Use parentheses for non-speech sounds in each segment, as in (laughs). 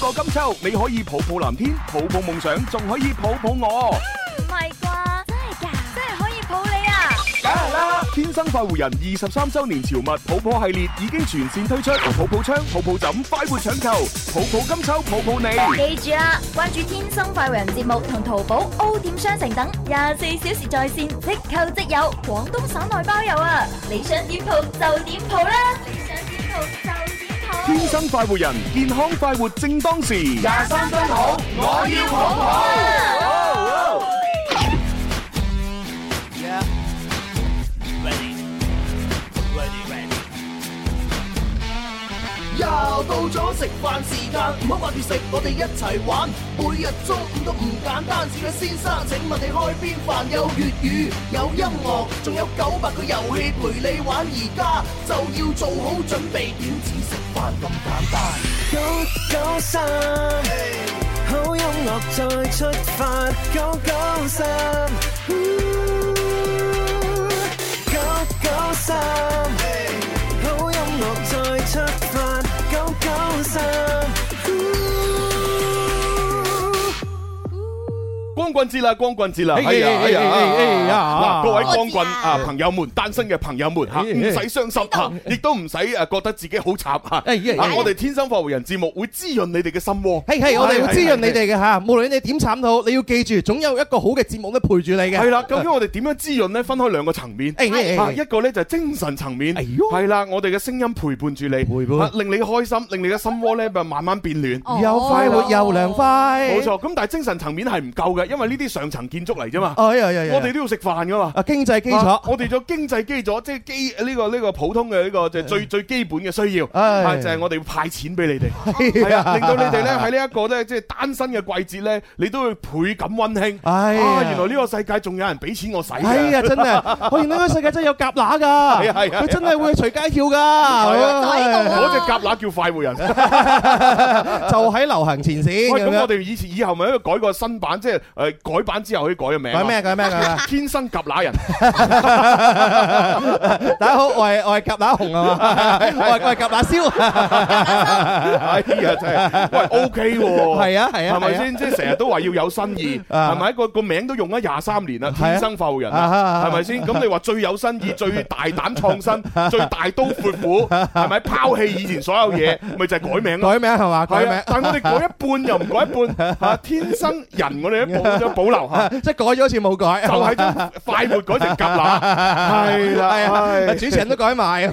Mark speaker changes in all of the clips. Speaker 1: 個金秋，你可以抱抱藍天，抱抱夢想，仲可以抱抱我。
Speaker 2: 唔係啩？真係㗎？真係可以抱你啊！
Speaker 1: 梗係啦！天生快活人二十三周年潮物抱抱系列已經全線推出，抱抱槍、抱抱枕，快活搶購，抱抱金秋，抱抱你。
Speaker 2: 記住啦，關注《天生快活人》節目同淘寶 O 店商城等廿四小時在線，即購即有，廣東省內包郵啊！你想點抱就點抱啦！你想點抱就點抱
Speaker 1: 天生快活人，健康快活正當時。廿三真好，我要好好。
Speaker 3: 又到咗食飯時間，唔好掛住食，我哋一齊玩。每日中午都唔簡單，小嘅先生，請問你開邊飯？有粵語，有音樂，仲有九百個遊戲陪你玩。而家就要做好準備，點止食飯咁簡單？
Speaker 4: 九九三，好音樂再出發，九九三，九九三，好音樂再出發，九九三。
Speaker 1: 光棍節啦，光棍節啦，
Speaker 5: 哎
Speaker 1: 哎呀，
Speaker 5: 哎
Speaker 1: 哎呀，
Speaker 5: 哎哎哎呀
Speaker 1: 嗱，各位
Speaker 2: 光
Speaker 1: 光棍
Speaker 2: 棍節啊
Speaker 1: 啊，朋友們，單身嘅朋友們吓，
Speaker 5: 哎
Speaker 1: 唔使傷心吓，亦都唔使誒覺得自己好慘吓。
Speaker 5: 哎哎
Speaker 1: 啊
Speaker 5: 哎
Speaker 1: 我哋天生快活人節目會滋潤你哋嘅心窩。
Speaker 5: 係係，我哋會滋潤你哋嘅嚇，無論你點慘都好，你要記住，總有一個好嘅節目咧陪住你嘅。
Speaker 1: 係啦，究竟我哋點樣滋潤呢？分開兩個層面。
Speaker 5: 哎，哎
Speaker 1: 啊，
Speaker 5: 哎
Speaker 1: 一個咧就係精神層面，
Speaker 5: 哎喲
Speaker 1: 係啦，我哋嘅聲音陪伴住你，
Speaker 5: 陪伴哦
Speaker 1: 啊令你開心，令你嘅心窩咧咪慢慢變暖。
Speaker 5: 又快活又涼快，
Speaker 1: 冇。錯，咁但係精神層面係唔夠嘅，因為呢啲上層建築嚟啫嘛，
Speaker 5: 哎呀呀呀，
Speaker 1: 我哋都要食飯噶嘛。
Speaker 5: 啊經濟基
Speaker 1: 啊
Speaker 5: 礎，
Speaker 1: 我哋咗經濟基礎，即係基呢個呢個普通嘅呢個就最最基本嘅需要，
Speaker 5: 唉
Speaker 1: 啊就係我哋要派錢俾你哋，
Speaker 5: 係
Speaker 1: 係啊，
Speaker 5: (laughs)
Speaker 1: 令到你哋咧喺呢一個咧即係單身嘅季節咧，你都會倍感温馨。啊，
Speaker 5: 哎呀
Speaker 1: 原來呢個世界仲有人俾錢我使㗎。
Speaker 5: 係啊，真係！我原來呢個世界真係有夾乸噶，
Speaker 1: 係啊係啊
Speaker 5: 佢真係會隨街跳噶，
Speaker 1: 哦
Speaker 5: 啊
Speaker 1: 嗰只夾乸叫快活
Speaker 5: (laughs)
Speaker 1: 人。
Speaker 5: 就喺流行前線
Speaker 1: 喂，
Speaker 5: 咁
Speaker 1: 咁我
Speaker 5: 樣。
Speaker 1: 哋以前以後咪應該改個新版，即係誒改版之後可以改個名啊。
Speaker 5: 改咩？改咩？改咩？
Speaker 1: 天生夾乸人。
Speaker 5: (laughs) 大家好，我係我係夾乸紅啊嘛，我係我係夾乸燒。
Speaker 1: 哎呀，真
Speaker 5: (laughs)
Speaker 1: 係，喂，OK 喎，
Speaker 5: 係啊係啊
Speaker 1: 係咪
Speaker 5: 係啊
Speaker 1: 先？即係成日都話要有新意，
Speaker 5: (laughs) 啊
Speaker 1: 係咪？個個名都用咗廿三年啦，
Speaker 5: 係啊
Speaker 1: 天生浮人
Speaker 5: 啊哈啊
Speaker 1: 啦，
Speaker 5: 哈
Speaker 1: 係咪先？咁你話最有新意、
Speaker 5: (laughs)
Speaker 1: 最大膽創新、最大刀闊斧，係咪？拋棄以前所有嘢，咪就係改名咯。
Speaker 5: 改名係嘛？改
Speaker 1: 係啊
Speaker 5: 名，，
Speaker 1: 但係我哋改一半又唔改一半，
Speaker 5: (laughs)
Speaker 1: 嚇天生人我哋都保咗保留下，
Speaker 5: 即係改咗好似冇
Speaker 1: (laughs)
Speaker 5: 改，
Speaker 1: 就係
Speaker 5: (laughs)
Speaker 1: 將快活改成夾乸，係啦，
Speaker 5: 係
Speaker 1: 唉
Speaker 5: 啊，主持人都改 (laughs) 埋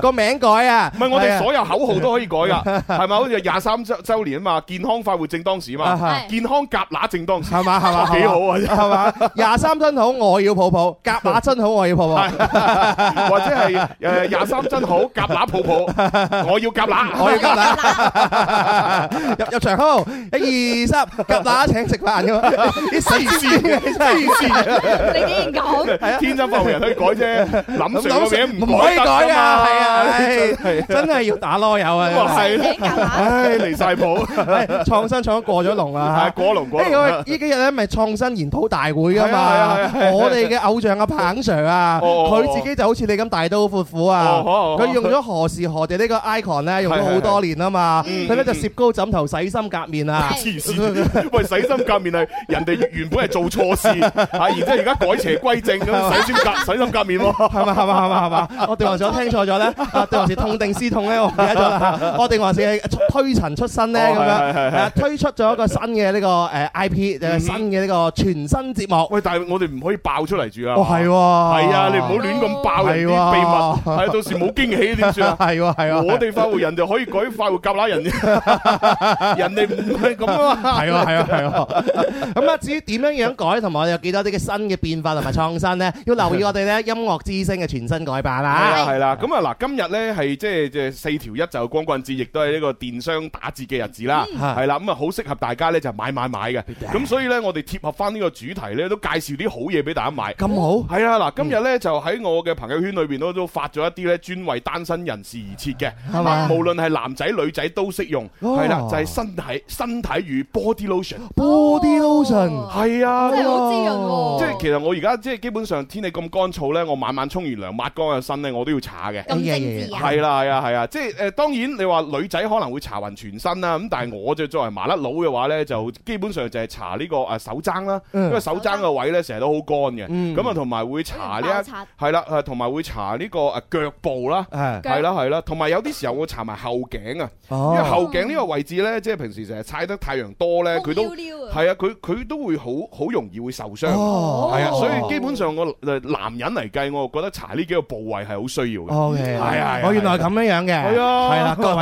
Speaker 5: 個名改啊，
Speaker 1: 唔係我
Speaker 5: 係
Speaker 1: 哋
Speaker 5: 啊
Speaker 1: 所有口號都可以改
Speaker 5: (laughs)
Speaker 1: 噶，係咪？好似廿三周周年啊嘛，健康快活正當時啊嘛，
Speaker 5: 啊哈
Speaker 1: 健康夾乸正當時，
Speaker 5: 係嘛係嘛
Speaker 1: 幾好啊真係
Speaker 5: 係嘛廿三真好，我要抱抱；夾乸真好，我要抱
Speaker 1: (laughs)
Speaker 5: 抱。
Speaker 1: 或者係誒廿三真好夾乸
Speaker 5: (laughs)
Speaker 1: 抱抱，我要夾
Speaker 5: 我
Speaker 1: (laughs)
Speaker 5: 要
Speaker 1: 乸，
Speaker 5: 夾乸，入入場號，一二三，夾乸請食飯咁啊！啲
Speaker 1: 黐線嘅
Speaker 5: 真係
Speaker 1: 黐線
Speaker 6: 你竟然講
Speaker 1: 嘅，天生快活人可以改
Speaker 5: (laughs)
Speaker 1: 啫，諗上個名唔
Speaker 5: 唔可以改
Speaker 1: 㗎
Speaker 5: 㗎，係
Speaker 1: 嘛
Speaker 5: 啊，
Speaker 1: 真
Speaker 5: 唉
Speaker 1: 係
Speaker 5: 真係要打囉柚
Speaker 1: 咁啊
Speaker 5: 啊！
Speaker 1: 係啦，唉離晒
Speaker 5: (laughs)
Speaker 1: 譜，
Speaker 5: 唉創新創過咗龍啦
Speaker 1: 係果龍果
Speaker 5: 因為
Speaker 1: 龍
Speaker 5: 我。呢幾日咧，咪創新研討大會噶
Speaker 1: 係啊
Speaker 5: 嘛
Speaker 1: 係啊係啊！
Speaker 5: 我哋嘅偶像阿彭 Sir 啊，
Speaker 1: 哦哦
Speaker 5: 佢自己就好似你咁大刀闊斧啊
Speaker 1: 哦哦！哦
Speaker 5: 佢用咗何時何地呢個 icon 咧，用咗好多年啊嘛！
Speaker 1: 係係
Speaker 5: 佢咧就攝高枕頭、洗心革面啊！
Speaker 1: 黐線！喂，洗心革面係人哋原本係做錯
Speaker 5: (laughs)
Speaker 1: 事，啊，然之後而家改邪歸正咁
Speaker 5: 啊
Speaker 1: 洗心革洗心革面喎。
Speaker 5: 係嘛係嘛係嘛係嘛！我定還是我聽錯咗咧？
Speaker 1: (laughs)
Speaker 5: 啊，定還是痛定思痛咧？我唔記得咗啦！我定還是係推陳出新咧咁
Speaker 1: 哦係係
Speaker 5: 樣？
Speaker 1: 係係嗯
Speaker 5: 係啊，推出咗一個新嘅呢個誒 IP，就係新嘅呢個全新節目。
Speaker 1: 喂，但係我哋唔可以爆出嚟住啊！
Speaker 5: 哦，係喎，
Speaker 1: 係
Speaker 5: 係
Speaker 1: 啊，你唔好亂咁爆人啲秘密，係
Speaker 5: 係
Speaker 1: 啊，到時冇驚喜
Speaker 5: (laughs)
Speaker 1: 點算啊？
Speaker 5: 係喎係喎，
Speaker 1: 我哋快活人就可以改快活夾乸人，
Speaker 5: (laughs)
Speaker 1: 人哋唔係咁啊嘛。
Speaker 5: 係喎係喎係喎。咁啊，至於點樣樣改，同埋我哋有幾多啲嘅新嘅變化同埋創新咧，要留意我哋 (laughs) 咧音樂之聲嘅全新改版
Speaker 1: 係
Speaker 5: 啦。
Speaker 1: 啦，啊係啦，咁啊嗱，今日咧係即係即係四條一就光棍節，亦都係呢個電商打折嘅日子啦，
Speaker 5: 嗯
Speaker 1: 係啦，咁啊好適合大家咧就買買買嘅，咁所以咧我哋貼合翻呢個主題咧，都介紹啲好嘢俾大家買。
Speaker 5: 咁好，
Speaker 1: 係啊，嗱，今日咧就喺我嘅朋友圈裏邊都都發咗一啲咧專為單身人士而設嘅，
Speaker 5: 係嘛
Speaker 1: 無論係男仔女仔都適用，
Speaker 5: 哦
Speaker 1: 係啦，就係身體身體乳 body lotion。
Speaker 5: body lotion。
Speaker 1: 係啊，
Speaker 2: 真係好滋潤喎
Speaker 1: 即係其實我而家即係基本上天氣咁乾燥咧，我晚晚沖完涼抹乾個身咧，我都要搽嘅。
Speaker 2: 咁精緻啊！
Speaker 1: 係啦，係啊，係啊，即係誒，當然你話女仔可能會搽勻全身啦，咁但係我就作為麻甩佬嘅話咧，就基本上就係搽呢個誒手踭啦，
Speaker 5: 嗯
Speaker 1: 因為手踭個位咧成日都好乾嘅，
Speaker 5: 嗯
Speaker 1: 咁啊同埋會搽呢
Speaker 2: 包
Speaker 1: 一
Speaker 2: 擦
Speaker 1: 係啦，誒同埋會搽呢個誒腳部啦。
Speaker 5: 誒，
Speaker 2: 腳
Speaker 1: 係啦係啦，同埋有啲時候我搽埋後頸啊，因為
Speaker 5: 哦，
Speaker 1: 後頸呢個位置咧，即係平時成日曬得太陽多咧，佢都
Speaker 2: 空溜溜啊
Speaker 1: 係啊，佢佢都會好好容易會受傷，
Speaker 5: 哦
Speaker 1: 係啊，所以基本上我誒男人嚟計，我覺得搽呢幾個部位係好需要嘅。
Speaker 5: O K，
Speaker 1: 係啊係啊
Speaker 5: 我哦原來咁樣樣嘅，
Speaker 1: 係啊 (laughs)
Speaker 5: 係啦，各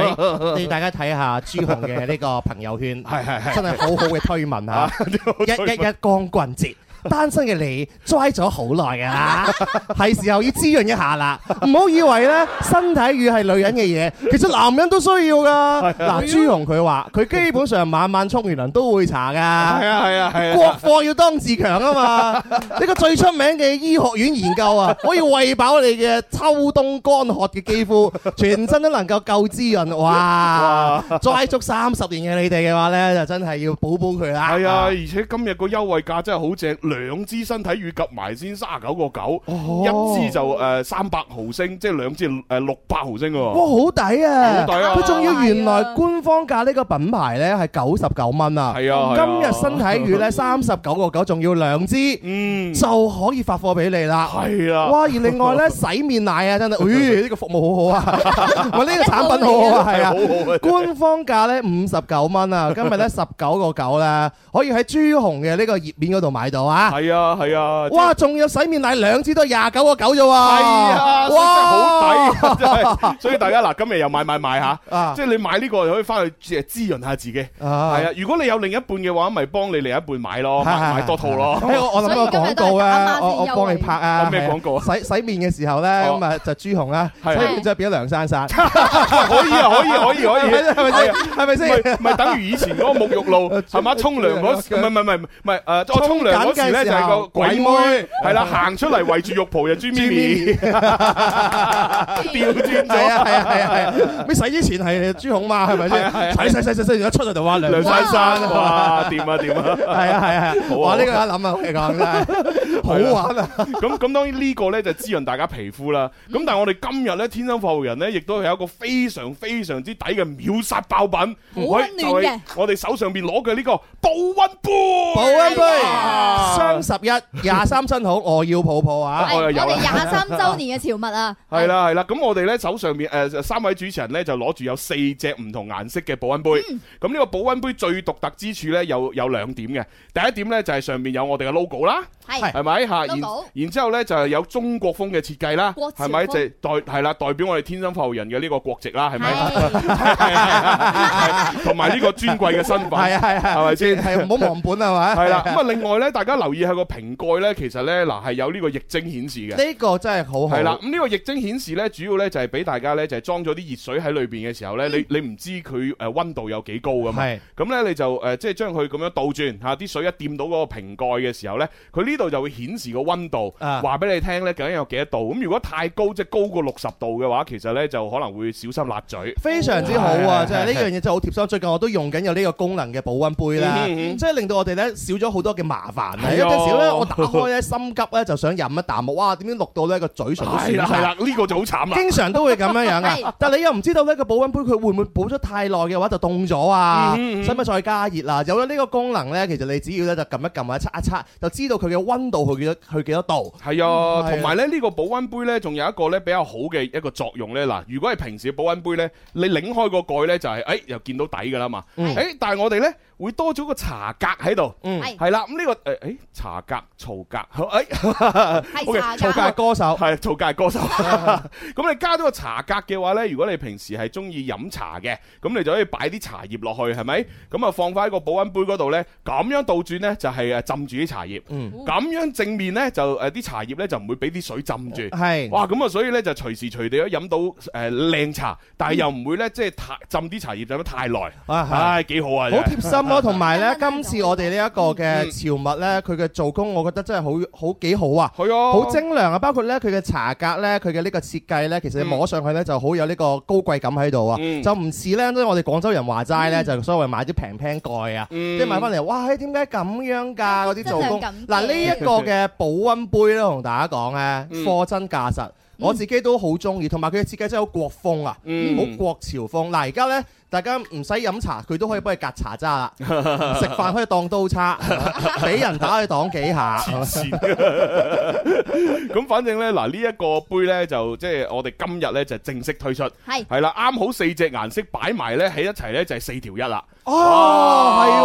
Speaker 5: 位，你大家睇下朱紅嘅呢個朋友圈，係係係，真係好好嘅推文
Speaker 1: 啊
Speaker 5: 啊
Speaker 1: (laughs)
Speaker 5: 嚇， (laughs) 一一一光棍節。單身嘅你齋咗好耐㗎
Speaker 1: (laughs)
Speaker 5: 啦，係時候要滋潤一下啦。唔好以為咧身體乳係女人嘅嘢，其實男人都需要
Speaker 1: 啊
Speaker 5: 㗎。嗱，朱紅佢話佢基本上晚晚沖完涼都會搽
Speaker 1: 係
Speaker 5: 㗎。
Speaker 1: 啊係啊係啊！
Speaker 5: 國貨要當自強啊嘛！呢個最出名嘅醫學院研究啊，可以餵飽你嘅秋冬乾渴嘅肌膚，全身都能夠夠滋潤。哇！齋足三十年嘅你哋嘅話呢，就真係要補補佢啦。
Speaker 1: 係啊，而且今日個優惠價真係好正，兩支身體乳夾埋先三十九個九，
Speaker 5: 哦
Speaker 1: 一支就誒三百毫升，即係兩支誒六百毫升
Speaker 5: 哇，
Speaker 1: 喎。
Speaker 5: 好抵
Speaker 1: 好
Speaker 5: 啊！
Speaker 1: 抵啊
Speaker 5: 佢仲要原來官方價呢個品牌呢係九十九蚊啊！
Speaker 1: 係啊，係
Speaker 5: 今
Speaker 1: 啊
Speaker 5: 日身體
Speaker 1: (laughs)
Speaker 5: 乳呢，三十九個九，仲要兩支
Speaker 1: 嗯
Speaker 5: 就可以發貨俾
Speaker 1: (laughs)
Speaker 5: 你啦。
Speaker 1: 係啊啦。
Speaker 5: 哇！而另
Speaker 1: (laughs)
Speaker 5: 外咧，洗面奶啊，真係， (laughs) 咦？呢個服務好好啊，哇！呢個產品好好
Speaker 1: (laughs)
Speaker 5: 啊，係
Speaker 1: 好好
Speaker 5: 啊
Speaker 1: 啊，
Speaker 5: 官方價咧五十九蚊啊，今日
Speaker 1: (laughs)
Speaker 5: 咧十九個九咧，可以喺朱紅嘅呢個頁面嗰度買到啊！
Speaker 1: 係啊，係啊，
Speaker 5: 哇！仲有洗面奶兩支都係廿九個九啫喎，
Speaker 1: 係啊，真係
Speaker 5: 哇！
Speaker 1: 好抵啊，真
Speaker 5: (laughs)
Speaker 1: 係。所以大家嗱，今日又買買買吓，
Speaker 5: 啊
Speaker 1: 即係你買呢個就可以翻去誒滋潤下自己。
Speaker 5: 啊
Speaker 1: 係啊，如果你有另一半嘅話，咪幫你另一半買
Speaker 5: (laughs)
Speaker 1: 咯，
Speaker 5: 係係
Speaker 1: 哦買買多套咯。
Speaker 5: 哎我我諗個廣告啊，我我幫你拍啊，
Speaker 1: 有咩廣告啊
Speaker 5: 洗洗面嘅時候咧，
Speaker 1: 哦
Speaker 5: 咁啊就朱紅啦，洗
Speaker 1: 係
Speaker 5: 面就變咗梁珊珊，
Speaker 1: 可以啊，可以， (laughs) 可以，可以，
Speaker 5: (laughs) 係咪先？係咪先？
Speaker 1: 咪咪等於以前嗰個沐浴
Speaker 5: (laughs)
Speaker 1: 露係嘛？沖涼嗰時唔係唔係唔係唔係誒，我沖涼嗰時咧就係個鬼妹
Speaker 5: 沖緊嘅時候鬼妹
Speaker 1: 係啦，行出嚟圍住浴袍就朱咪咪， (laughs) 調轉
Speaker 5: 係
Speaker 1: 咗
Speaker 5: 啊係啊係啊係啊！你洗之前係朱紅嘛，係咪
Speaker 1: 係啊係啊
Speaker 5: 先？洗洗洗洗洗，而家出嚟就話
Speaker 1: 梁
Speaker 5: 涼
Speaker 1: 珊
Speaker 5: 晒。
Speaker 1: 珊，哇，掂啊掂啊！
Speaker 5: 係啊係啊係啊！
Speaker 1: 好啊
Speaker 5: 哇！呢個一諗啊，我哋
Speaker 1: (laughs)
Speaker 5: 講真係好玩啊！
Speaker 1: 咁咁當然呢個呢就滋潤大家皮膚啦。
Speaker 5: 嗯
Speaker 1: 咁但係我哋今日呢，天生服務人呢，亦都有一個非常非常之抵嘅秒殺爆品，
Speaker 2: 好溫暖嘅
Speaker 1: 喂就係我哋手上邊攞嘅呢個保温杯，
Speaker 5: 保温杯
Speaker 1: 哇
Speaker 5: 雙十一廿三真好，我要抱抱啊！
Speaker 1: 我又
Speaker 2: 我
Speaker 1: 有
Speaker 2: 哋
Speaker 1: 啦
Speaker 2: 廿三周年嘅潮物啊，
Speaker 1: 係啦係啦，咁我哋呢手上面誒、三位主持人呢，就攞住有四隻唔同顏色嘅保温杯，咁呢、個保温杯最獨特之處呢，有有兩點嘅，第一點呢，就係、上面有我哋嘅 logo 啦。
Speaker 2: 係
Speaker 1: 係咪吓？然
Speaker 2: Logo
Speaker 1: 然之後咧就係有中國風嘅設計啦，
Speaker 2: 國潮
Speaker 1: 係咪
Speaker 2: 風
Speaker 1: 就係代係啦，代表我哋天生發號人嘅呢個國籍啦，係咪？
Speaker 2: 係
Speaker 1: 係係係同埋呢個尊貴嘅身份，
Speaker 5: 係啊係啊，
Speaker 1: 係咪先
Speaker 5: 係唔好忘本係咪？
Speaker 1: 係啦。咁啊，另外咧，大家留意下個瓶蓋咧，其實咧嗱係有呢個液晶顯示嘅。
Speaker 5: 呢個真係好好。
Speaker 1: 係啦，咁呢個液晶顯示咧，主要咧就係俾大家咧就係裝咗啲熱水喺裏邊嘅時候咧，你你唔知佢誒温度有幾高噶嘛。
Speaker 5: 嗯係
Speaker 1: 咁咧你就誒即係將佢咁樣倒轉嚇，啲水一掂到嗰個瓶蓋嘅時候咧，佢呢度就會顯示個温度，
Speaker 5: 啊
Speaker 1: 話俾你聽咧究竟有幾多度。咁如果太高，即係高過六十度嘅話，其實咧就可能會小心辣嘴。
Speaker 5: 非常之好
Speaker 1: 係係
Speaker 5: 啊！即係呢樣嘢真係好貼心。最近我都用緊有呢個功能嘅保温杯啦，
Speaker 1: 嗯嗯嗯
Speaker 5: 即係令到我哋咧少咗好多嘅麻煩啊！
Speaker 1: 係啊
Speaker 5: 有陣時咧，我打開咧心急咧就想飲一啖，哇！點樣錄到呢個嘴唇都
Speaker 1: 係啦
Speaker 5: 損
Speaker 1: 係
Speaker 5: 晒。
Speaker 1: 啦，呢個就好慘啦。
Speaker 5: 經常都會咁樣樣
Speaker 2: 係
Speaker 5: 啊！但你又唔知道呢個保温杯佢會唔會保咗太耐嘅話就凍咗啊？
Speaker 1: 嗯嗯嗯
Speaker 5: 使唔使再加熱啊？有咗呢個功能呢，其實你只要咧就撳一撳或者測一測，就知道佢嘅温度去幾多去幾多度。
Speaker 1: 係啊，
Speaker 5: 係啊
Speaker 1: 同埋咧呢個保温杯咧，仲有一個咧比較好嘅一個作用咧。嗱，如果係平時嘅保温杯咧，你擰開個蓋咧就係、誒、又見到底㗎啦嘛。誒、
Speaker 5: 嗯
Speaker 1: 但係我哋咧會多咗個茶格喺度。
Speaker 5: 嗯
Speaker 2: 係
Speaker 1: 係啦，咁呢、個誒誒、茶格、曹格，誒 (laughs)
Speaker 2: 係
Speaker 1: OK，
Speaker 2: 茶
Speaker 5: 做
Speaker 2: 㗎
Speaker 5: 界歌手
Speaker 1: 係做界歌手。
Speaker 5: (laughs)
Speaker 1: (laughs) 咁你加咗個茶格嘅話呢，如果你平時係中意飲茶嘅，咁你就可以擺啲茶葉落去，係咪？咁啊放翻喺個保温杯嗰度呢，咁樣倒轉呢，就係誒浸住啲茶葉，咁、
Speaker 5: 嗯
Speaker 1: 樣正面呢，就誒啲茶葉呢，就唔會俾啲水浸住。
Speaker 5: 係
Speaker 1: 哇，咁啊，所以呢，就隨時隨地都飲到呃誒靚、茶，但係又唔會呢，即係太浸啲茶葉浸得太耐，
Speaker 5: 啊係
Speaker 1: 唉，幾好啊！
Speaker 5: 好
Speaker 1: 真係
Speaker 5: 貼心啊，同埋咧，今次我哋呢一個嘅潮物咧，佢嘅做工，我覺得真係好好幾好啊！
Speaker 1: 係啊
Speaker 5: 好精良啊！包括咧佢嘅茶格咧，佢嘅呢個設計咧，其實你摸上去咧就好有呢個高貴感喺度啊！
Speaker 1: 嗯
Speaker 5: 就唔似咧，即係我哋廣州人話齋咧，就所謂買啲平平蓋啊，
Speaker 1: 嗯
Speaker 5: 即係買翻嚟，哇！嘿點解咁樣㗎？嗰啲做工
Speaker 6: 質量感
Speaker 5: 嗱呢一個嘅保温杯咧，同大家講咧，
Speaker 1: 嗯
Speaker 5: 貨真價實。我自己都好中意，同埋佢嘅設計真係好國風啊，
Speaker 1: 嗯
Speaker 5: 好國潮風。嗱，而家呢，大家唔使飲茶，佢都可以幫你隔茶渣
Speaker 1: (laughs)
Speaker 5: 啦。食飯可以當刀叉，俾人打可以擋幾下。 (laughs)
Speaker 1: 咁反正呢，嗱呢一個杯呢，就即係我哋今日呢，就正式推出，
Speaker 6: 係
Speaker 1: 係啦，啱好四隻顏色擺埋呢，喺一齊呢，就係四條一啦，
Speaker 5: 哦，係喎，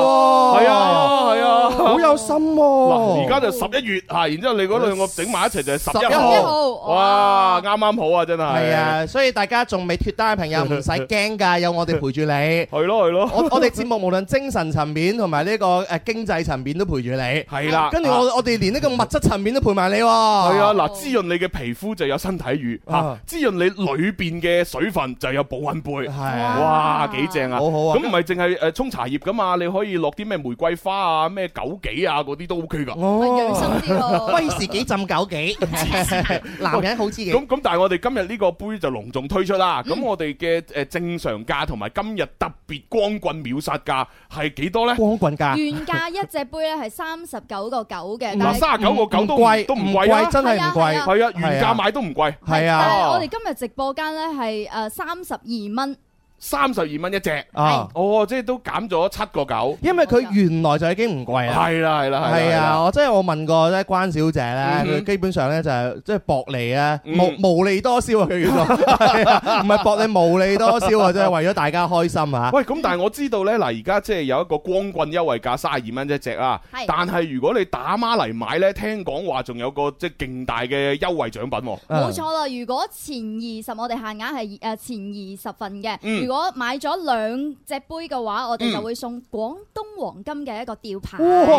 Speaker 1: 係啊係啊。
Speaker 5: 好有心
Speaker 1: 嗱，
Speaker 5: 喎。
Speaker 1: 而家就十一月嚇，然之後你嗰兩個整埋一齊就係十一
Speaker 5: 11
Speaker 6: 一
Speaker 1: 號，
Speaker 6: 號，
Speaker 1: 哇，啱啱好啊，真係，
Speaker 5: 係，啊，所以大家仲未脱單嘅朋友唔使
Speaker 1: (laughs)
Speaker 5: 驚㗎，有我哋陪住你。
Speaker 1: 係咯係咯，
Speaker 5: 我我哋節目無論精神層面同埋呢個誒經濟層面都陪住你。
Speaker 1: 係啦，
Speaker 5: 跟住
Speaker 1: 啊
Speaker 5: 我我哋連呢個物質層面都陪埋你喎。係
Speaker 1: 係啊，嗱，滋潤你嘅皮膚就有身體乳，吓
Speaker 5: 啊
Speaker 1: 滋潤你裏邊嘅水分就有保温杯。
Speaker 5: 係
Speaker 1: 哇，幾正啊！
Speaker 5: 好好啊
Speaker 1: 咁唔係淨係誒呃沖茶葉噶嘛，你可以落啲咩玫瑰花啊、咩枸杞啊嗰啲都 OK 噶。
Speaker 6: 喂
Speaker 5: 哦
Speaker 6: 養生啲喎，
Speaker 5: 威士忌浸枸
Speaker 1: (laughs)
Speaker 5: 杞，男人好知己。
Speaker 1: 咁咁，但係我哋今日呢個杯就隆重推出啦。咁我哋嘅誒正常價同埋今日特別光棍秒殺價係幾多呢？
Speaker 5: 光棍價
Speaker 6: 原價一隻杯咧係三十九個九嘅，但
Speaker 1: 嗱，
Speaker 6: 係
Speaker 1: 三哦十九個九都唔
Speaker 5: 貴，
Speaker 1: 都唔貴啊
Speaker 5: 貴，，真係唔
Speaker 6: 係啊
Speaker 5: 貴。
Speaker 1: 係啊，原價買都唔貴，
Speaker 5: 係
Speaker 6: 但
Speaker 5: 啊，
Speaker 6: 係我哋今日直播間咧係誒三十二蚊，
Speaker 1: 三十二蚊一隻。
Speaker 5: 啊，
Speaker 1: 哦，即係都減咗七個九。
Speaker 5: 因為佢原來就已經唔貴啦。
Speaker 1: 係啦，係啦，係啦
Speaker 5: 啊係
Speaker 1: 係啦
Speaker 5: 啊，我真係我問過咧關小姐
Speaker 1: 嗯
Speaker 5: 咧，
Speaker 1: 哼
Speaker 5: 佢基本上咧就係即係薄利啊，
Speaker 1: 嗯
Speaker 5: 無無利多銷啊，佢叫
Speaker 1: (laughs)
Speaker 5: 做係啊唔係薄利無利多銷啊，即係為咗大家開心啊。
Speaker 1: 喂，咁但係我知道呢，嗱，而家即係有一個光棍優惠價三十二蚊一隻啊，
Speaker 6: 係
Speaker 1: 但係如果你打孖嚟買呢，聽講話仲有個即係勁大嘅優惠獎品喎。
Speaker 6: 冇
Speaker 5: 啊
Speaker 6: 錯啦。如果前二十我哋限額係誒前二十份
Speaker 1: 嗯
Speaker 6: 嘅，如果買咗兩隻杯嘅話，
Speaker 1: 嗯
Speaker 6: 我哋就會送廣東黃金嘅一個吊牌。
Speaker 1: 哇！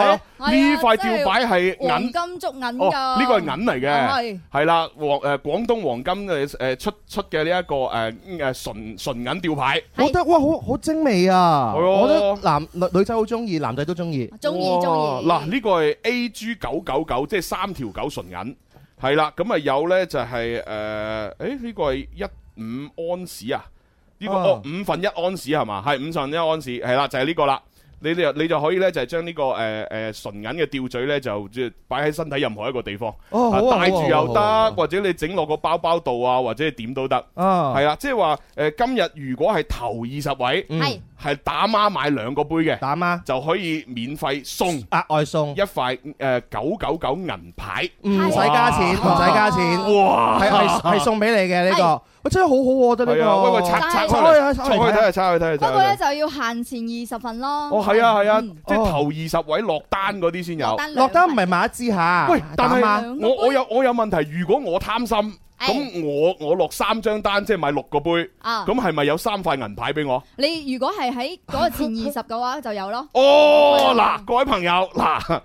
Speaker 1: 呢
Speaker 6: 係啊
Speaker 1: 塊吊牌係
Speaker 6: 黃
Speaker 1: 銀，
Speaker 6: 金足銀㗎，哦啊
Speaker 1: 哦，呢個係銀嚟嘅。
Speaker 6: 係
Speaker 1: 係啦，黃誒廣東黃金嘅誒出出嘅呢一個誒誒純純銀吊牌，
Speaker 5: 我覺得哇，好好精美啊！
Speaker 1: 係啊
Speaker 5: 我覺得男女女仔好中意，男仔都中意。
Speaker 6: 中意
Speaker 1: 哇
Speaker 6: 中意。
Speaker 1: 嗱，呢個係 A G 九九九，即係三條九純銀，係啦，咁啊有呢就係誒，誒呢個係一五安士啊，呢個
Speaker 5: 啊
Speaker 1: 哦五分一安士係嘛，係五分一安士，係啦，就係呢個啦。你就你就可以呢，就係將呢個誒誒純銀嘅吊墜呢，就即係擺喺身體任何一個地方，
Speaker 5: 哦，好啊，
Speaker 1: 戴住又
Speaker 5: 好啊
Speaker 1: 得，或者你整落個包包度啊，或者你點都得，
Speaker 5: 啊，
Speaker 1: 係啦，即係話誒今日如果係頭二十位
Speaker 5: 嗯
Speaker 6: 係
Speaker 1: 係打孖買兩個杯嘅，
Speaker 5: 打孖
Speaker 1: 就可以免費送。
Speaker 5: 額外送嗯
Speaker 1: 一，塊誒九九九銀牌，
Speaker 5: 唔使加錢，唔使加錢。
Speaker 1: 哇
Speaker 5: 係係係送俾你嘅呢個，喂真係好好，我覺得呢
Speaker 1: 係啊，
Speaker 5: 個。
Speaker 1: 喂喂，拆
Speaker 6: 但係
Speaker 1: 拆
Speaker 5: 拆
Speaker 1: 開
Speaker 5: 開
Speaker 1: 嚟，
Speaker 5: 啊
Speaker 1: 拆
Speaker 5: 拆
Speaker 1: 開
Speaker 5: 開
Speaker 1: 睇下，
Speaker 5: 嚟
Speaker 1: 拆開睇下，拆開
Speaker 6: 不過咧
Speaker 1: 睇下。
Speaker 6: 就要限前二十份咯。
Speaker 1: 哦，係啊，係啊，
Speaker 6: 嗯
Speaker 1: 即係
Speaker 5: 哦
Speaker 1: 頭二十位落單嗰啲先有。
Speaker 5: 落單唔係買一支嚇，
Speaker 1: 喂，但
Speaker 5: 啊打
Speaker 6: 打
Speaker 5: 孖
Speaker 1: 係
Speaker 6: 孖
Speaker 1: 我我有我有問題，如果我貪心，
Speaker 6: 哎
Speaker 1: 咁我我落三張單，即係買六個杯，咁
Speaker 6: 啊！
Speaker 1: 係咪有三塊銀牌俾我？
Speaker 6: 你如果係喺嗰個前二十嘅話，就有咯。
Speaker 1: 哦，
Speaker 6: 係啊
Speaker 1: 嗱，各位朋友，嗱，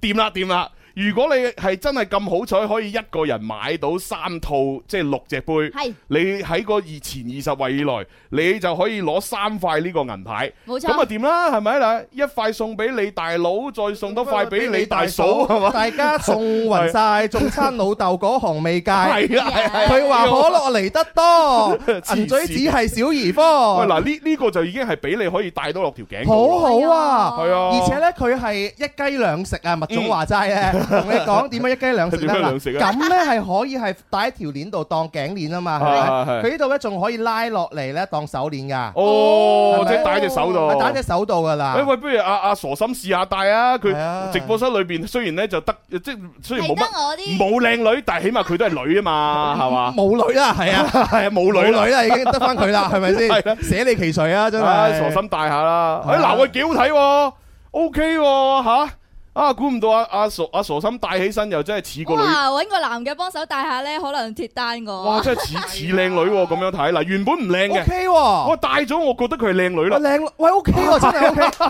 Speaker 1: 掂啦掂啦。如果你係真係咁好彩，可以一個人買到三套，即係六隻杯。
Speaker 6: 係
Speaker 1: 你喺個二前二十位以內，你就可以攞三塊呢個銀牌，
Speaker 6: 冇
Speaker 1: 咁啊
Speaker 6: 錯，
Speaker 1: 掂啦，係咪啦？一塊送俾你大佬，再送多塊俾你大
Speaker 5: (laughs)
Speaker 1: 嫂，係嘛？
Speaker 5: 大家送暈晒，仲餐老豆嗰行未
Speaker 1: (laughs)
Speaker 5: 戒。
Speaker 1: 係啊，係啊
Speaker 5: 佢話可樂嚟得
Speaker 1: (laughs)
Speaker 5: 多，
Speaker 1: 線
Speaker 5: 銀嘴只係小兒
Speaker 1: 喂
Speaker 5: 科，
Speaker 1: 嗱，呢呢個就已經係俾你可以帶到落條頸
Speaker 5: 好
Speaker 1: 度啦，
Speaker 5: 好啊！
Speaker 1: 係啊，
Speaker 5: 而且咧，佢係一雞兩食啊！麥總話齋
Speaker 1: (laughs)
Speaker 5: 咧，同你講點樣一雞兩食
Speaker 1: 點
Speaker 5: 咧？
Speaker 1: 樣兩食啊
Speaker 5: 嗱咁咧係可以係戴一條鏈度當頸鏈啊
Speaker 1: (laughs)
Speaker 5: 嘛，係
Speaker 1: 係係
Speaker 5: 咪？佢呢度咧仲可以拉落嚟咧當手鏈㗎。
Speaker 1: 哦
Speaker 5: 係，咪
Speaker 1: 即係戴隻手度
Speaker 5: 係。打隻手度噶啦
Speaker 1: 喂。喂，不如阿阿傻心試下戴啊！佢
Speaker 5: 啊係啊
Speaker 1: 直播室裏邊雖然咧就得，即係雖然
Speaker 6: 係
Speaker 1: 冇
Speaker 6: 得
Speaker 1: 乜
Speaker 6: 我啲
Speaker 1: 冇靚女，但係起碼佢都係女啊
Speaker 5: (laughs)
Speaker 1: 嘛，係嘛？
Speaker 5: 冇女啦，係啊，
Speaker 1: (laughs) 係啊，冇
Speaker 5: 冇
Speaker 1: 女啦。
Speaker 5: 女啦，已經得翻佢啦，係咪
Speaker 1: (laughs)
Speaker 5: 先
Speaker 1: 係啊？
Speaker 5: 捨你其誰啊，真
Speaker 1: 唉，
Speaker 5: 係
Speaker 1: 傻心大下啦！
Speaker 5: 係
Speaker 1: 哎，
Speaker 5: 啊
Speaker 1: 嗱，喂，幾好睇喎，OK 喎，吓啊，估唔到啊，阿傻阿傻心戴起身又真係似個女，
Speaker 6: 哇！揾個男嘅幫手帶下咧，可能脱單
Speaker 1: 哇，
Speaker 6: 我。
Speaker 1: 真係
Speaker 5: 啊
Speaker 1: 似似靚女喎，咁樣睇嗱，原本唔靚嘅，
Speaker 5: ，OK
Speaker 1: 我
Speaker 5: 喎，啊
Speaker 1: 戴咗，我覺得佢係靚女
Speaker 5: 喂
Speaker 1: 啦， (laughs)
Speaker 5: 靚，喂 OK 喎，真係 OK，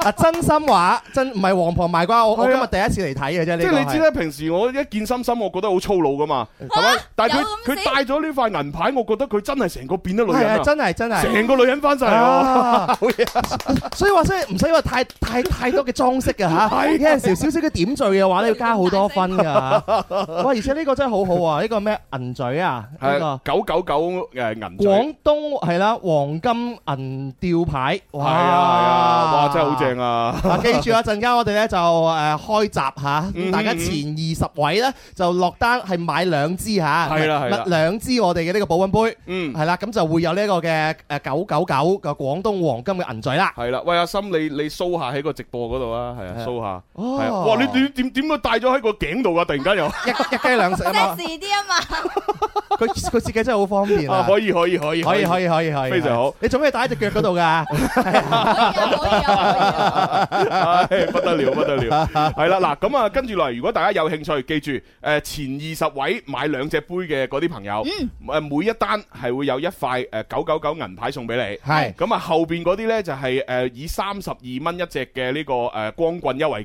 Speaker 5: 啊，真心話，真唔係王婆賣瓜，我我
Speaker 1: 係
Speaker 5: 今
Speaker 1: 啊
Speaker 5: 日第一次嚟睇嘅啫。
Speaker 1: 即
Speaker 5: 呢個
Speaker 1: 係
Speaker 5: 係
Speaker 1: 你知咧，平時我一見心心，我覺得好粗魯噶嘛，係
Speaker 5: 啊
Speaker 1: 咪？但係佢
Speaker 6: 有咁
Speaker 1: 佢
Speaker 6: 死
Speaker 1: 戴咗呢塊銀牌，我覺得佢真係成個變咗女
Speaker 5: 係
Speaker 1: 人
Speaker 5: 啊，
Speaker 1: 啊，
Speaker 5: 真係真係。
Speaker 1: 成個女人翻晒嚟喎。
Speaker 5: 啊，所以話真係唔使話太太太多嘅裝飾㗎啊
Speaker 1: (laughs)
Speaker 5: 吓，有陣時少少嘅點綴嘅話咧，要加好多分㗎嚇。哇！而且呢個真係好好啊，呢個咩銀嘴啊，呢個
Speaker 1: 啊係。九九九誒銀嘴，
Speaker 5: 廣東係啦，黃金銀吊牌，
Speaker 1: 係
Speaker 5: 哇！
Speaker 1: 啊係啊，哇真係好正啊！
Speaker 5: 啊！記住啊，陣間我哋咧就誒開閘
Speaker 1: 嗯
Speaker 5: 嚇，大家前二十位咧就落單係買兩支嚇，
Speaker 1: 係啦係啦
Speaker 5: 兩支我哋嘅呢個保温杯，
Speaker 1: 嗯，
Speaker 5: 係啦，咁就會有呢個嘅誒九九九嘅廣東黃金嘅銀嘴啦。
Speaker 1: 係啦，喂阿心，你你 show 下喺個直播嗰度啊，係啊
Speaker 5: 係啊
Speaker 1: show 下，
Speaker 5: 哦
Speaker 1: 係啊，哇你點點點解戴咗喺個頸度啊？突然間又
Speaker 5: 一一雞兩食啊
Speaker 6: (laughs)
Speaker 5: 嘛！
Speaker 6: sexy 啲啊嘛，
Speaker 5: 佢佢設計真係好方便
Speaker 1: 啊
Speaker 5: 啊！
Speaker 1: 可以可以可以
Speaker 5: 可以可以可以可以，
Speaker 1: 非常好。
Speaker 5: 你做咩打喺只腳嗰度㗎？
Speaker 6: 可以啊可
Speaker 1: (laughs)
Speaker 6: 以啊
Speaker 1: 唉，不得了，不得了，係啦，嗱，咁啊，跟住落嚟，如果大家有興趣，記住，诶，前二十位買兩隻杯嘅嗰啲朋友，诶，每一單係會有一塊诶九九九銀牌送俾你，
Speaker 5: 係
Speaker 1: 咁啊，後邊嗰啲呢，就係诶以三十二蚊一隻嘅呢個诶光棍優惠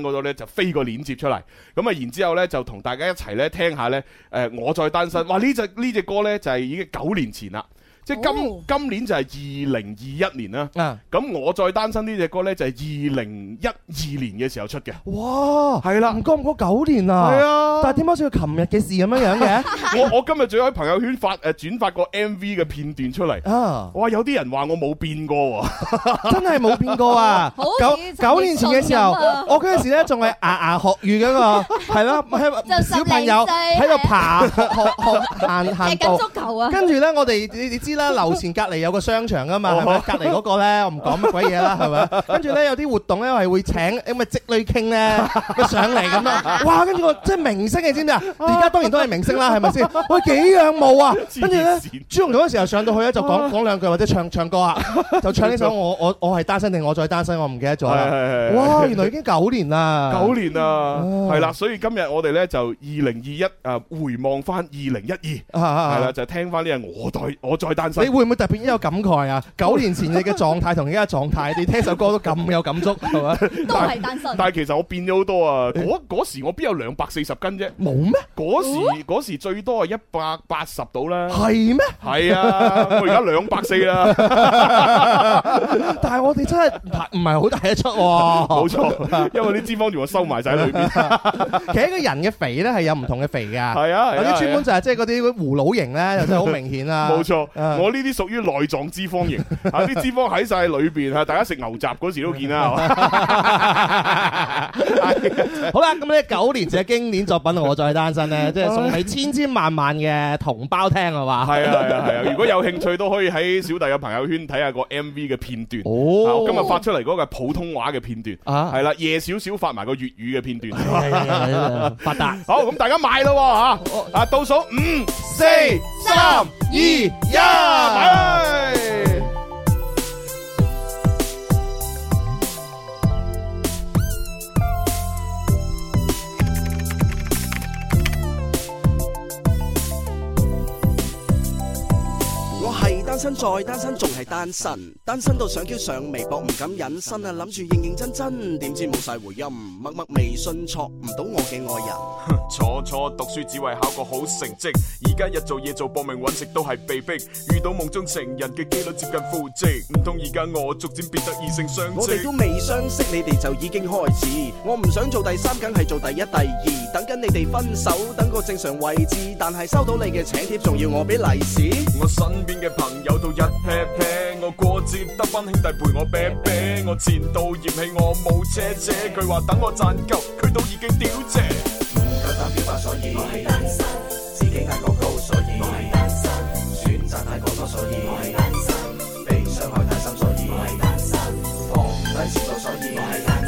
Speaker 1: 嗰度呢，就飛個鏈接出嚟，咁啊然之後呢，就同大家一齊呢聽下呢。誒我再單
Speaker 5: 嗯
Speaker 1: 身，哇呢只呢只歌呢，就係已經九年前啦，即係今、
Speaker 6: 哦
Speaker 1: 今年就係二零二一年啦，
Speaker 5: 啊，
Speaker 1: 咁我再單身呢只歌呢，就係二零一二年嘅時候出嘅，
Speaker 5: 哇，
Speaker 1: 係啦
Speaker 5: 唔覺唔覺九年啊？
Speaker 1: 係，啊，
Speaker 5: 但係點解好似琴日嘅事咁樣樣 (laughs) 嘅？
Speaker 1: 我我今日仲喺朋友圈發誒、轉發個 MV 嘅片段出嚟，
Speaker 5: 啊，
Speaker 1: 哇有啲人話我冇變過喎。
Speaker 5: 真係冇變過 (laughs) 啊！
Speaker 6: 好
Speaker 5: 九
Speaker 6: 似
Speaker 5: 九年前嘅時 (laughs) 候
Speaker 6: 陳奕迅啊，
Speaker 5: 我嗰陣時咧仲係牙牙學語嗰個，係啦，喺
Speaker 6: 就十
Speaker 5: 小朋友
Speaker 6: 零歲
Speaker 5: 喺度爬學 (laughs) 學學行
Speaker 6: 踢
Speaker 5: 行
Speaker 6: 緊
Speaker 5: 步。
Speaker 6: 足球啊，
Speaker 5: (laughs) 跟住咧，我哋你你知
Speaker 1: (laughs)
Speaker 5: 啦，樓前隔離有個商場噶嘛，
Speaker 1: 哦
Speaker 5: 係咪？隔離嗰個咧，我唔講乜鬼嘢啦，係咪？跟住咧有啲活動咧，我係會請咁嘅積女傾咧，
Speaker 1: (laughs)
Speaker 5: 佢上嚟咁樣，哇！跟住我即係明星，你知唔知啊？而家當然都係明星啦，係咪
Speaker 1: (laughs)
Speaker 5: 先？我幾仰慕啊！
Speaker 1: 線哦
Speaker 5: 跟住咧，朱紅嗰陣時候上到去咧，就講講兩句或者唱唱歌
Speaker 1: (laughs)
Speaker 5: 啊，就唱呢首我我我係單身定我再單身，我唔記得咗
Speaker 1: 係
Speaker 5: 啦。
Speaker 1: 係係
Speaker 5: 哇！原來已經九年啦，
Speaker 1: 九年啦，
Speaker 5: 啊
Speaker 1: 係啦，所以今日我哋咧就二零二一啊，回望翻二零一二，
Speaker 5: 啊啊
Speaker 1: 係
Speaker 5: 啊
Speaker 1: 啦，就聽翻呢個我再我再單身
Speaker 5: 你。會唔會特別有感
Speaker 1: (laughs)
Speaker 5: 慨啊？九年前你嘅狀態同而家嘅狀態，你聽首歌都咁有感觸，
Speaker 1: (laughs)
Speaker 5: 係咪？
Speaker 6: 都係單身，
Speaker 1: 但係其實我變咗好多啊！嗰嗰時我邊有兩百四十斤啫？
Speaker 5: 冇咩？
Speaker 1: 嗰
Speaker 5: 哦
Speaker 1: 時嗰時最多係一百八十到啦。
Speaker 5: 係咩？
Speaker 1: 係啊，我而家兩百四
Speaker 5: (laughs)
Speaker 1: 啦，
Speaker 5: 但係我哋真係唔係好大得
Speaker 1: (laughs)
Speaker 5: 出
Speaker 1: 冇
Speaker 5: 喎。
Speaker 1: 錯，因為啲脂肪全部收埋晒喺裏
Speaker 5: (laughs)
Speaker 1: 邊。
Speaker 5: 其實一個人嘅肥咧係有唔同嘅肥㗎，
Speaker 1: 係啊，係
Speaker 5: 有
Speaker 1: 啊係啊
Speaker 5: 啲專門就係即係嗰啲葫蘆型咧，就真係好明顯啦。
Speaker 1: (laughs)
Speaker 5: (laughs)
Speaker 1: 冇錯，
Speaker 5: 啊
Speaker 1: 我呢啲屬於內臟脂肪型，啊啲脂肪喺晒裏邊啊！大家食牛雜嗰時都見啦，係嘛？
Speaker 5: 啊好啦，咁呢九年前嘅經典作品《我再單身》
Speaker 1: (laughs)
Speaker 5: 咧，即係送俾千千萬萬嘅同胞聽係嘛？
Speaker 1: 係啊係啊係啊！如果有興趣都可以喺小弟嘅朋友圈睇下個 M V 嘅片段。啊
Speaker 5: 哦
Speaker 1: 我今日發出嚟嗰個係普通話嘅片段，
Speaker 5: 啊
Speaker 1: 係啦，啊夜少少發埋個粵語嘅片段。
Speaker 5: 日 (laughs) 發達。
Speaker 1: 好，咁大家買咯喎吓！啊，倒數五、四、三、二、一，買啦！
Speaker 4: 我係單身再單身，仲係單身，單身到想 Q 上微博唔敢隱身啊，諗住認認真真，點知冇晒回音，默默微信錯唔到我嘅愛人。
Speaker 7: 初初讀書只為考個好成績，而家日做夜做搏命揾食都係被逼，遇到夢中情人嘅機率接近負值，唔通而家我逐漸變得異性相
Speaker 4: 我哋
Speaker 7: 斥
Speaker 4: 都。未相識，你哋就已經開始。我唔想做第三，梗係做第一、第二。等緊你哋分手，等個正常位置。但係收到你嘅請帖，仲要我俾利是。
Speaker 7: 我身邊嘅朋友都一 pair pair，我過節得班兄弟陪我啤啤，我前度嫌棄我冇車車，佢話等我賺夠，佢都已經屌謝。
Speaker 4: Hãy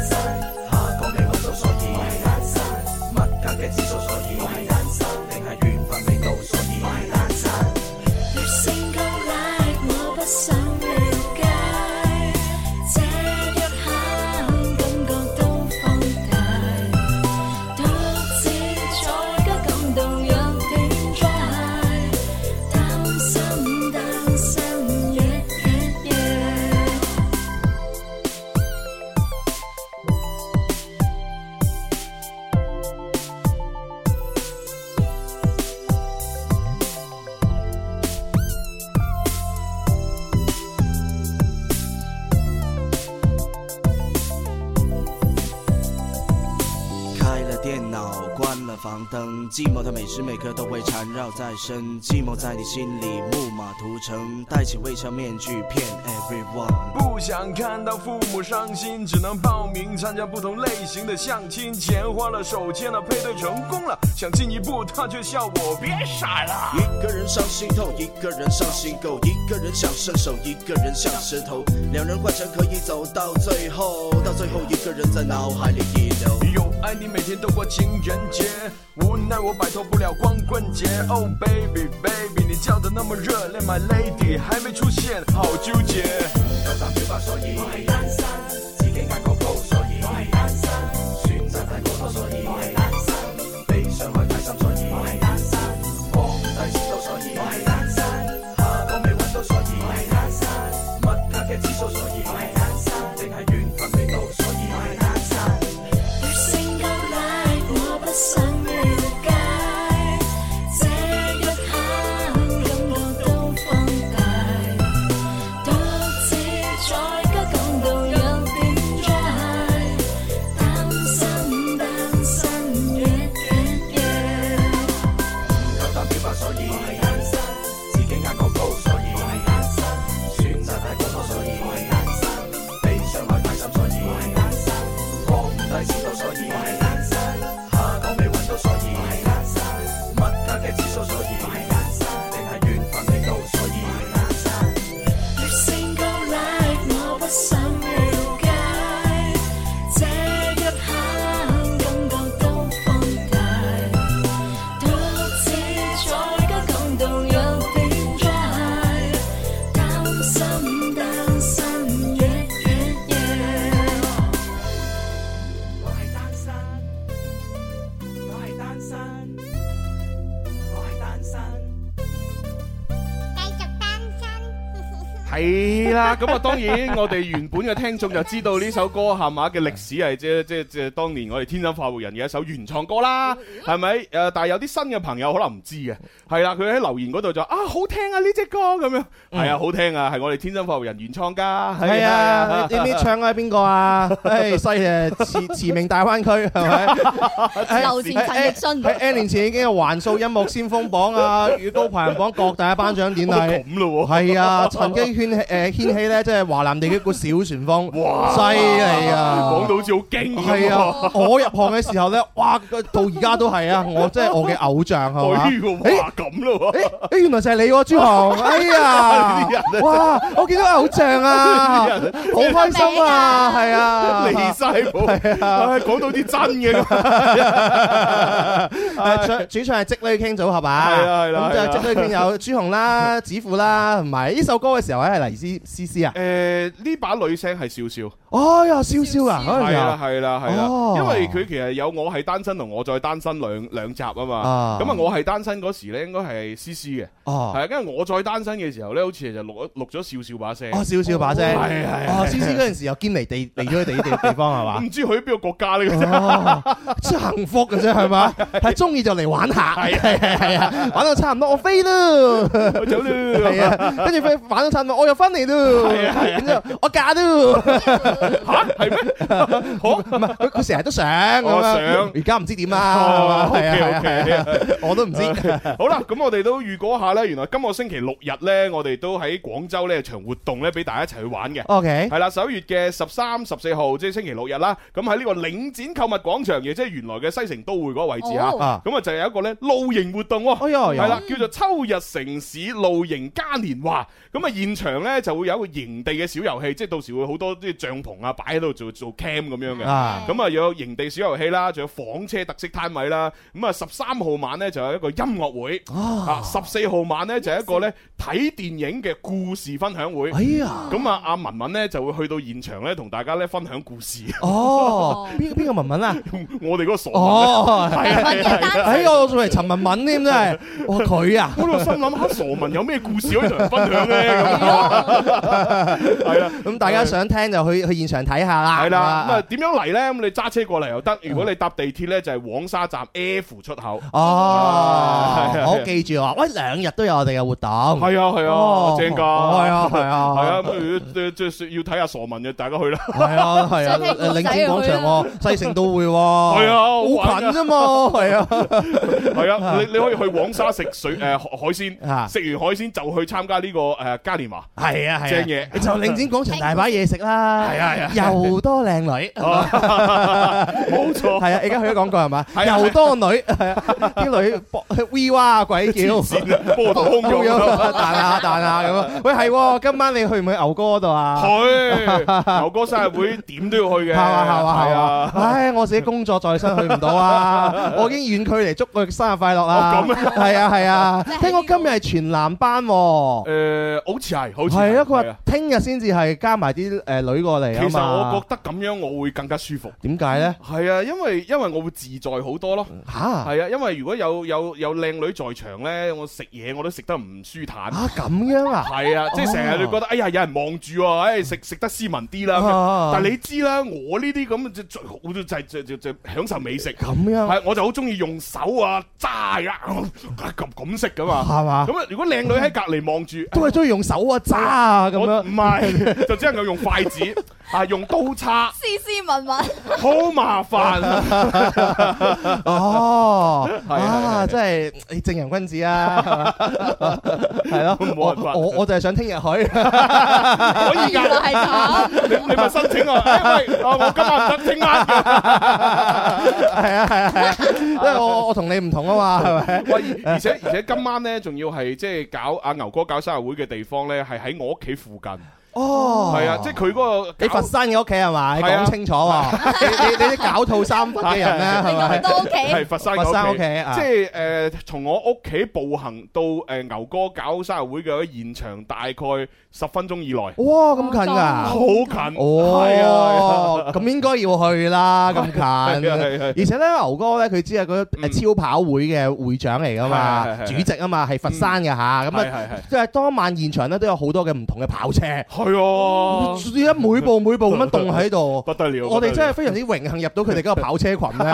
Speaker 4: subscribe cho kênh Ghiền Mì Gõ Để không bỏ lỡ 房灯，寂寞的每时每刻都会缠绕在身，寂寞在你心里木马屠城，戴起微笑面具骗 everyone。
Speaker 7: 不想看到父母伤心，只能报名参加不同类型的相亲。钱花了，手牵了，配对成功了，想进一步，他却笑我别傻了。
Speaker 4: 一个人伤心痛，一个人伤心够，一个人想伸手，一个人像石头，两人幻想可以走到最后，到最后一个人在脑海里遗留。
Speaker 7: 有爱你每天都过情人节，无奈我摆脱不了光棍节。Oh baby baby，你叫的那么热烈，My lady 还没出现，好纠结。
Speaker 8: 月星都拉我不想了解，這一刻任我都放大，獨自在家講到有點怪，擔心單身一日夜。越升高拉，我不想了解，這一刻感覺都放大，獨自在家講到有點怪，擔心單身一日夜。
Speaker 1: 系啦，咁啊，當然我哋原本嘅聽眾就知道呢首歌係嘛嘅歷史係即即即當年我哋天生快活人嘅一首原創歌啦，係咪？誒，但係有啲新嘅朋友可能唔知嘅，係啦，佢喺留言嗰度就啊好聽啊呢只歌咁樣，係啊好聽啊，係我哋天生快活人原創㗎，
Speaker 5: 係
Speaker 1: (laughs)
Speaker 5: 啊，你你知唔知唱嘅係邊個啊？唉，犀利啊，馳馳名大灣區係咪？
Speaker 6: 流前陳奕迅
Speaker 5: 喺 N 年前已經有環數音樂先鋒榜啊、粵高排行榜各大嘅頒獎典禮。
Speaker 1: 咁咯喎，
Speaker 5: 係啊，曾經掀誒掀起 (laughs) 咧，即係華南地區股小旋風，哇，犀利
Speaker 1: 講
Speaker 5: 啊！
Speaker 1: 到好似好驚咁
Speaker 5: 係
Speaker 1: 喎，
Speaker 5: 啊，我入行嘅時候咧，哇，到而家都係啊，我真係我嘅偶像係嘛哎
Speaker 1: 哎？喎，哇咁咯喎，
Speaker 5: 诶诶，原來就係你喎，朱紅！哎呀
Speaker 1: 呢啲人啊，
Speaker 5: 哇，我見到偶像啊，好開心啊，係
Speaker 1: 離
Speaker 5: 啊。
Speaker 1: 晒譜，唉講到啲真嘅咁。
Speaker 5: (laughs) 誒唱主唱係積女傾組合啊，
Speaker 1: 係啦係啦係
Speaker 5: 咁
Speaker 1: 啦
Speaker 5: 就積女傾有朱紅啦、 (laughs) 子富啦，同埋呢首歌嘅時候咧係黎思思思啊，
Speaker 1: 誒呢把女聲係少少，
Speaker 5: (laughs) 哎呀，蕭蕭啊，嗰陣
Speaker 1: 係
Speaker 5: 時
Speaker 1: 啦
Speaker 5: 啊
Speaker 1: 係啦係啦
Speaker 5: 哦，
Speaker 1: 因為佢其實有我係單身同我再單身兩兩集啊嘛
Speaker 5: 啊，
Speaker 1: 咁啊我係單身嗰時咧應該係思思嘅，係
Speaker 5: 哦，
Speaker 1: 啊，跟住我再單身嘅時候咧，好似就錄咗錄咗少少把聲，
Speaker 5: 哦，蕭蕭把聲，
Speaker 1: 係係
Speaker 5: 哦，思思嗰陣時又堅尼地嚟咗去地地地方係嘛
Speaker 1: 唔？知去咗邊個國家咧？
Speaker 5: 哦，真係幸福嘅啫，係嘛？係中意就嚟玩下，係係係啊，玩到差唔多，我飛
Speaker 1: (laughs)
Speaker 5: 啦，(laughs)
Speaker 1: 我走啦，
Speaker 5: 係啊，跟住飛玩到差唔多，我又翻嚟啦，係啊，然之後我嫁啦，
Speaker 1: 嚇係咩？
Speaker 5: (laughs) 唔係佢佢成日都想咁樣
Speaker 1: 我哦想
Speaker 5: 而家唔知點
Speaker 1: 哦
Speaker 5: 啊，係啊
Speaker 1: OK，
Speaker 5: 係啊
Speaker 1: OK
Speaker 5: 係啊係啊，我都唔知，
Speaker 1: (laughs) 好啦，咁我哋都預告一下咧，原來今個星期六日咧，我哋都喺廣州咧有場活動咧，俾大家一齊去玩嘅。
Speaker 5: 哦 OK，
Speaker 1: 系啦，十一月嘅十三、十四號，即係星期六日啦。咁喺呢個領展購物廣場，亦即係原來嘅西城都會嗰個位置吓。
Speaker 6: 哦
Speaker 5: 啊，
Speaker 1: 咁啊就有一個咧露營活動
Speaker 5: 哎
Speaker 1: 喎。
Speaker 5: 呀，
Speaker 1: 係啦，叫做秋日城市露營嘉年華。咁啊，現場咧就會有一個營地嘅小遊戲，即係到時會好多啲帳篷啊擺喺度做做 cam 咁樣嘅。
Speaker 5: 啊，
Speaker 1: 咁啊，有營地小遊戲啦，仲有房車特色攤位啦。咁啊，十三號晚咧就有一個音樂會，
Speaker 5: 哦
Speaker 1: 啊，十四號晚咧就有一個咧睇電影嘅故事分享會。
Speaker 5: 哎呀，
Speaker 1: 咁啊，阿文文咧就會去到現場咧，同大家咧分享故事。 (laughs)
Speaker 5: 哦，邊邊個文文啊？
Speaker 1: 我哋嗰個傻文
Speaker 5: 哦，
Speaker 1: 係啊
Speaker 6: 文嘅單
Speaker 5: 哎，我仲係
Speaker 1: (laughs)
Speaker 5: 陳文文添，真係，哇，佢啊！ (laughs)
Speaker 1: 呢，我喺度心諗嚇，傻文有咩故事可以同人分享咧？咁啊係啦，
Speaker 5: 咁大家想聽就去去現場睇下啦。
Speaker 1: 系啦，咁
Speaker 5: 係
Speaker 1: 啊
Speaker 5: 嘛
Speaker 1: 點樣嚟呢？咁你揸車過嚟又得，如果你搭地鐵呢，就係黃沙站 F 出口。
Speaker 5: 哦
Speaker 1: 係啊，
Speaker 5: 我記住啊，喂，兩日都有我哋嘅活動。
Speaker 1: 係啊係
Speaker 5: 哦
Speaker 1: 啊，正㗎。
Speaker 5: 係啊係啊
Speaker 1: 係啊，咁如果即即要睇下傻文嘅，大家去
Speaker 5: (laughs)
Speaker 1: 啦。 (laughs)
Speaker 5: 係啊係啊，
Speaker 6: 想
Speaker 5: 領
Speaker 6: 聽古仔
Speaker 5: 展廣場喎，西城都
Speaker 1: (laughs)
Speaker 5: 會喎。係
Speaker 1: 啊
Speaker 5: 好近啫嘛，係啊。
Speaker 1: 係啊，你你可以去黃沙食水 (laughs) 誒海海鮮，
Speaker 5: 啊
Speaker 1: 食完海鮮就去參加呢個誒嘉年華。
Speaker 5: 係啊係啊，
Speaker 1: 正
Speaker 5: (laughs)
Speaker 1: 嘢
Speaker 5: 就領展廣場大把嘢食啦，
Speaker 1: 係啊係啊
Speaker 5: 又多靚女，
Speaker 1: (laughs) 冇錯，
Speaker 5: 係啊，而家去咗廣告係嘛，
Speaker 1: (laughs) 係啊
Speaker 5: 又多女，係啊，啲女 (laughs) 搏 V 哇鬼叫，
Speaker 1: 波
Speaker 5: (laughs)
Speaker 1: 濤洶
Speaker 5: 咁樣
Speaker 1: 湧。
Speaker 5: (laughs) 彈下彈下咁啊，喂係喎，今晚你去唔去牛哥嗰度啊？
Speaker 1: 去牛哥生日會點都要去嘅，
Speaker 5: (laughs) 係嘛係嘛
Speaker 1: 係
Speaker 5: 係嘛
Speaker 1: 啊，，
Speaker 5: 唉，我自己工作在身去唔到
Speaker 1: (laughs)
Speaker 5: 啊，我已經遠距離祝佢生日快樂啦
Speaker 1: 哦，咁啊
Speaker 5: 係啊係啊
Speaker 6: 真係，
Speaker 5: 聽講今日係全男班喎。
Speaker 1: 誒，好似係，好似
Speaker 5: 係啊，佢話
Speaker 1: 係啊
Speaker 5: 聽日先至係加埋啲誒女過嚟
Speaker 1: 其
Speaker 5: 啊
Speaker 1: 實我
Speaker 5: 嘛
Speaker 1: 覺，得咁樣我會更加舒服。
Speaker 5: 點解咧？
Speaker 1: 係啊，因為因為我會自在好多咯。
Speaker 5: 嚇！
Speaker 1: 係啊，因為如果有有有靚女在場呢，我食嘢我都食得唔舒坦。
Speaker 5: 啊咁樣啊？
Speaker 1: 係啊，即係成日你覺得哎呀有人望住喎，哎食食得斯文啲啦咁樣。
Speaker 5: 啊
Speaker 1: 但你知啦，我呢啲咁就最好就就就就就享受美食。
Speaker 5: 咁樣
Speaker 1: 係，我就好中意用手啊揸啊 (laughs) 咁咁食噶嘛。
Speaker 5: 係嘛？
Speaker 1: 咁啊，如果靚女喺隔離望住，
Speaker 5: 都係中意用手啊揸啊咁
Speaker 1: 我
Speaker 5: 樣。
Speaker 1: 唔係，就只能夠用筷子啊，用刀
Speaker 5: (laughs)
Speaker 1: 叉，
Speaker 6: 斯斯文文，
Speaker 1: 好麻煩。
Speaker 5: 哦，
Speaker 1: (laughs) 係啊係
Speaker 5: 啊，
Speaker 1: 啊
Speaker 5: 真係你正人君子啊，係
Speaker 1: (laughs)
Speaker 5: 嘛係咯。
Speaker 1: 冇辦法
Speaker 5: 我我我就係想聽日去。
Speaker 1: 可以
Speaker 6: 原
Speaker 1: 㗎，
Speaker 6: 來係咁。
Speaker 1: 你你咪申請啊！哎喂，啊我今晚唔得，聽晚
Speaker 5: 啊係啊係啊
Speaker 1: (laughs)
Speaker 5: 係啊，因為我我同你唔同啊嘛，係咪？
Speaker 1: 喂，而而且而且今晚咧，仲要係即係搞阿牛哥搞生日會嘅地方咧，係喺我屋企附近。
Speaker 5: 哦，
Speaker 1: 係啊，即係佢嗰個
Speaker 5: 你
Speaker 1: 搞。
Speaker 5: 佛山嘅屋企係嘛？你
Speaker 1: 係啊
Speaker 5: 講清楚
Speaker 1: (laughs)
Speaker 5: 喎。你你你啲搞套衫嘅人咧係
Speaker 6: 你咁
Speaker 5: 咪？
Speaker 6: 多屋
Speaker 1: 係啊
Speaker 6: 企，
Speaker 1: 佛山
Speaker 5: 佛山
Speaker 1: 嘅
Speaker 5: 屋企啊
Speaker 1: 即係誒，從我屋企步行到誒牛哥搞生日會嘅現場，大概十分鐘以內，
Speaker 5: 哇，咁近㗎！
Speaker 1: 好近，係啊，
Speaker 5: 哦，咁應該要去啦，咁近。
Speaker 1: 係啊係啊
Speaker 5: 而且咧，牛哥咧，佢只係嗰
Speaker 1: 嗯
Speaker 5: 誒超跑會嘅會長嚟噶嘛
Speaker 1: 係係，係嗯
Speaker 5: 主席啊嘛，係佛山嘅吓。咁
Speaker 1: 係係
Speaker 5: 啊，
Speaker 1: 係，
Speaker 5: 即係當晚現場咧都有好多嘅唔同嘅跑車，
Speaker 1: 係啊。
Speaker 5: 一每步每步咁
Speaker 1: (laughs)
Speaker 5: 樣動喺度。
Speaker 1: 不得了！
Speaker 5: 我哋真係
Speaker 1: 係
Speaker 5: 非常之榮幸入到佢哋嗰個跑車群
Speaker 1: (laughs)
Speaker 5: 咧，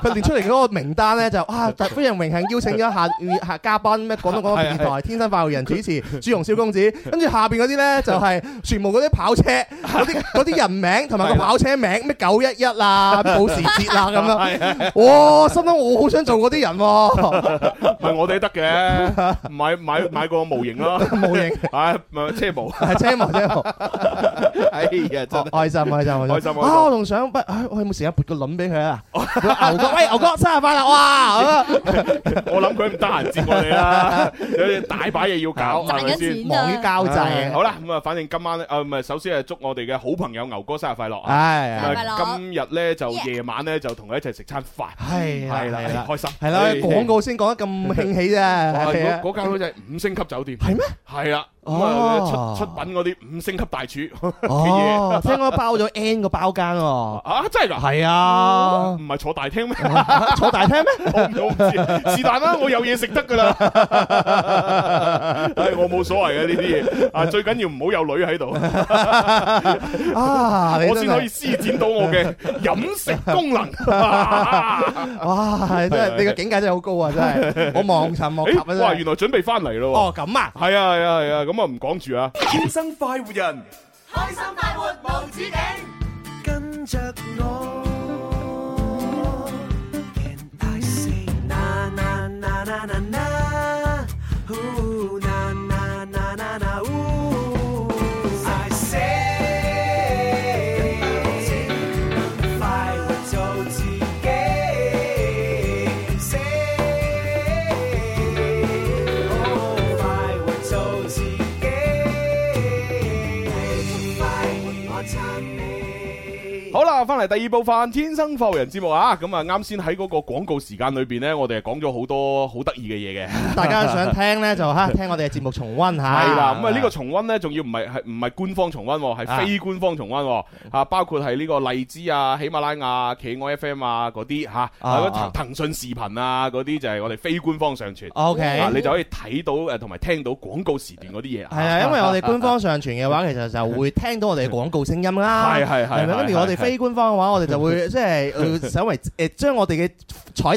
Speaker 5: 佢列出嚟嗰個名單咧就啊，特非常榮幸邀請咗下下嘉賓咩廣東廣播
Speaker 1: 係
Speaker 5: 電
Speaker 1: 係
Speaker 5: 台天生快活人主持朱紅小公子，跟住下邊嗰啲咧就係全部嗰啲跑車嗰啲嗰啲人名同埋個跑車名咩九一一
Speaker 1: (laughs)
Speaker 5: 啊、保時捷啊咁樣，哇！心諗我好想做嗰啲人喎， (laughs)
Speaker 1: 唔係我哋得嘅，買買買個模型
Speaker 5: (laughs)
Speaker 1: 啦，
Speaker 5: 模型
Speaker 1: 唉，咪車模，
Speaker 5: 係車模車模，
Speaker 1: 哎呀，真係
Speaker 5: 開心開心開
Speaker 1: 開
Speaker 5: 心
Speaker 1: 心開心
Speaker 5: 啊！我仲想不，唉我有冇時間撥個輪俾
Speaker 1: (laughs)
Speaker 5: 佢啊？牛哥，喂牛哥，生日快樂哇！咁樣
Speaker 1: 我諗佢唔得閒接我哋
Speaker 6: (laughs)
Speaker 1: 啦，有大把嘢要搞，係咪
Speaker 6: 賺緊
Speaker 1: 先？
Speaker 6: 錢
Speaker 5: 忙於
Speaker 6: 啊！
Speaker 5: 交
Speaker 1: 唉
Speaker 5: 際啊
Speaker 1: 好啦，咁啊，反正今晚咧，啊唔係，首先係祝我哋嘅好朋友牛哥生日快樂啊！
Speaker 5: 唉，
Speaker 6: 生日快樂
Speaker 1: 今日咧就
Speaker 6: Yeah
Speaker 1: 夜晚咧就同佢一齊食餐飯，
Speaker 5: 係啦
Speaker 1: 係啦，
Speaker 5: 係啦
Speaker 1: 開心，
Speaker 5: 係啦，廣
Speaker 1: 告。
Speaker 5: 告先講得咁興起啫，
Speaker 1: (laughs) 哇
Speaker 5: 係
Speaker 1: 嗰
Speaker 5: 啊
Speaker 1: 嗰間好似係五星級酒店，
Speaker 5: 係咩？
Speaker 1: 係啦，咁
Speaker 5: 哦
Speaker 1: 啊出出品嗰啲五星級大廚
Speaker 5: 哦，聽講包咗 N 個包間喎，
Speaker 1: 啊，真係㗎，
Speaker 5: 係啊
Speaker 1: 唔，係坐大廳咩？
Speaker 5: (laughs) 坐大廳咩？
Speaker 1: 我 (laughs) 唔我唔知，是但啦，我有嘢食得噶
Speaker 5: (laughs)
Speaker 1: 啦。唉，我冇所謂嘅呢啲嘢，
Speaker 5: (laughs)
Speaker 1: 啊，最緊要唔好有女喺度，
Speaker 5: 啊，你
Speaker 1: Ờ. 我
Speaker 5: 真
Speaker 1: 先可以
Speaker 5: 係，
Speaker 1: 施展到我嘅飲食功能。 (laughs) 誒
Speaker 5: 哇，係真係你個境界真係好高啊，真
Speaker 1: (laughs)
Speaker 5: 係， (laughs) 我望塵莫及啊，真
Speaker 1: 哇，原
Speaker 5: 係。
Speaker 1: 來準備翻嚟咯
Speaker 5: 哦，咁啊，
Speaker 1: 喎，係啊係啊係啊，咁啊唔講住啊，
Speaker 7: 天生快活人，
Speaker 2: 开心快活无止境，
Speaker 3: 跟着我。Can I say na na na na na na? Ooh, na na na na na ooh. I say 快活做自己，say 哦快活做自己，快活我撐你。
Speaker 1: 好啦，啦，翻嚟第二部分《天生浮人》節目啊，咁啊，啱先喺嗰個廣告時間裏邊呢，我哋係講咗好多好得意嘅嘢嘅。
Speaker 5: 大家想聽
Speaker 1: (laughs)
Speaker 5: 咧就嚇聽我哋嘅節目重温下。
Speaker 1: 係啦，咁啊呢個重温呢，仲要唔係係唔係官方重温喎，
Speaker 5: 啊嗯
Speaker 1: 係非官方重温喎啊，包括係呢個荔枝啊、喜馬拉雅、企鵝 FM 啊嗰啲嚇，啊
Speaker 5: 啊
Speaker 1: 騰騰訊視頻啊嗰啲就係我哋非官方上傳。
Speaker 5: OK
Speaker 1: 啊你就可以睇到誒同埋聽到廣告時段嗰啲嘢啊。
Speaker 5: 係啊，因為我
Speaker 1: (laughs)
Speaker 5: 哋官方上傳嘅話，其實就會聽到我哋嘅廣告聲音啦。
Speaker 1: 啊係係係
Speaker 5: 係咪
Speaker 1: 係
Speaker 5: 跟住我哋
Speaker 1: 係
Speaker 5: 非官方嘅話，我哋
Speaker 1: (laughs)
Speaker 5: 就會即係呃稍微誒將我哋嘅 彩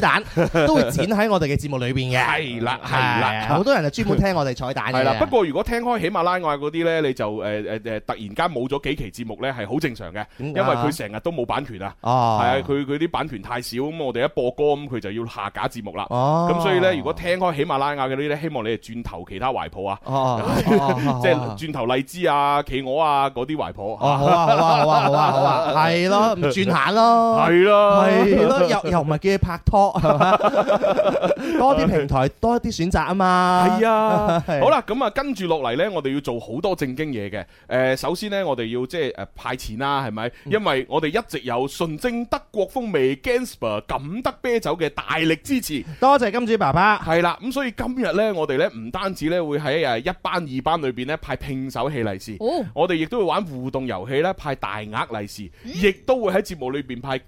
Speaker 1: (laughs)
Speaker 5: 蛋都會剪喺我哋嘅節目裏邊嘅。
Speaker 1: 係啦係
Speaker 5: 係啊
Speaker 1: 啦
Speaker 5: 好多人就專門聽我哋彩蛋嘅。
Speaker 1: (laughs) 係啦，不過如果聽開喜馬拉雅嗰啲呢，你就誒誒誒突然間冇咗幾期節目呢，係好正常嘅，
Speaker 5: 點
Speaker 1: 因
Speaker 5: 解
Speaker 1: 為
Speaker 5: 啊
Speaker 1: 佢成日都冇版權啊。
Speaker 5: 哦，
Speaker 1: 係啊，佢佢啲版權太少，咁我哋一播歌咁佢就要下架節目啦。
Speaker 5: 哦，
Speaker 1: 咁所以呢，如果聽開喜馬拉雅嘅呢啲呢，希望你哋轉投其他懷抱啊， (laughs)
Speaker 5: 哦，哦
Speaker 1: 即係
Speaker 5: 哦
Speaker 1: 轉投荔枝啊、企鵝啊嗰啲懷抱。
Speaker 5: 哦，好啊，好啊，好啊，好啊，
Speaker 1: (laughs)
Speaker 5: 好啊，係咯，唔轉下咯，
Speaker 1: 係啦，
Speaker 5: 係啊咯，又又唔係叫你拍
Speaker 1: (laughs)
Speaker 5: 拖，係嘛？多啲平台，多啲選擇啊嘛。，
Speaker 1: 係啊
Speaker 5: (laughs)
Speaker 1: 好啦，咁啊，跟住落嚟呢，我哋要做好多正經嘢嘅。誒、首先呢，我哋要即係誒派錢啦，係咪？
Speaker 5: 嗯
Speaker 1: 因為我哋一直有純正德國風味 Gansper 錦德啤酒嘅大力支持，
Speaker 5: 多謝金主爸爸。
Speaker 1: 係啦。咁所以今日呢，我哋呢唔單止呢會喺誒一班二班裏邊呢派拼手氣利是，
Speaker 6: 哦，
Speaker 1: 我哋亦都會玩互動遊戲呢派大額利是，亦都會喺節目裏邊派巨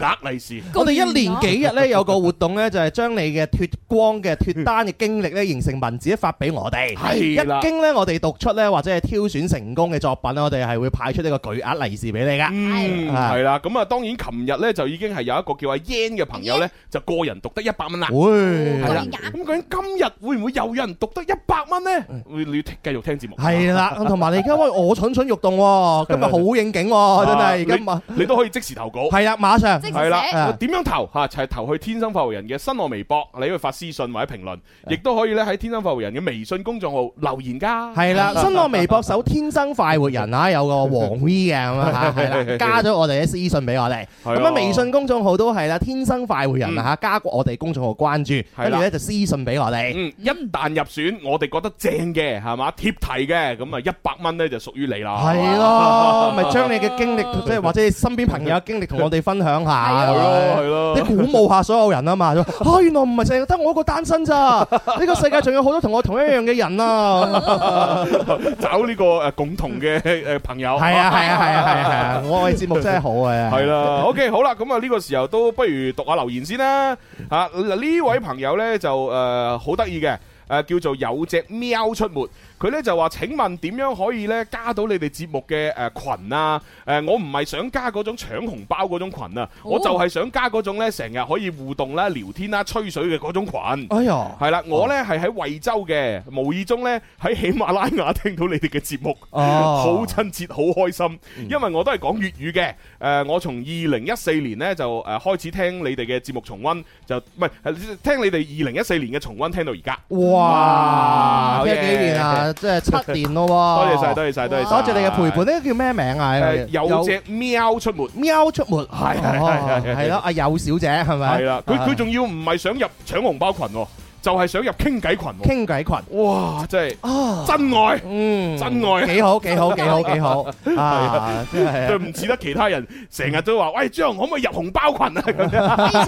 Speaker 1: 額利是。
Speaker 5: 我哋一年幾日咧有個活動咧，就係將你嘅脱光嘅脱單嘅經歷咧，形成文字發俾我哋。
Speaker 1: 係啦
Speaker 5: 一經咧，我哋讀出咧，或者係挑選成功嘅作品咧，我哋係會派出呢個巨額利是俾你噶。
Speaker 1: 嗯，
Speaker 5: 啊
Speaker 1: 係啦，咁啊，當然琴日咧就已經係有一個叫阿 Yan 嘅朋友咧，就個人獨得一百蚊啦。
Speaker 5: 會
Speaker 1: 係啦，
Speaker 6: 咁點
Speaker 1: 咁究竟今日會唔會又有人讀得一百蚊呢？會你要聽繼續聽節目。
Speaker 5: 係啦，同埋你而家喂我蠢蠢欲動喎，今
Speaker 1: (laughs)
Speaker 5: 日好應景
Speaker 1: 啊，
Speaker 5: 哦喎，真係而家馬
Speaker 1: 你你都可以即時投稿。
Speaker 5: 係啦，馬上
Speaker 6: 即時
Speaker 1: 係
Speaker 6: 寫
Speaker 1: 啦
Speaker 5: 啊，
Speaker 1: 點樣投嚇？就係投去天生發育人嘅新浪微博，你可以發私信或者評論，
Speaker 5: 啊
Speaker 1: 亦都可以咧喺天生發育人嘅微信公眾號留言㗎。(laughs)
Speaker 5: 係啦，新浪微博搜天生快活人啊，有個黃 V 嘅
Speaker 1: (laughs)
Speaker 5: 咁啊，係啦，加咗我哋嘅私信俾我哋。
Speaker 1: 係
Speaker 5: 咁啊，
Speaker 1: 喎
Speaker 5: 微信公眾號都係啦，天生快活人啊嚇，加我哋公眾號關注，
Speaker 1: 係啦
Speaker 5: 跟住咧就私信俾我哋。
Speaker 1: 嗯，一旦入選，我哋覺得正嘅係嘛貼題嘅，咁啊一百蚊咧就屬於你啦。
Speaker 5: 係咯，咪將你嘅經歷，即係或者你身邊朋友嘅經歷同我哋分享下，係
Speaker 1: 咯係咯
Speaker 5: 你鼓舞下所有人啊嘛！啊，原來唔係淨係得我一個單
Speaker 1: (laughs)
Speaker 5: 身咋，呢個世界仲有好多同我同一樣嘅
Speaker 1: (laughs)
Speaker 5: 人啊！
Speaker 1: (laughs) 找呢個誒共同嘅誒朋友。
Speaker 5: 係啊，係啊，係啊，係啊！我哋節目真係好啊！
Speaker 1: 系啦，OK，好啦，咁啊呢個時候都不如讀下留言先啦。啊，嗱呢位朋友呢，就诶好得意嘅。誒叫做有隻喵出沒，佢呢就話：請問點樣可以呢加到你哋節目嘅誒群啊？誒我唔係想加嗰種搶紅包嗰種群啊，我就係想加嗰種呢成日可以互動啦、聊天啦、吹水嘅嗰種群。
Speaker 5: 哎呀，
Speaker 1: 係啦，我呢係喺惠州嘅，無意中呢喺喜馬拉雅聽到你哋嘅節目，
Speaker 5: 哦
Speaker 1: 好親切，好開心。因為我都係講粵語嘅，誒，我從二零一四年呢就誒開始聽你哋嘅節目重温，就唔係係聽你哋二零一四年嘅重温，聽到而家。
Speaker 5: 哇！
Speaker 1: 哇
Speaker 5: 即係幾年啊？即係
Speaker 1: (laughs)
Speaker 5: 七年咯喎！
Speaker 1: 多謝晒，多謝晒，多謝晒。
Speaker 5: 多謝你嘅陪伴。呢個叫咩名啊？
Speaker 1: 誒，有隻喵出沒，
Speaker 5: 喵出沒，係
Speaker 1: 係係係
Speaker 5: 係咯，阿友小姐係咪？
Speaker 1: 係啦，佢佢
Speaker 5: 啊
Speaker 1: 仲要唔係想入搶紅包群喎，就係想入傾偈群喎。
Speaker 5: 傾偈群
Speaker 1: 哇！真係
Speaker 5: 啊，
Speaker 1: 真愛。
Speaker 5: 嗯，
Speaker 1: 真愛
Speaker 5: 幾好幾好
Speaker 1: (laughs)
Speaker 5: 幾好幾好啊！真係
Speaker 1: 對
Speaker 5: 啊
Speaker 1: 唔似得其他
Speaker 5: (laughs)
Speaker 1: 人，成日都話：喂，張可唔可以入紅包群啊？咁樣，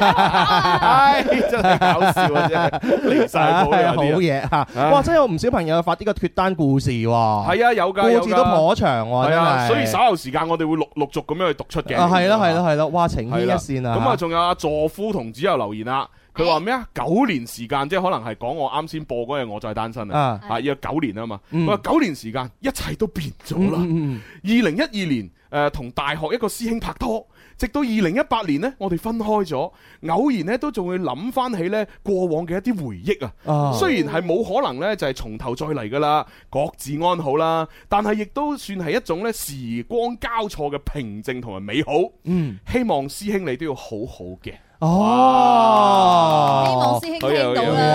Speaker 1: 唉，真係搞笑啊！真係離晒譜
Speaker 5: 係
Speaker 1: 啊！
Speaker 5: 啊好
Speaker 1: 有啲人
Speaker 5: 嘢嚇！
Speaker 1: 唉
Speaker 5: 哇！真係有唔少朋友發呢個脱單故事喎，
Speaker 1: 係啊，有㗎，有
Speaker 5: 故事都
Speaker 1: 㗎，
Speaker 5: 頗長喎，
Speaker 1: 係
Speaker 5: 真係
Speaker 1: 啊，所以稍後時間我哋會陸陸續咁樣去讀出嘅。
Speaker 5: 啊係咯係咯係咯，哇！情牽一線啊！
Speaker 1: 咁啊，仲有阿助夫同子又留言啦，佢話咩啊？九年時間，即係可能係講我啱先播嗰日我再單身啊，
Speaker 5: 啊，
Speaker 1: 啊，要九年啊嘛。
Speaker 5: 嗯
Speaker 1: 佢話九年時間，一切都變咗
Speaker 5: 嗯
Speaker 1: 啦。
Speaker 5: 嗯
Speaker 1: 二零一二年誒同、大學一個師兄拍拖，直到二零一八年呢，我哋分開咗。偶然呢，都仲會諗翻起呢過往嘅一啲回憶啊。
Speaker 5: 嗯啊，
Speaker 1: 雖然係冇可能呢，就係從頭再嚟噶啦，各自安好啦，但係亦都算係一種呢時光交錯嘅平靜同埋美好。
Speaker 5: 嗯。
Speaker 1: 希望師兄你都要好好嘅。
Speaker 5: 哦，
Speaker 6: 希望師兄
Speaker 1: 好嘢好嘢
Speaker 6: 聽到啦。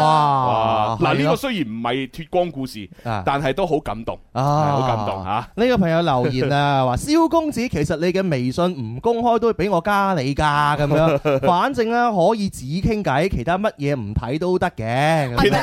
Speaker 1: 哇！，
Speaker 5: 哇
Speaker 1: 嗱，呢
Speaker 5: 啊係咯
Speaker 1: 個雖然唔係脱光故事，
Speaker 5: 啊
Speaker 1: 但係都好感動，
Speaker 5: 啊，
Speaker 1: 係好感動嚇。
Speaker 5: 呢個朋友留言
Speaker 1: (laughs)
Speaker 5: 啊，話蕭公子其實你嘅微信唔公開都會俾我加你㗎
Speaker 1: (laughs)
Speaker 5: 咁樣，反正咧可以只傾偈，其他乜嘢唔睇都得嘅。
Speaker 6: 係咪林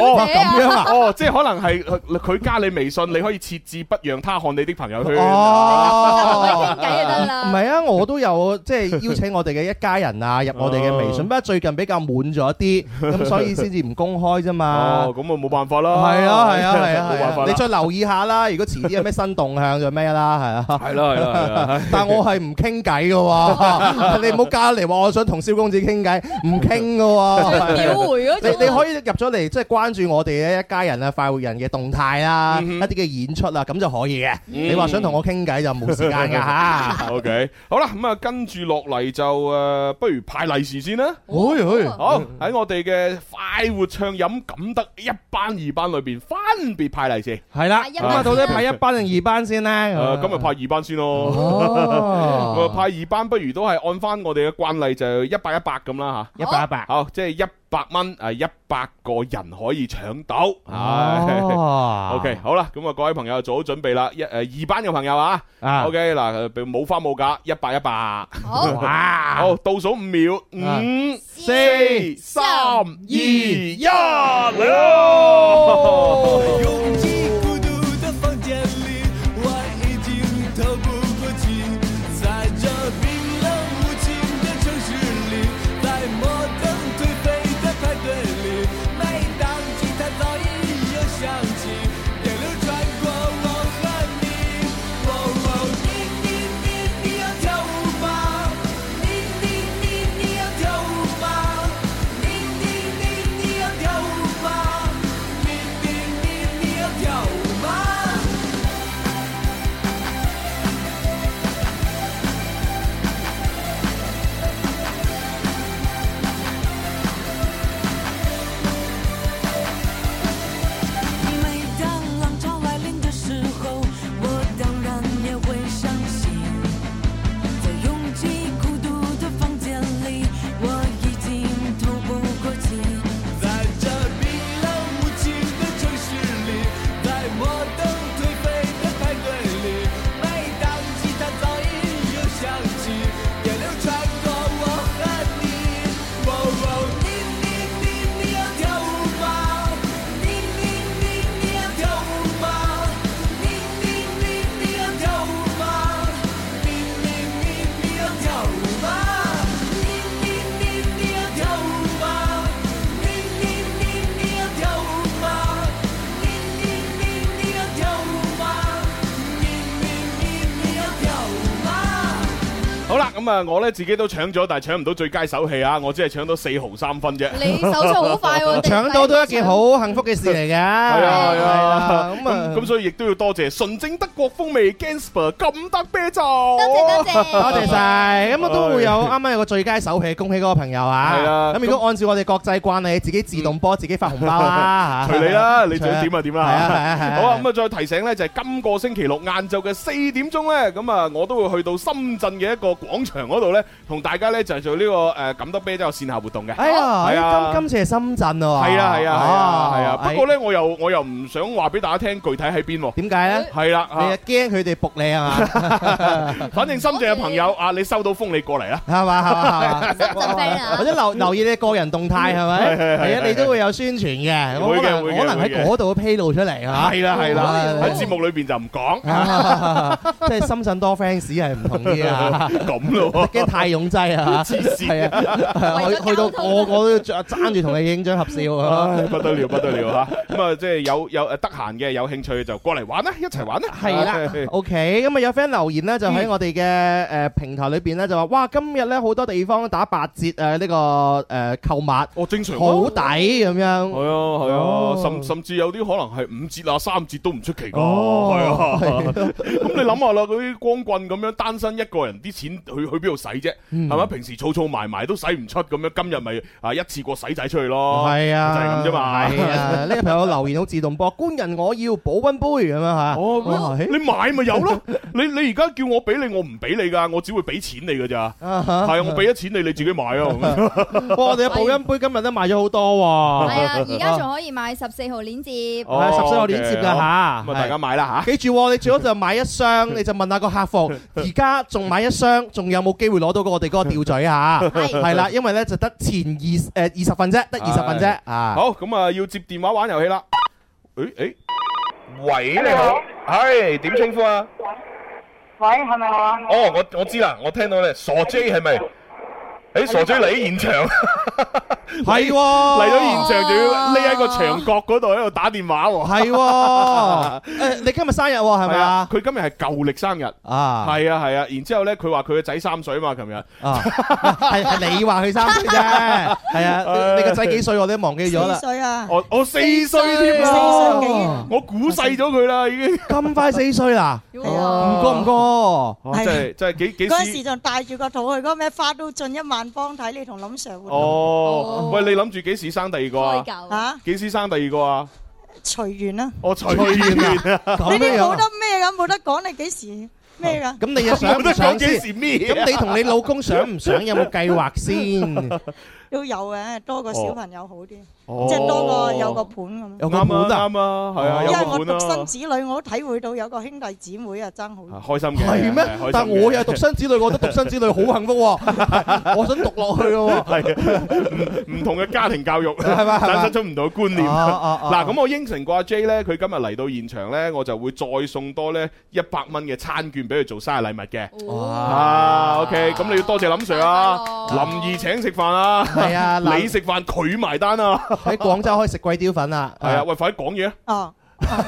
Speaker 1: 哦
Speaker 6: 小姐啊？
Speaker 1: 咁樣啊，哦，即係可能係呃佢加你微信，你可以設置不讓他看你的朋友圈。
Speaker 5: 哦
Speaker 6: 傾偈就得
Speaker 5: 唔
Speaker 6: 啦
Speaker 5: 係啊，我都有即係邀請我哋嘅一家人啊入我哋嘅微信，
Speaker 1: 哦
Speaker 5: 不過最近比較滿咗
Speaker 1: (laughs)
Speaker 5: 啲，咁所以先至唔公開啫嘛
Speaker 1: 哦，。咁啊冇辦法啦。
Speaker 5: 係
Speaker 1: (laughs)
Speaker 5: 啊係啊係啊，
Speaker 1: 冇辦
Speaker 5: 係
Speaker 1: 法
Speaker 5: 啊你
Speaker 1: 啦。
Speaker 5: 再留意下啦。如果遲啲有咩新動向就咩啦，係啊。
Speaker 1: 係啦係啦係啦。
Speaker 5: 但我係唔傾偈嘅喎， (laughs) 你唔好加嚟話我想同蕭公子傾偈，唔傾嘅
Speaker 6: 秒 (laughs)
Speaker 5: 喎。
Speaker 6: 回嗰
Speaker 5: 你
Speaker 6: 種啊
Speaker 5: 你可以入咗嚟，即係關注我哋嘅一家人啊、快活人嘅動態啦，一啲嘅演出啊，咁就可以嘅。 (laughs) 你話想同我傾偈就冇時間
Speaker 6: (laughs)
Speaker 5: 㗎嚇。
Speaker 1: O K，好嗯啦，咁啊，跟住落嚟就誒、呃不如派利是先啦。
Speaker 5: 哎哎
Speaker 1: 好喺我哋嘅快活暢飲咁得一班二班裏邊分別派利是，誒、
Speaker 5: 係啦，
Speaker 6: 派一
Speaker 5: 咁
Speaker 6: 班
Speaker 5: 啊，到底
Speaker 6: 先啦
Speaker 5: 派一班定二班先咧？
Speaker 1: 咁咪派二班先 (laughs) 咯。咁啊
Speaker 5: 哦，
Speaker 1: 派二班不如都係按翻我哋嘅慣例，就一百一百咁啦
Speaker 5: (laughs) 一百一百
Speaker 1: (laughs) 吓。。好，即係一百蚊，誒一百個人可以搶到。 (laughs) 係
Speaker 5: 哦
Speaker 1: O K，好啦，咁啊各位朋友做好準備啦，一誒呃二班嘅朋友啊
Speaker 5: 啊
Speaker 1: ，O K 嗱，呃冇花冇假，一百一百。
Speaker 6: 好，
Speaker 5: 哇，
Speaker 1: 好，倒數五秒，
Speaker 5: 啊
Speaker 1: 五、四
Speaker 6: 四、
Speaker 1: 三、二、一，了。
Speaker 8: 拥挤孤独的房间里，我已经透不过气，在这冰冷无情的城市里，在摩登颓废的派对里，每当吉他噪音又响起，电流穿过我和你，哦哦，你你你你要跳舞吗？你你你你要跳舞吗？你你你你要跳舞吗？你你你你要跳舞吗？每当浪潮来临的时候，我当然也会伤心。在拥挤孤独的房间里，我已经透不过气。在这冰冷无情的城市里，在摩登颓废的派对里，每当吉他噪音又响起，电流穿过我和你。哦哦，你你你你要跳舞吗？你你你你要跳舞吗？你你你你要跳舞吗？你你你你要跳舞吗？你你你你要跳舞吗？你你你你要跳舞吗？你你你你要跳舞吗？你你你你要跳舞吗？
Speaker 1: 好啦，咁啊，我咧自己都搶咗，但係搶唔到最佳手氣啊，我只係搶到四毫三分啫。
Speaker 6: 你手速好快喎！
Speaker 5: 搶到都一件好幸福嘅事嚟嘅。係
Speaker 1: 啊係啊
Speaker 5: 啦咁啊，
Speaker 1: 咁所以亦都要多謝純正德國風味 Gansper 咁得啤酒。
Speaker 6: 多謝多謝，
Speaker 5: 多
Speaker 1: (laughs)
Speaker 5: 謝晒，咁啊都會有啱啱有個最佳手氣，恭喜嗰個朋友啊！
Speaker 1: 哎係啊
Speaker 5: 咁如果按照我哋國際慣例，自己自動波，自己發紅包啦，
Speaker 1: 嗯 (laughs) 隨你啦，你想點就點啦。
Speaker 5: 係啊係啊係啊
Speaker 1: 好啊，咁啊再提醒咧，就係今個星期六晏晝嘅四點鐘咧，咁啊我都會去到深圳嘅一個廣場嗰度咧，同大家咧就係做呢個誒錦德啤酒線下活動嘅。
Speaker 5: 哎
Speaker 1: 係啊
Speaker 5: 呀，今今次係深圳喎，
Speaker 1: 係啊係啊係啊係啊，
Speaker 5: 哦
Speaker 1: 不過，咧我又我又唔想話俾大家聽具體喺邊喎
Speaker 5: 哎。點解咧？
Speaker 1: 係啦，
Speaker 5: 你係驚佢哋仆你啊
Speaker 1: (laughs)
Speaker 5: 嘛？
Speaker 1: 啊反正深圳嘅朋友啊，你收到風你過嚟啦。
Speaker 5: 係嘛係嘛
Speaker 6: 深
Speaker 5: 係
Speaker 6: 圳 friend
Speaker 5: 嘛，
Speaker 6: 啊
Speaker 5: 或者
Speaker 1: (laughs)
Speaker 5: 留留意你個人動態係咪？係啊，你都會有宣傳嘅，
Speaker 1: 會嘅
Speaker 5: 可能
Speaker 1: 會嘅
Speaker 5: 可能
Speaker 1: 會嘅
Speaker 5: 喺嗰度披露出嚟啊！
Speaker 1: 係啦係啦，
Speaker 5: 哦
Speaker 1: 喺節目裏邊就唔
Speaker 5: (laughs)
Speaker 1: 講
Speaker 5: 啊 (laughs) 即係深圳多 fans 係唔同啲啊！
Speaker 1: 咁咯喎。
Speaker 5: 驚太擁擠啊！
Speaker 1: 黐線
Speaker 5: 係啊，去去到個個都要着爭住同你影張合照啊！
Speaker 1: 唉，不得了，不得了吓！咁啊，即係有有誒得閒嘅，有興趣嘅就過嚟玩啦，一齊玩啦。
Speaker 5: 係啦，OK，咁啊有 friend 留言咧，就喺我哋嘅誒平台裏邊咧，就話哇，今日咧好多地方打八折誒呢個誒呃購物，
Speaker 1: 哦，正常啊。
Speaker 5: 好抵咁
Speaker 1: 係
Speaker 5: 樣。
Speaker 1: 啊，係啊，
Speaker 5: 哦
Speaker 1: 甚甚至有啲可能係五折啊、三折都唔出奇㗎。係
Speaker 5: 哦 (laughs)
Speaker 1: 啊，咁你諗下啦，嗰啲光棍咁樣單身一個人，啲錢去去邊度使啫？係
Speaker 5: 嗯
Speaker 1: 咪？平時儲儲埋埋都使唔出咁樣，今日咪啊一次過使晒出去咯。
Speaker 5: 係啊，
Speaker 1: 哦就係咁啫嘛
Speaker 5: 係
Speaker 1: (laughs)
Speaker 5: 啊，呢個朋友留言好自動播，官人我要保温杯咁樣嚇。
Speaker 1: 哦，
Speaker 5: 哇
Speaker 1: 咁你買咪有咯？你你而家叫我俾你，我唔俾你噶，我只會俾錢你噶咋。
Speaker 5: 啊哈
Speaker 1: 係啊，我俾咗錢你，你自己買啊。咁
Speaker 5: 哇！我哋嘅保温杯今日都賣咗好
Speaker 1: (laughs)
Speaker 5: 多
Speaker 6: 係啊，而家仲可以買十四號鏈接。
Speaker 5: 喎， (laughs) 係十四號鏈接㗎
Speaker 1: 哦，OK，
Speaker 5: 嚇，
Speaker 1: 咁啊，大家
Speaker 5: 係。
Speaker 1: 買啦
Speaker 5: 記住喎，你最好就買一箱，你就問下個
Speaker 1: (laughs)
Speaker 5: 客服，而家仲買一箱，仲有冇機會攞到我哋嗰個吊嘴嚇？
Speaker 6: 係
Speaker 5: 係啦，因為咧就得前二誒二十份啫，得二十份啫
Speaker 1: 吓。
Speaker 5: 啊！
Speaker 1: 好，咁啊，要接電話玩遊戲啦。誒誒，喂，
Speaker 9: 你好，
Speaker 1: 係點稱呼啊？
Speaker 9: 喂，係咪我啊？
Speaker 1: 哦，我我知啦，我聽到咧，傻 J 係咪？誒，傻 J 嚟咗現場，
Speaker 9: 哦
Speaker 5: 係喎，
Speaker 1: 嚟咗現場就要匿喺個牆角嗰度喺度打電話喎。 (laughs)
Speaker 5: 係喎，誒你今日生日喎係咪
Speaker 1: 係啊
Speaker 5: 啊？
Speaker 1: 佢今日係舊歷生日。
Speaker 5: 啊，
Speaker 1: 係啊係啊，然之後咧，佢話佢個仔三歲嘛，琴日。
Speaker 5: 啊， (laughs) 係係你話佢三歲
Speaker 1: (laughs)
Speaker 5: 啫，係啊，你你個仔幾歲我都忘記咗啦，
Speaker 1: 我我四歲添啦，我估細咗佢啦已經。
Speaker 5: 咁快四歲啦，唔
Speaker 1: 哦
Speaker 5: 過唔過，
Speaker 1: 哦真係真係幾幾時？哦，喂，你諗住幾時生第二個啊
Speaker 6: 開？舊
Speaker 1: 幾時生第二個啊？
Speaker 9: 隨緣啊。呢啲
Speaker 1: 我隨緣啊，
Speaker 5: 咁樣樣，
Speaker 9: 冇得咩㗎，冇得講你幾時咩㗎。
Speaker 5: 咁你又
Speaker 1: (laughs)
Speaker 5: 想
Speaker 1: 冇得
Speaker 5: 唔
Speaker 1: 講
Speaker 5: 想
Speaker 1: 幾
Speaker 5: 先？
Speaker 1: 時咩啊？
Speaker 5: 咁你同你老公想唔想有冇計劃先？
Speaker 9: 都有嘅，多個小朋友好啲，
Speaker 1: 哦
Speaker 9: 即係多個有個伴咁。
Speaker 5: 有個
Speaker 1: 啱
Speaker 5: 本
Speaker 1: 啊
Speaker 5: 啊？
Speaker 1: 啱啊，係啊，
Speaker 9: 因
Speaker 1: 有
Speaker 9: 為我
Speaker 1: 個伴啊，
Speaker 9: 獨生子女，我體會到有個兄弟姊妹啊，爭好遠。
Speaker 1: 啊開心嘅
Speaker 5: 係
Speaker 1: 係開心
Speaker 5: 咩
Speaker 1: 嘅？
Speaker 5: 但我又獨生子女，我覺得獨生子女好幸福 (laughs) 喎，我想讀落去咯喎。
Speaker 1: 唔唔同嘅家庭教育，
Speaker 5: (laughs) 係嘛係嘛
Speaker 1: 產生出唔同嘅觀念。
Speaker 5: 啊啊啊
Speaker 1: 嗱，咁我應承過阿 J 咧，佢今日嚟到現場咧，我就會再送多咧一百蚊嘅餐券俾佢做生日禮物嘅。
Speaker 5: 哦
Speaker 1: 啊，OK，咁你要多謝林 Sir 啊，
Speaker 6: 生日快樂
Speaker 1: 林兒請食飯啊，
Speaker 5: 係啊林
Speaker 1: 你食飯佢埋單啊，
Speaker 5: 喺廣州可以食貴雕粉啦。
Speaker 1: 係啊，喂，快啲講嘢啊，
Speaker 9: 哦，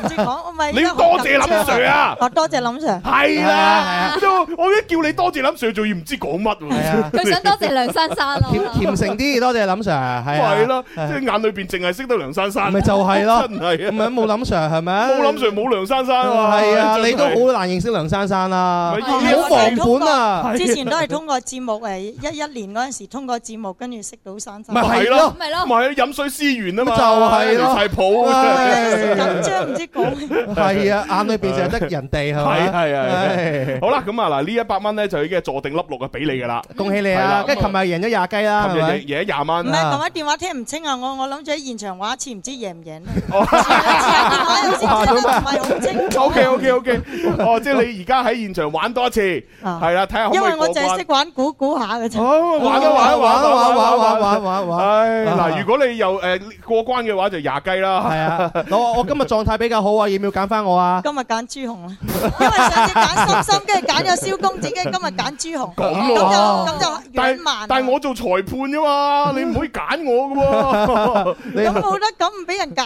Speaker 9: 唔知講，我咪
Speaker 1: 你要多謝林
Speaker 9: 而家好緊張啊。
Speaker 1: Sir 啊，
Speaker 9: 哦，多謝林Sir。
Speaker 1: 係
Speaker 5: 係
Speaker 1: 啦
Speaker 5: 啊，
Speaker 1: 都我一叫你多謝林 Sir，仲要唔知講乜 (laughs)
Speaker 5: 係啊
Speaker 1: 喎，
Speaker 6: 佢想多謝梁珊
Speaker 5: (laughs)
Speaker 6: 珊咯。
Speaker 5: 甜甜成啲，多謝林 Sir，係啊，
Speaker 1: 係啦，即
Speaker 5: à.
Speaker 1: 係眼裏邊淨係識得梁珊珊，
Speaker 5: 咪就係咯，
Speaker 1: 真係啊
Speaker 5: 咁咪冇林 Sir 係咪？
Speaker 1: 冇林 Sir 冇梁珊珊啊，
Speaker 5: 係啊，你都
Speaker 1: 真係
Speaker 5: 好難認識梁珊珊啦，
Speaker 1: 咪
Speaker 5: 唔
Speaker 1: 已經
Speaker 5: 好忘本啊！
Speaker 9: 之前都係通過節目誒，一一年嗰陣時通過節目，跟住識到珊珊。
Speaker 5: 咪係咯，
Speaker 6: 咪
Speaker 1: 唔
Speaker 6: 咯，
Speaker 1: 係啊飲水思源啊嘛，
Speaker 5: 就係咯
Speaker 1: 離晒譜啊。
Speaker 5: 唉
Speaker 9: 緊張唔知講。
Speaker 5: 係啊，眼裏邊就係得人哋係
Speaker 1: 係
Speaker 5: 咪？
Speaker 1: 係係，
Speaker 5: 唉
Speaker 1: 好啦，咁啊嗱，呢一百蚊咧就已經係坐定粒六啊，俾你噶啦，
Speaker 5: 恭喜你
Speaker 1: 係啦
Speaker 5: 啊！跟住琴日贏咗廿雞啦，
Speaker 1: 琴
Speaker 5: 係
Speaker 1: 日
Speaker 5: 咪？
Speaker 1: 贏贏廿
Speaker 9: 唔
Speaker 1: 蚊，
Speaker 9: 係琴日電話聽唔清啊！我我諗住喺現場話一次，唔知贏唔贏咧。
Speaker 1: 哦
Speaker 9: 前一次電話有時聽得唔係好清楚。
Speaker 1: O K O K O
Speaker 9: (laughs)
Speaker 1: K，哦，即係你而家喺現場玩多一次，
Speaker 9: 啊
Speaker 1: 係啦，睇下可唔
Speaker 9: 因
Speaker 1: 可以
Speaker 9: 為我
Speaker 1: 過
Speaker 9: 就係識
Speaker 1: 關。
Speaker 9: 玩估估下嘅啫。
Speaker 1: 哦，玩啊玩啊玩啊玩啊
Speaker 5: 玩
Speaker 1: 玩啊
Speaker 5: 玩
Speaker 1: 玩啊
Speaker 5: 玩
Speaker 1: 玩啊！
Speaker 5: 玩玩玩！
Speaker 1: 唉，嗱，
Speaker 5: 啊
Speaker 1: 如果你又誒過關嘅話，就廿雞啦。(laughs)
Speaker 5: 係啊，我我今日狀態比較好啊，要唔要揀翻我啊？
Speaker 9: 今日揀朱紅啦，因為上次揀心心，跟住揀咗蕭公子，跟住今日揀朱紅，
Speaker 1: 咁
Speaker 9: 咁就
Speaker 1: 咯
Speaker 9: 咁就
Speaker 1: 但
Speaker 9: 軟
Speaker 1: 係
Speaker 9: 慢。
Speaker 1: 但係我做裁判
Speaker 9: (laughs)
Speaker 1: 啫嘛，你唔可以揀
Speaker 5: (laughs)
Speaker 1: 我噶喎，
Speaker 5: 你
Speaker 9: 咁
Speaker 5: 裁
Speaker 9: 冇得咁唔俾人揀。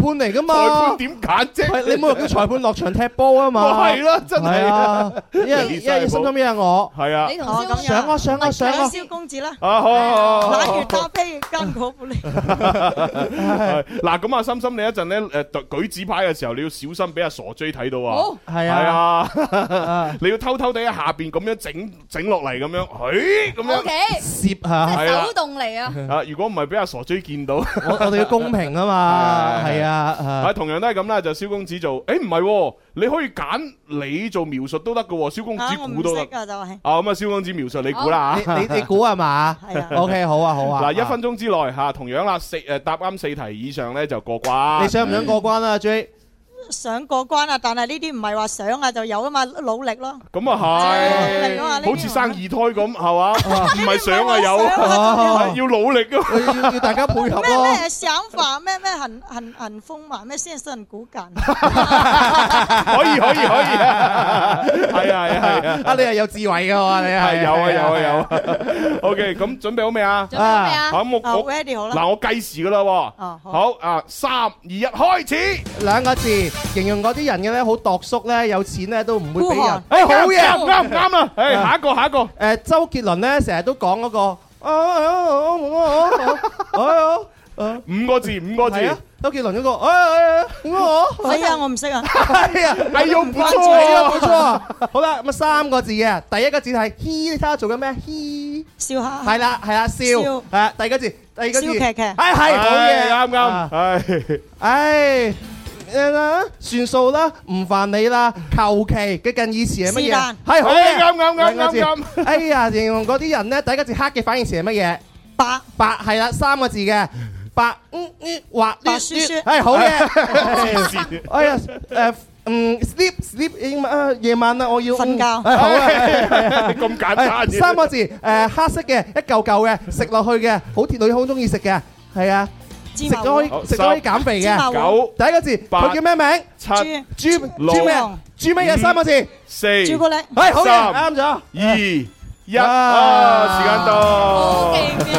Speaker 5: 判嚟
Speaker 1: 裁
Speaker 5: 噶
Speaker 1: 判
Speaker 5: 嘛？
Speaker 1: 點揀啫？哦
Speaker 5: 係你冇話叫裁判落場踢波啊嘛？
Speaker 1: 係啦，真
Speaker 5: 係
Speaker 1: 係
Speaker 5: 啊，
Speaker 1: (laughs)
Speaker 5: 因為
Speaker 1: 你
Speaker 5: 因
Speaker 1: 真係
Speaker 5: 為心心一係我，
Speaker 1: 係啊
Speaker 6: 你，同
Speaker 9: 哦咁
Speaker 6: 蕭公
Speaker 9: 樣
Speaker 5: 上啊上啊上啊
Speaker 9: 揀！蕭公子啦，
Speaker 1: 啊好好。好好
Speaker 9: 攬完搭飛間嗰部你。
Speaker 1: (laughs) 係嗱，咁啊，心心你一陣咧，诶，舉紙牌嘅時候，你要小心俾阿傻 J 睇到啊！
Speaker 6: 好
Speaker 5: 係
Speaker 1: 係
Speaker 5: 啊，
Speaker 1: 啊，
Speaker 5: 啊
Speaker 1: 你要偷偷地喺下边咁樣整整落嚟，咁樣，诶，咁樣
Speaker 6: O K，
Speaker 5: 攝下。
Speaker 1: 係啦
Speaker 6: 手動嚟啊，
Speaker 1: 啊！如果唔係俾阿傻 J 見到，
Speaker 5: 我我哋要公平啊嘛，
Speaker 1: 係係係 (laughs)
Speaker 5: 係
Speaker 1: 啊，
Speaker 5: 啊，
Speaker 1: 同樣都係咁啦，就蕭公子做，诶，唔係喎，你可以揀你做描述都得噶，蕭公
Speaker 9: 啊
Speaker 1: 子
Speaker 9: 我
Speaker 1: 估
Speaker 9: 唔
Speaker 1: 都
Speaker 9: 識
Speaker 1: 得。
Speaker 9: 啊，就係
Speaker 1: 啊，咁啊，蕭公子描述你估啦
Speaker 5: 誒
Speaker 1: 吓。
Speaker 5: 你你你估係嘛
Speaker 9: 係啊
Speaker 5: ？OK，好啊，好啊。
Speaker 1: 嗱，一分鐘之內吓，同樣啦，四诶答啱四題以上咧就過
Speaker 5: 啊，
Speaker 1: 關。
Speaker 5: 你想唔想過關啊？J，
Speaker 9: 想過關啊，但係呢啲唔係話想啊就有啊嘛，努力咯。
Speaker 1: 咁啊
Speaker 9: 明啊呢
Speaker 1: 係，
Speaker 9: 啲
Speaker 1: 好似生二胎咁係嘛？唔係想啊有，
Speaker 5: 啊
Speaker 1: 係 (laughs) 要努力啊噶。
Speaker 5: 要要大家配合
Speaker 9: 咩
Speaker 5: 咯。
Speaker 9: 咩想法咩咩行行行風嘛咩先人估緊，
Speaker 1: 可以可以可以啊！係啊係啊係啊！
Speaker 5: 啊，你係有智慧㗎喎，你
Speaker 1: 係
Speaker 5: 係
Speaker 1: 有啊有啊有啊！OK，咁準備好未啊？
Speaker 6: 準備好未啊？
Speaker 1: 好，咁
Speaker 9: 哦
Speaker 1: 我我
Speaker 9: ready 好啦，
Speaker 1: 嗱我計時噶啦喎
Speaker 9: 哦，好
Speaker 1: 好啊，三二一開始！
Speaker 5: 兩個字形容嗰啲人嘅咧，好度縮咧，有錢咧都唔會俾
Speaker 9: 孤
Speaker 5: 人
Speaker 9: 寒。
Speaker 5: 誒好
Speaker 1: 啱
Speaker 5: 嘢。
Speaker 1: 啱啱啦！誒下一個下一個，
Speaker 5: 誒，周杰倫咧成日都講嗰個，哦哦哦哦哦哦哦哦
Speaker 1: 五個字五個字
Speaker 5: 係啊，周杰倫嗰個，哎哎哎咁我
Speaker 9: 係啊，我唔識啊。
Speaker 5: 係啊，
Speaker 1: 哎呦唔錯喎
Speaker 5: 係啊，冇錯啊。好啦，咁啊三個字嘅，第一個字係嘻，你睇下做緊咩？嘻，
Speaker 9: 笑下。
Speaker 5: 係啦係啦，笑，
Speaker 9: 笑
Speaker 5: 係啊，第二個字，第二個字，
Speaker 9: 笑騎騎
Speaker 5: 係係好嘢，
Speaker 1: 唉啱啱
Speaker 5: 啊，
Speaker 1: 唉。
Speaker 5: 唉。誒啦，算數啦，唔煩你啦。求其嘅近義詞係乜
Speaker 9: 是
Speaker 5: 嘢？
Speaker 9: 但
Speaker 5: 係好
Speaker 1: 哎
Speaker 5: 嘢，
Speaker 1: 啱啱啱
Speaker 5: 兩個字
Speaker 1: 啱啱
Speaker 5: 哎呀，形容嗰啲人咧，第一個字黑嘅反義詞係乜嘢？
Speaker 9: 白
Speaker 5: 白係啦，三個字嘅白，嗯嗯，滑
Speaker 9: 白
Speaker 5: 捋
Speaker 9: 雪
Speaker 5: 捋
Speaker 9: 雪
Speaker 5: 係好
Speaker 1: (laughs) 黐
Speaker 5: 嘅。
Speaker 1: 線
Speaker 5: 哎呀，誒，嗯，sleep ừ, sleep 英文啊，夜晚啊，我要
Speaker 9: 瞓覺
Speaker 5: 嗯哎好啊。
Speaker 1: 咁簡單
Speaker 5: 哎
Speaker 1: 嘅
Speaker 5: 三個字，誒，黑色嘅，一嚿嚿嘅，食落去嘅，好鐵女好中意食嘅，係啊，
Speaker 9: 芝
Speaker 5: 食
Speaker 9: 麻
Speaker 5: 咗可
Speaker 9: 糊
Speaker 1: 好
Speaker 5: 以食咗可以
Speaker 1: 十
Speaker 5: 減肥
Speaker 9: 芝麻
Speaker 5: 嘅
Speaker 9: 糊。
Speaker 1: 九
Speaker 5: 第一個字，
Speaker 1: 八
Speaker 5: 佢叫咩名？
Speaker 1: 七
Speaker 9: 豬
Speaker 5: 豬
Speaker 1: 六
Speaker 5: 豬咩？豬乜嘢？
Speaker 1: 五
Speaker 5: 三個字，
Speaker 1: 四
Speaker 9: 朱古力。
Speaker 5: 係好嘅，
Speaker 1: 三
Speaker 5: 啱咗。
Speaker 1: 二一
Speaker 5: 啊
Speaker 1: 啊！時間
Speaker 6: 好
Speaker 1: 到，
Speaker 6: 勁啊！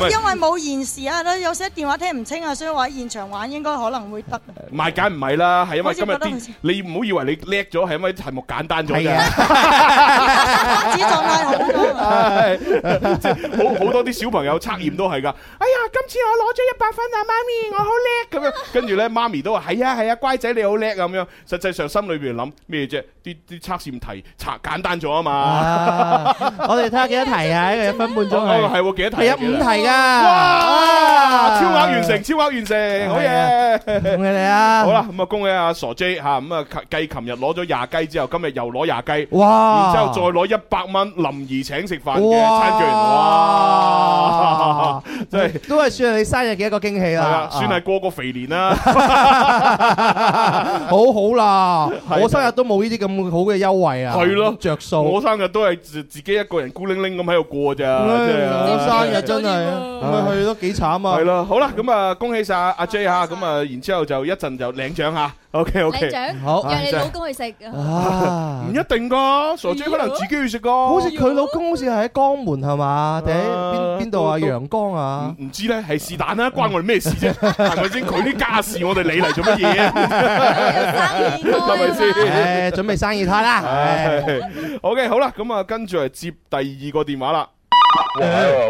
Speaker 1: 喂
Speaker 9: 因為冇延時啊，有些電話聽唔清啊，所以話現場玩應該可能會得。
Speaker 1: 賣梗唔係啦，係因為今日
Speaker 9: 好似
Speaker 1: 啲
Speaker 9: 覺
Speaker 1: 你唔好以為你叻咗，係因為題目簡單咗
Speaker 5: 係
Speaker 1: 啫。
Speaker 8: (laughs)
Speaker 9: 子狀態好咗啊。
Speaker 1: 唉即係好好多啲小朋友測驗都係噶。哎呀，今次我攞咗一百分啊，媽咪，我好叻咁樣。跟住咧，媽咪都話：係啊，係啊，乖仔你好叻咁樣。實際上心裏邊諗咩啫？啲啲測驗題測簡單咗啊嘛。
Speaker 5: 啊！我哋睇下幾多題啊？一個分半咗
Speaker 1: 哦
Speaker 5: 係
Speaker 1: 係。喎，幾多題？
Speaker 5: 係啊，五題噶，
Speaker 1: 哇！
Speaker 5: 哇
Speaker 1: 超額完成，，超額完成，好嘢！
Speaker 5: 恭喜你啊！
Speaker 1: 好啦，，咁啊恭喜阿傻 J 吓，咁啊繼琴日攞咗廿雞之後，今日又攞廿雞，然
Speaker 5: 哇，
Speaker 1: 之後再攞一百蚊林兒請食飯嘅餐券，哇 (laughs)
Speaker 5: (laughs) 哇！，
Speaker 1: 真係〜
Speaker 5: 都係算係你生日嘅一個驚喜
Speaker 1: 係啊
Speaker 5: 啦，，
Speaker 1: 算係過過肥年
Speaker 5: (laughs)
Speaker 1: 啦，
Speaker 5: 啊 (laughs) 好好啦，
Speaker 1: 係
Speaker 5: 我生日都冇呢啲咁好嘅優惠啊，
Speaker 1: 係咯
Speaker 5: 着
Speaker 1: 我
Speaker 5: 數，
Speaker 1: 生日都係自自己一個人孤零零咁喺度過咋，
Speaker 5: 我
Speaker 1: 真係啊
Speaker 5: 嗯生日真係啊，咪去都幾慘啊，
Speaker 1: 係，啦，好啦，咁啊，恭喜晒阿 J 吓，咁啊，然之後就一陣就領獎啊吓，OK
Speaker 6: 領
Speaker 1: OK，
Speaker 6: 獎，
Speaker 5: 好
Speaker 6: 約你老公去食。
Speaker 5: 啊
Speaker 1: 唔。一定噶，傻 J 可能自己去食噶，
Speaker 5: 好似佢老公好似係喺江門係嘛？定喺
Speaker 1: 啊
Speaker 5: 邊邊度啊？
Speaker 1: 都都 (laughs)
Speaker 5: 陽江啊？
Speaker 1: 唔唔知咧，係是但啦，關我哋咩事
Speaker 5: (laughs)
Speaker 1: 啫？係咪先？佢啲家事我哋理嚟做乜嘢啊？
Speaker 6: 生意多啊嘛
Speaker 1: 係咪先
Speaker 5: 誒，準備生意太啦！唉
Speaker 1: 唉？OK，好 (laughs) 啦，咁啊，跟住嚟接第二個電話啦。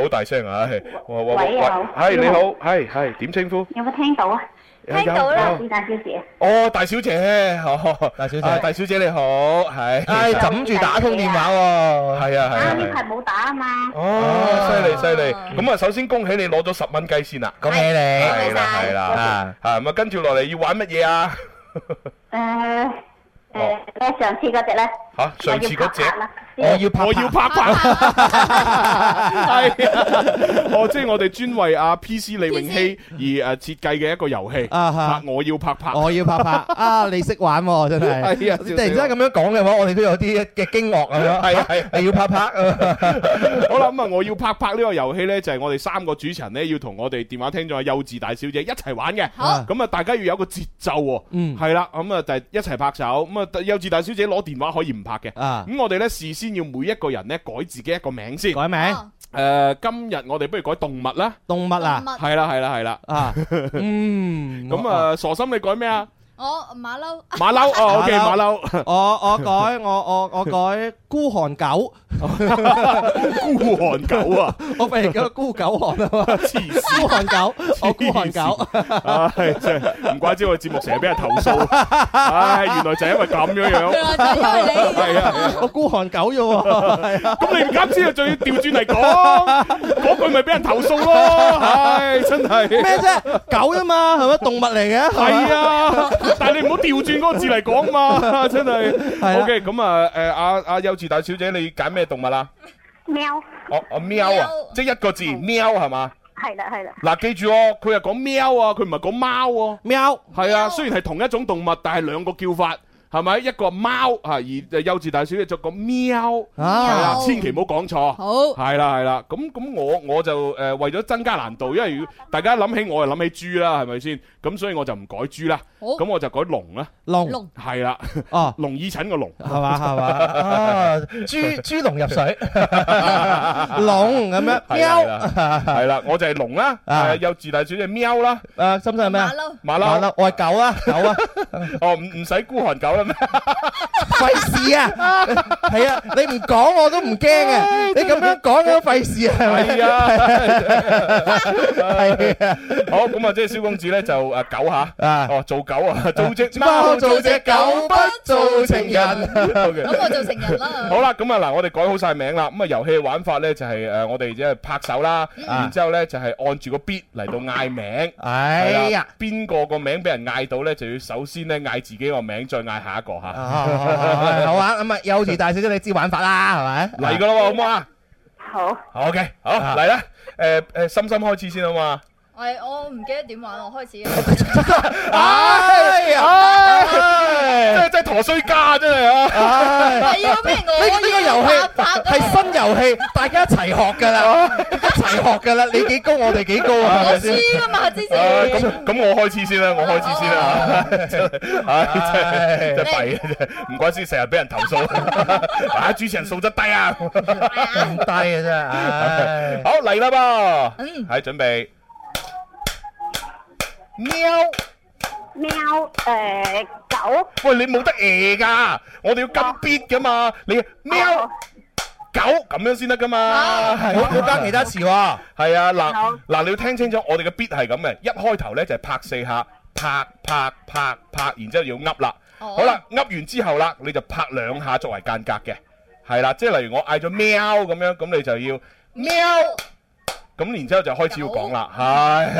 Speaker 1: 好大聲啊！喂
Speaker 10: 喂你好
Speaker 1: 係你好，係係點稱呼？
Speaker 10: 有冇聽到啊？
Speaker 1: 聽
Speaker 6: 到啦
Speaker 10: 是但小姐，
Speaker 1: 哦，大小姐，哦，
Speaker 5: 大小姐
Speaker 1: 啊大小姐你好，係，
Speaker 5: 唉，枕住打通電話喎。
Speaker 1: 係啊，係
Speaker 10: 啱
Speaker 1: 啊，
Speaker 10: 呢
Speaker 1: 係
Speaker 10: 排
Speaker 1: 啊。
Speaker 10: 冇打啊嘛。
Speaker 1: 哦，犀利犀利！咁啊，首先恭喜你攞咗十蚊雞先啦，
Speaker 5: 恭喜你！
Speaker 1: 係啦係啦，啊咁啊，跟住落嚟要玩乜嘢啊？
Speaker 10: 誒誒，咧上次嗰只咧，
Speaker 1: 吓，上次嗰只
Speaker 10: 我要拍拍啦
Speaker 5: 拍
Speaker 1: 我要拍拍，係啊哦，即係我哋專為阿 PC 李永熙而誒呃設計嘅一個遊戲
Speaker 5: 啊哈哦
Speaker 1: 啊，我要拍拍，
Speaker 5: 我要拍拍啊！你識玩喎，
Speaker 1: (laughs)
Speaker 5: 真係。
Speaker 1: 係啊
Speaker 5: 突然之間咁樣講嘅話，我哋都有啲嘅驚愕咁樣。
Speaker 1: 係啊係啊
Speaker 5: (laughs) 你要拍拍啊！
Speaker 1: (laughs) 好啦，咁啊，我要拍拍呢個遊戲呢，就係我哋三個主持人呢，要同我哋電話聽眾嘅幼稚大小姐一齊玩嘅。
Speaker 6: 好
Speaker 1: 咁啊，大家要有個節奏喎。
Speaker 5: 嗯
Speaker 1: 係啦，咁啊，就一齊拍手。咁啊，幼稚大小姐攞電話可以唔拍嘅。
Speaker 5: 啊，
Speaker 1: 咁我哋呢，事先要每一個人呢，改自己一個名先。誒、呃
Speaker 5: 改名
Speaker 6: 哦
Speaker 1: 今日我哋不如改動物啦。
Speaker 5: 動物啊
Speaker 6: 動物
Speaker 1: 係啦，係啦，係啦。
Speaker 5: 啊，嗯，
Speaker 1: 咁啊，傻心你改咩啊？
Speaker 6: 我馬騮，
Speaker 1: 馬 (laughs) 騮哦，OK，馬
Speaker 5: 馬
Speaker 1: 騮。
Speaker 5: 我，我我改我我我改孤寒狗，
Speaker 1: 孤寒狗啊！
Speaker 5: 我咪叫孤狗寒啊嘛，
Speaker 1: 黐線
Speaker 5: 孤寒狗，我孤寒狗，
Speaker 1: 唉，真係唔怪之我節目成日俾人投訴。唉，原來就係因為咁樣樣。
Speaker 6: 原來就係因為你。
Speaker 1: 係啊，
Speaker 5: 我孤寒狗啫
Speaker 1: (laughs)
Speaker 5: 喎，係啊，
Speaker 1: 咁你唔啱先，仲要調轉嚟講，嗰句咪俾人投訴咯，唉，真係
Speaker 5: 咩？啫？狗啫嘛，係咪動物嚟嘅？係咪
Speaker 1: 係啊，但係你唔好調轉嗰個字嚟講嘛，真係。
Speaker 5: 係啊
Speaker 1: O K，咁啊，誒，阿阿幼稚大小姐，你揀咩動物啊？
Speaker 10: 喵，
Speaker 1: 哦哦，喵啊
Speaker 6: 喵，
Speaker 1: 即係一個字，喵係嘛？
Speaker 10: 係啦係啦，
Speaker 1: 嗱，記住哦，佢係講喵啊，佢唔係講貓喎。
Speaker 5: 喵，
Speaker 1: 係
Speaker 6: 哦
Speaker 1: 啊，雖然係同一種動物，但係兩個叫法。係咪一個貓啊？而幼稚大小姐就講喵，
Speaker 5: 啊
Speaker 1: 係啦，千祈唔好講錯。
Speaker 6: 哦好，
Speaker 1: 係啦係啦，咁咁我我就誒、呃、為咗增加難度，因為如果大家諗起我係諗起豬啦，係咪先？咁所以我就唔改豬啦，
Speaker 6: 好
Speaker 1: 咁我就改龍啦，
Speaker 5: 龍，
Speaker 6: 龍，
Speaker 1: 係
Speaker 6: (laughs)
Speaker 1: 啦，
Speaker 5: 哦。
Speaker 1: 龍耳陳個龍，
Speaker 5: 係嘛係嘛啊！
Speaker 1: (laughs)
Speaker 5: 豬豬籠入水，龍咁
Speaker 1: 係
Speaker 5: 樣
Speaker 1: 啦係
Speaker 5: 喵。 (laughs)
Speaker 1: 啦係啦，我就係龍啦，
Speaker 5: 啊
Speaker 1: 誒幼稚大小姐喵啦，
Speaker 5: 誒，深圳係咩啊
Speaker 6: 哦馬？騮，
Speaker 1: 馬騮， (laughs)
Speaker 5: 馬騮，我係狗啊，狗啊，
Speaker 1: 哦唔唔使孤寒狗啦咩？
Speaker 5: 費
Speaker 1: (laughs)
Speaker 5: 事啊！係啊，你唔講我都唔驚啊！你咁樣講都費事啊，
Speaker 1: (laughs)
Speaker 5: 係咪
Speaker 1: 係 (laughs) 啊，係啊， (laughs) 好咁啊，即係蕭公子咧就誒狗嚇，哦做狗啊， (laughs) 做只貓做只狗，不做情人。OK
Speaker 6: 咁我做情人啦。
Speaker 1: 好啦，咁啊嗱，我哋改好晒名啦。咁啊，遊戲玩法咧就係誒，我哋即係拍手啦，然之後咧就係按住個 beat 嚟到嗌名。
Speaker 5: 哎呀
Speaker 1: 係啦，邊個個名俾人嗌到咧，就要首先咧嗌自己個名，再嗌下一個嚇。
Speaker 5: 啊好玩咁啊！幼稚大小姐你知玩法啦，係咪？
Speaker 1: 嚟噶啦喎，好唔好啊
Speaker 10: 好，
Speaker 1: ？OK，好嚟啦。誒誒，心心開始先好嘛？
Speaker 6: 喂，我唔記得點玩，我開始。
Speaker 5: 哎
Speaker 1: 唉唉，真係真係陀衰家真係
Speaker 5: 哎
Speaker 1: 啊！
Speaker 6: 係啊咩我
Speaker 5: 呢呢個遊戲係新遊戲，大家一齊學㗎啦，一齊學㗎啦。你幾高，我哋幾高啊？係咪先？
Speaker 6: 輸噶嘛，之
Speaker 1: 唉
Speaker 6: 前。
Speaker 1: 咁咁，我開始先啦，我開始先啦，真係唉真係真係弊啊！真係唔怪之成日俾人投訴， (laughs) 啊主持人素質低啊，
Speaker 5: 唔低啊真係。唉
Speaker 1: 好嚟啦噃，
Speaker 6: 嗯
Speaker 1: 係準備
Speaker 5: 喵
Speaker 10: 喵，誒狗，
Speaker 1: 喂，你冇得誒噶，我哋要跟 beat 噶嘛，你
Speaker 2: 哦
Speaker 1: 喵狗咁樣先得噶嘛，係啊
Speaker 5: 冇冇加其他詞喎。
Speaker 1: 係啊，嗱
Speaker 10: 好
Speaker 1: 嗱，你要聽清楚，我哋嘅 beat 係咁嘅，一開頭咧就係拍四下，拍拍拍拍，然之後要噏啦。
Speaker 6: 哦
Speaker 1: 好啦，噏完之後啦，你就拍兩下作為間隔嘅，係啦，即係例如我嗌咗喵咁樣，咁你就要喵，咁然之後就開始要講啦，係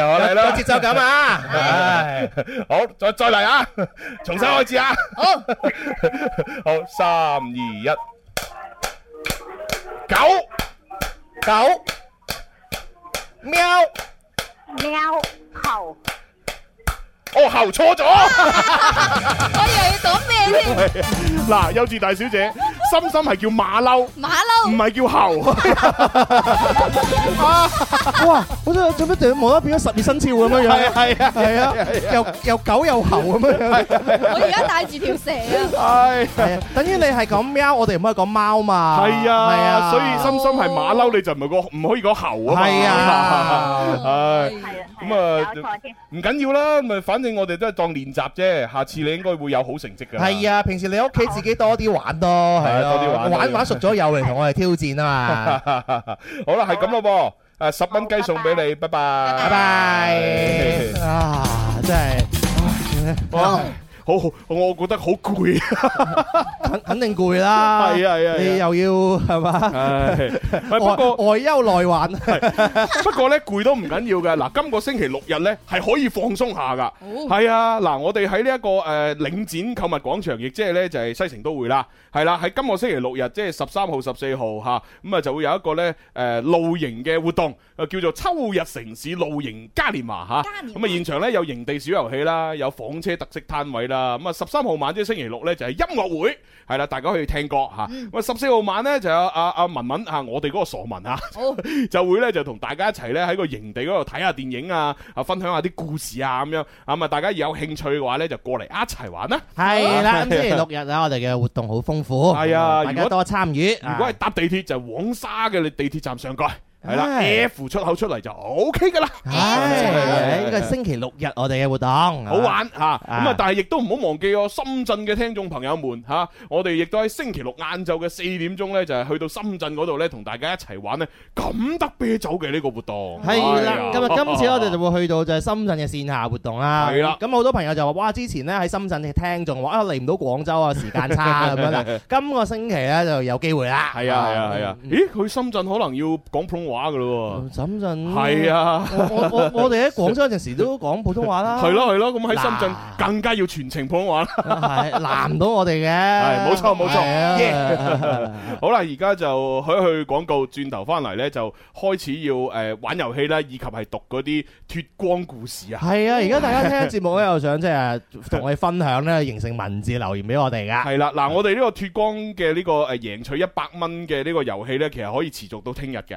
Speaker 1: 我嚟
Speaker 5: 有
Speaker 1: 啦，
Speaker 5: 節奏
Speaker 1: (laughs)
Speaker 5: 感啊！唉，
Speaker 1: 好，再再嚟啊，重新開始啊，
Speaker 6: 好，
Speaker 1: (laughs) 好，三二一，九。
Speaker 5: 狗喵
Speaker 10: 喵猴，
Speaker 1: 哦，喉錯咗。 (laughs)
Speaker 6: 我以為要講咩添？
Speaker 1: 嗱，幼稚大小姐，心心係叫馬騮，唔
Speaker 6: 馬
Speaker 1: 係
Speaker 6: 騮。
Speaker 1: 叫猴。
Speaker 5: 哇！我真係做乜突然無啦啦變咗十二生肖咁樣樣？係係啊
Speaker 1: (laughs)
Speaker 5: 係啊，又又狗又猴咁樣樣。
Speaker 6: 我而家帶住條蛇啊！
Speaker 1: 係
Speaker 5: 係啊，等於你係講喵，我哋唔可以講貓嘛。
Speaker 1: 係
Speaker 5: 係
Speaker 1: 啊，
Speaker 5: 啊，
Speaker 1: 所以心心係馬騮，你就唔係個唔可以講猴啊嘛。
Speaker 5: 係啊
Speaker 1: (laughs) 唉，
Speaker 10: 係啊，
Speaker 1: 咁啊
Speaker 10: 搞錯添，
Speaker 1: 唔緊要啦，咪反正我哋都係當練習啫。下次你應該會有好成績㗎。
Speaker 5: 係啊，平時你屋企自己多啲玩咯，係
Speaker 1: 係啊
Speaker 5: 咯，
Speaker 1: 多啲玩
Speaker 5: 玩玩熟咗又嚟同我哋挑戰啊嘛。
Speaker 1: 啊， (laughs) 好啦，係咁咯噃。啊誒，十蚊雞送俾你，拜拜，
Speaker 5: 拜拜啊！真係
Speaker 1: 哇。 (laughs) 好，好我覺得好攰。
Speaker 5: 肯肯定攰啦。
Speaker 1: (laughs) 係啊係啊係啊
Speaker 5: 你又要係嘛？
Speaker 1: 唉，喂不過
Speaker 5: 外外憂內患。
Speaker 1: 不過咧攰都唔緊要嘅，嗱，今個星期六日咧係可以放鬆下噶，
Speaker 6: 哦
Speaker 1: 係啊，嗱，我哋喺呢一個誒、呃、領展購物廣場，亦即係咧就係、西城都會啦，係啦，喺今個星期六日，即係十三號、十四號嚇，咁啊就會有一個咧誒、呃露營嘅活動，啊叫做秋日城市露營嘉年華嚇，
Speaker 6: 嘉年華
Speaker 1: 咁啊現場咧有營地小遊戲啦，有房車特色攤位啦，咁啊十三號晚即係星期六咧就係、音樂會，係啦，大家可以聽歌嚇，
Speaker 6: 嗯
Speaker 1: 咁啊十四號晚咧就有阿阿文文嚇，我哋嗰個傻文啊嚇。
Speaker 6: 好，
Speaker 1: 就會咧就同大家一齊咧喺個營地嗰度睇下電影啊，啊分享下啲故事啊咁樣，咁啊大家有興趣嘅話咧就過嚟一齊玩啦。
Speaker 5: 係啦，咁星期六日啊，我哋嘅活動好豐富，
Speaker 1: 係啊
Speaker 5: 大
Speaker 1: 如果
Speaker 5: 家多參與。
Speaker 1: 如果係搭地鐵就黃沙嘅地鐵站上蓋，係啦
Speaker 5: 唉
Speaker 1: ，F 出口出嚟就 OK 噶啦，
Speaker 5: À, 唉，呢個星期六日我哋嘅活動，
Speaker 1: 好
Speaker 5: 好
Speaker 1: 玩吓。咁啊
Speaker 5: 啊，
Speaker 1: 但係亦都唔好忘記我深圳嘅聽眾朋友們吓，我哋亦都喺星期六晏晝嘅四點鐘咧就係去到深圳嗰度咧同大家一齊玩咧咁得啤酒嘅呢個活動。
Speaker 5: 係啦
Speaker 1: 哎，呀
Speaker 5: 咁啊，今次我哋就會去到就係深圳嘅線下活動啦。
Speaker 1: 係啦
Speaker 5: 咁好多朋友就話：哇，之前咧喺深圳嘅聽眾話啊嚟唔到廣州啊，時間差咁樣啦。今個星期咧就有機會啦。
Speaker 1: 係啊係啊係啊！咦，去深圳可能要講普通話噶咯
Speaker 5: 嗯，深
Speaker 1: 喎。
Speaker 5: 圳
Speaker 1: 係。啊，
Speaker 5: 我我
Speaker 1: (laughs)
Speaker 5: 我我哋喺廣州嗰陣時都講普通話啦。
Speaker 1: 係，咯係咯，咁喺深圳
Speaker 5: 嗯嗱
Speaker 1: 更加要全程普通話
Speaker 5: (laughs)
Speaker 1: 啦。
Speaker 5: 係難唔到我哋嘅。啊係
Speaker 1: 冇錯冇錯
Speaker 5: 錯。
Speaker 1: 好啦，而家就去一去廣告，轉頭翻嚟呢，就開始要誒玩遊戲啦，以及係讀嗰啲脱光故事啊。
Speaker 5: 係啊，而家大家聽節目咧，又想即係同我哋分享咧，形成文字留言俾我哋噶。
Speaker 1: 係啦，嗱，呃我哋呢個脱光嘅呢個誒贏取一百蚊嘅呢個遊戲呢，其實可以持續到聽日嘅。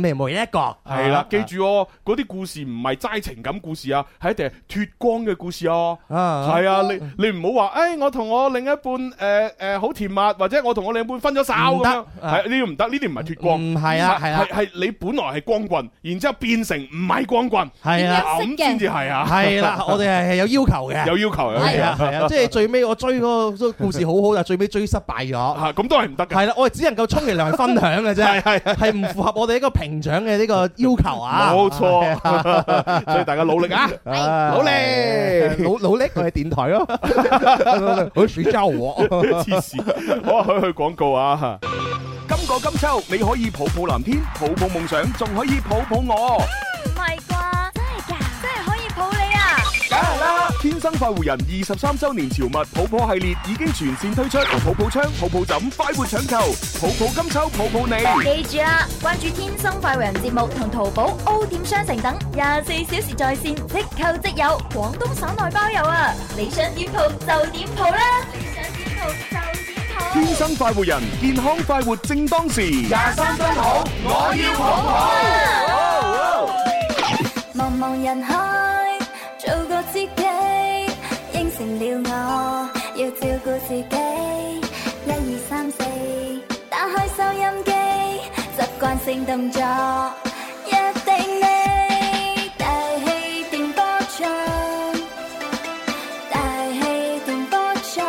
Speaker 5: 你唔係唯一一個。
Speaker 1: 系啦，記住哦，嗰啲故事唔係齋情感故事啊，係一定係脱光嘅故事哦。
Speaker 5: 啊
Speaker 1: 係啊，你你唔好話，诶，我同我另一半诶诶好甜蜜，或者我同我另一半分咗手
Speaker 5: 唔
Speaker 1: 咁
Speaker 5: 得
Speaker 1: 樣，係呢啲唔得，呢啲唔係脱光。
Speaker 5: 嗯係啊係啊
Speaker 1: 係係你本來係光棍，然之后变成唔係光棍，
Speaker 5: 係啊
Speaker 1: 咁先至係啊。
Speaker 5: 係啦，我哋係係有要求
Speaker 1: (laughs)
Speaker 5: 嘅。
Speaker 1: 有要求嘅
Speaker 5: 係啊係啊，即係最尾我追嗰個故事好好，但係最尾追失敗咗。
Speaker 1: 啊咁都係唔得嘅。
Speaker 5: 係啦，我哋只能夠充其量係分享嘅啫，
Speaker 1: 係係
Speaker 5: 係唔符合我哋呢個評獎嘅呢個要求啊！
Speaker 1: 冇錯， (laughs) 所以大家努力啊！
Speaker 5: 啊
Speaker 1: 努力
Speaker 5: 努努力，我哋電台咯，好暑周我。
Speaker 1: 黐線，好啊，去去廣告
Speaker 7: (laughs)
Speaker 1: 啊！
Speaker 7: 今個金秋你可以抱抱藍天，抱抱夢想，仲可以抱抱我。
Speaker 2: 唔係啩？真係㗎，真係可以抱你啊！
Speaker 7: 梗係啦！天生快活人二十三周年潮物抱抱系列已經全線推出，抱抱槍、抱抱枕，快活搶購，抱抱金秋，抱抱你。
Speaker 2: 記住啦，關注《天生快活人》節目同淘寶 O 店商城等廿四小時在線，即購即有，廣東省內包郵啊！你想點抱就點抱啦！你想點抱就點抱。
Speaker 7: 天生快活人，健康快活正當時。
Speaker 8: 廿三分好，我要好
Speaker 10: 茫茫人海，做個知己，應承了我，要照顧自己。一二三四，打開收音機，習慣性動作，約定你大氣電波唱，大氣電波唱，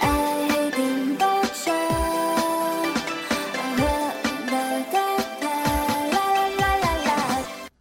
Speaker 10: 大氣電波唱。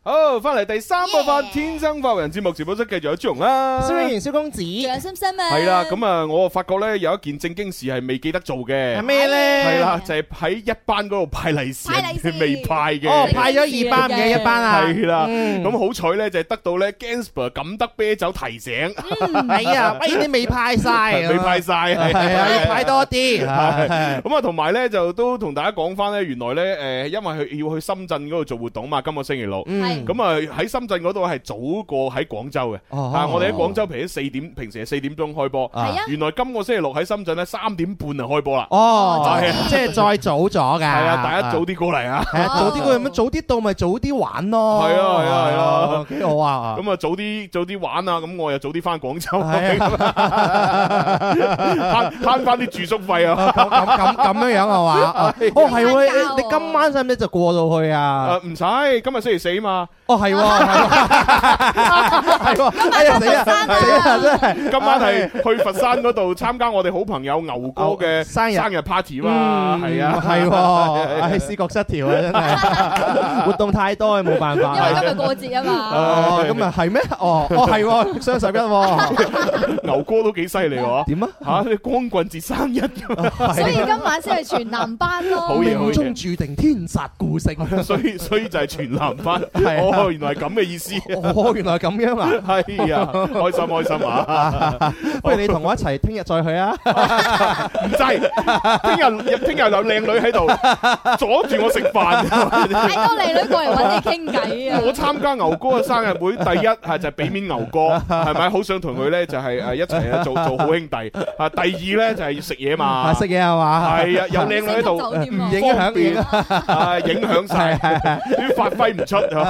Speaker 1: 好，翻嚟第三部分《天生發人》節目直播室，繼續有朱容啦。
Speaker 5: 蕭敬仁、蕭公子
Speaker 6: 仲有
Speaker 5: 係
Speaker 6: 心心啊，
Speaker 1: 係啦，咁啊，我發覺咧有一件正經事係未記得做嘅，
Speaker 5: 咩
Speaker 1: 係
Speaker 5: 咧？
Speaker 1: 啦，就係喺一班嗰度派利是，
Speaker 6: 派利是
Speaker 1: 未派
Speaker 5: 哦，
Speaker 1: 嘅。
Speaker 5: 派咗二班唔嘅一班啊，
Speaker 1: 係啦，
Speaker 5: 嗯
Speaker 1: 咁好彩咧，就係得到咧 Gansper 錦德啤酒提醒，
Speaker 5: 係啊，喂，你未派晒，啊
Speaker 1: 未派晒，係
Speaker 5: 係啊，要派多啲，係
Speaker 1: 係
Speaker 5: 係
Speaker 1: (laughs) 咁啊，同埋咧就都同大家講翻咧，原來咧誒，因為去要去深圳嗰度做活動嘛，今個星期六。
Speaker 5: 嗯
Speaker 1: 咁啊喺深圳嗰度係早過喺廣州嘅，
Speaker 5: 哦
Speaker 1: 啊我哋喺廣州平時四點，平時係四點鐘開波，
Speaker 5: 係
Speaker 6: 啊
Speaker 1: 原來今個星期六喺深圳咧三點半就開波啦，
Speaker 5: 哦
Speaker 1: 係啊，
Speaker 5: 即係再早咗㗎。係
Speaker 1: 係啊，大家早啲過嚟啊，
Speaker 5: 係
Speaker 6: Ờ.
Speaker 5: 啊，早啲佢咁早啲到咪早啲玩咯。
Speaker 1: 係啊係啊係啊
Speaker 5: 幾好啊！
Speaker 1: 咁啊早啲早啲玩啊，咁我又早啲翻廣州，
Speaker 5: 係
Speaker 1: 慳慳翻啲住宿費
Speaker 5: 啊
Speaker 1: 啊，
Speaker 5: 咁咁咁咁樣樣係嘛？啊哦係喎，你你今晚使唔使就過到去啊？
Speaker 1: 誒唔使，今日星期四嘛，
Speaker 6: (laughs)
Speaker 5: 哦係喎，係喎係喎，哎呀死啦
Speaker 6: 啊
Speaker 5: 死啦真係，
Speaker 1: 今晚係去佛山嗰度參加我哋好朋友牛哥嘅
Speaker 5: 生日
Speaker 1: 生日 party 嘛，
Speaker 5: 嗯
Speaker 1: 係啊，
Speaker 5: 係喎，唉思覺失調啊真
Speaker 6: (laughs)
Speaker 5: 係，活動太多冇辦法
Speaker 6: 因為。今日過節啊嘛，
Speaker 5: 哦，咁啊係咩？哦哦係喎，雙十一
Speaker 1: (laughs)
Speaker 5: 喎，
Speaker 1: 牛哥都幾犀利喎，
Speaker 5: 點啊？
Speaker 1: 嚇你光棍節生
Speaker 5: (laughs)
Speaker 1: 日咁啊。
Speaker 6: 所以今晚先係全男班咯。
Speaker 1: 好嘢好
Speaker 5: 命
Speaker 1: 嘢
Speaker 5: 中注定天煞孤星。
Speaker 1: (laughs) 所以所以就係全男班，
Speaker 5: 係啊
Speaker 1: 哦，原來係咁嘅意思，
Speaker 5: 哦，原來咁樣啊！
Speaker 1: 係
Speaker 5: (laughs)
Speaker 1: 啊，開心開心啊，
Speaker 5: 不如你同我一齊聽日再去啊！
Speaker 1: 唔制，聽日聽日有靚女喺度阻住我食飯。
Speaker 6: 太多靚女過嚟揾你傾偈啊！
Speaker 1: 我參加牛哥嘅生日會，第一係就係俾面牛
Speaker 5: (laughs)
Speaker 1: 哥，係咪？好想同佢咧就係誒一齊啊做做好兄弟。啊，第二咧就係要食嘢嘛
Speaker 5: 啊，，食嘢係嘛？
Speaker 1: 係啊，有靚女喺度，
Speaker 6: 星級酒店啊
Speaker 5: 唔影響
Speaker 1: 方便
Speaker 5: 影
Speaker 1: 啊影響
Speaker 5: (laughs)
Speaker 1: 晒，啲發揮唔出啊。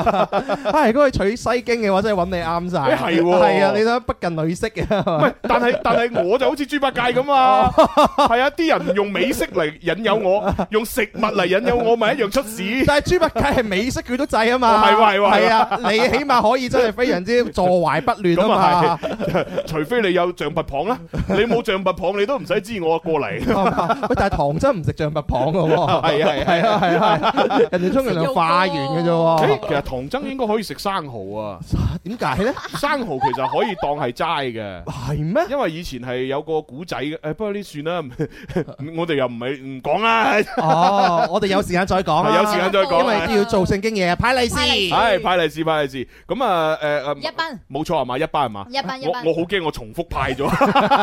Speaker 5: 啊！如果佢取西經嘅話，真係揾你啱晒。
Speaker 1: 哎係喎
Speaker 5: 係啊！你睇不近女色嘅。
Speaker 1: 喂，但係但係我就好似豬八戒咁
Speaker 5: (laughs)
Speaker 1: 啊，係啊，啲人唔用美式嚟引誘我，用食物嚟引誘我，咪一樣出
Speaker 5: (laughs)
Speaker 1: 事。
Speaker 5: 但係豬啊八戒係美式佢都制啊嘛。
Speaker 1: 哦係喎係喎
Speaker 5: 係啊！你起碼可以真係非常之坐懷不亂
Speaker 1: 咁
Speaker 5: 啊
Speaker 1: 啊係， (laughs) 除非你有象拔蚌啦，你冇象拔蚌，你都唔使知我過嚟。
Speaker 5: 嘛。 (laughs) 喂，但係唐僧唔食象拔蚌嘅喎。
Speaker 1: 係啊係啊
Speaker 5: 係啊係啊！人哋沖完涼化完嘅啫喎。
Speaker 6: 哦
Speaker 1: 誒，其實唐僧生應該可以食生蠔
Speaker 6: (laughs)
Speaker 1: 啊？
Speaker 5: 點
Speaker 1: (laughs)
Speaker 5: 解咧？
Speaker 1: 生蠔其實可以當係齋嘅，
Speaker 5: 係咩？
Speaker 1: 因為以前係有個古仔嘅，誒不過呢算啦，唔 (laughs) 我哋又唔係唔講
Speaker 6: (laughs)
Speaker 1: 啦。
Speaker 5: 哦，我哋有時間再講啦，
Speaker 1: 有時間再講
Speaker 5: 因為都要做正經嘢，派利是。
Speaker 1: 係派利是派利是，咁啊誒誒，
Speaker 6: 一班
Speaker 1: 冇錯係啊嘛？一班係嘛？
Speaker 6: 一班一
Speaker 1: 我
Speaker 6: 班
Speaker 1: 我好驚我重複派咗，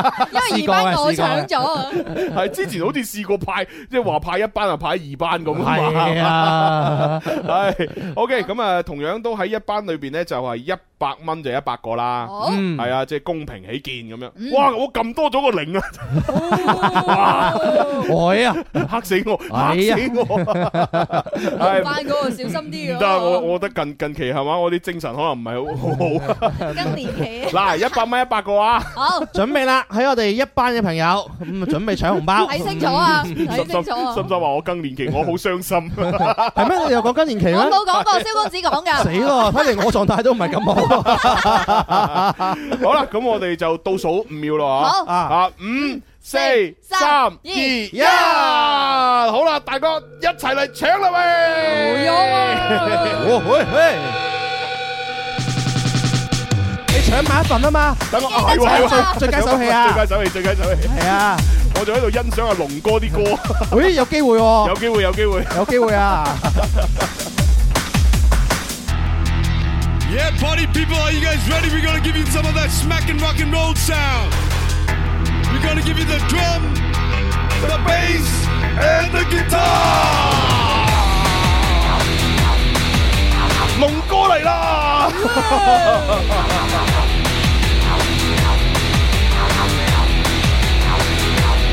Speaker 1: (laughs)
Speaker 6: 因為二班我搶咗啊，
Speaker 1: 係之前好似試過派，即係話派一班啊派二班咁嘛
Speaker 6: 啊
Speaker 1: (laughs)
Speaker 5: 係啊
Speaker 1: 係 OK，咁啊同樣都喺一班裏邊咧，就係一百蚊就一百個啦，
Speaker 6: 好
Speaker 5: 嗯
Speaker 1: 係啊，即係公平起見咁
Speaker 6: 哦嗯哦
Speaker 1: 樣。哇！我撳多咗個零啊！
Speaker 5: 我呀，
Speaker 1: (laughs) 嚇死我，嚇
Speaker 5: 哎呀
Speaker 1: 死
Speaker 5: (laughs)
Speaker 1: 我！係
Speaker 6: 班嗰個小心
Speaker 1: 唔
Speaker 6: 啲㗎
Speaker 1: 得，我我覺得近近期係嘛，我啲精神可能唔係好 (laughs) 好好。
Speaker 6: 更年期
Speaker 1: 嗱，一百蚊一百個啊！
Speaker 6: 好
Speaker 5: 準備啦，喺我哋一班嘅朋友咁啊，準備搶紅包。
Speaker 6: 睇清楚啊，
Speaker 1: 心心
Speaker 6: 睇清楚啊
Speaker 1: 心，心話我更年期，我好傷 (laughs) 心。
Speaker 5: 係咩？你又講更年期
Speaker 6: 我
Speaker 5: 咩？
Speaker 6: 冇講過，蕭公子講㗎，
Speaker 5: 死咯！睇嚟我狀態都唔係咁
Speaker 1: (laughs)
Speaker 5: 好。
Speaker 1: 好啦，咁我哋就倒數五秒咯
Speaker 6: 好
Speaker 5: À,
Speaker 1: 吓，啊五、四、三、二、一，好啦，大哥一齊嚟搶啦喂！
Speaker 6: À,
Speaker 5: 哦喂喂，你搶埋一份
Speaker 1: (laughs)
Speaker 5: 啊嘛！
Speaker 1: (laughs) 等我係喎係喎，
Speaker 5: 最佳手氣啊
Speaker 1: 最佳手氣，最佳手氣，
Speaker 5: 係啊，
Speaker 1: 我仲喺度欣賞阿龍哥 (laughs) 啲歌，
Speaker 5: 咦有機
Speaker 1: (laughs)
Speaker 5: 會
Speaker 1: 有
Speaker 5: 喎，
Speaker 1: 機會有機會。
Speaker 5: 有機
Speaker 1: (laughs)
Speaker 5: 會啊！
Speaker 11: Yeah, party people, are you guys ready? We're gonna give you some of that smack and rock and roll sound. We're gonna give you the drum, the bass, and the guitar.
Speaker 1: 龍哥嚟啦！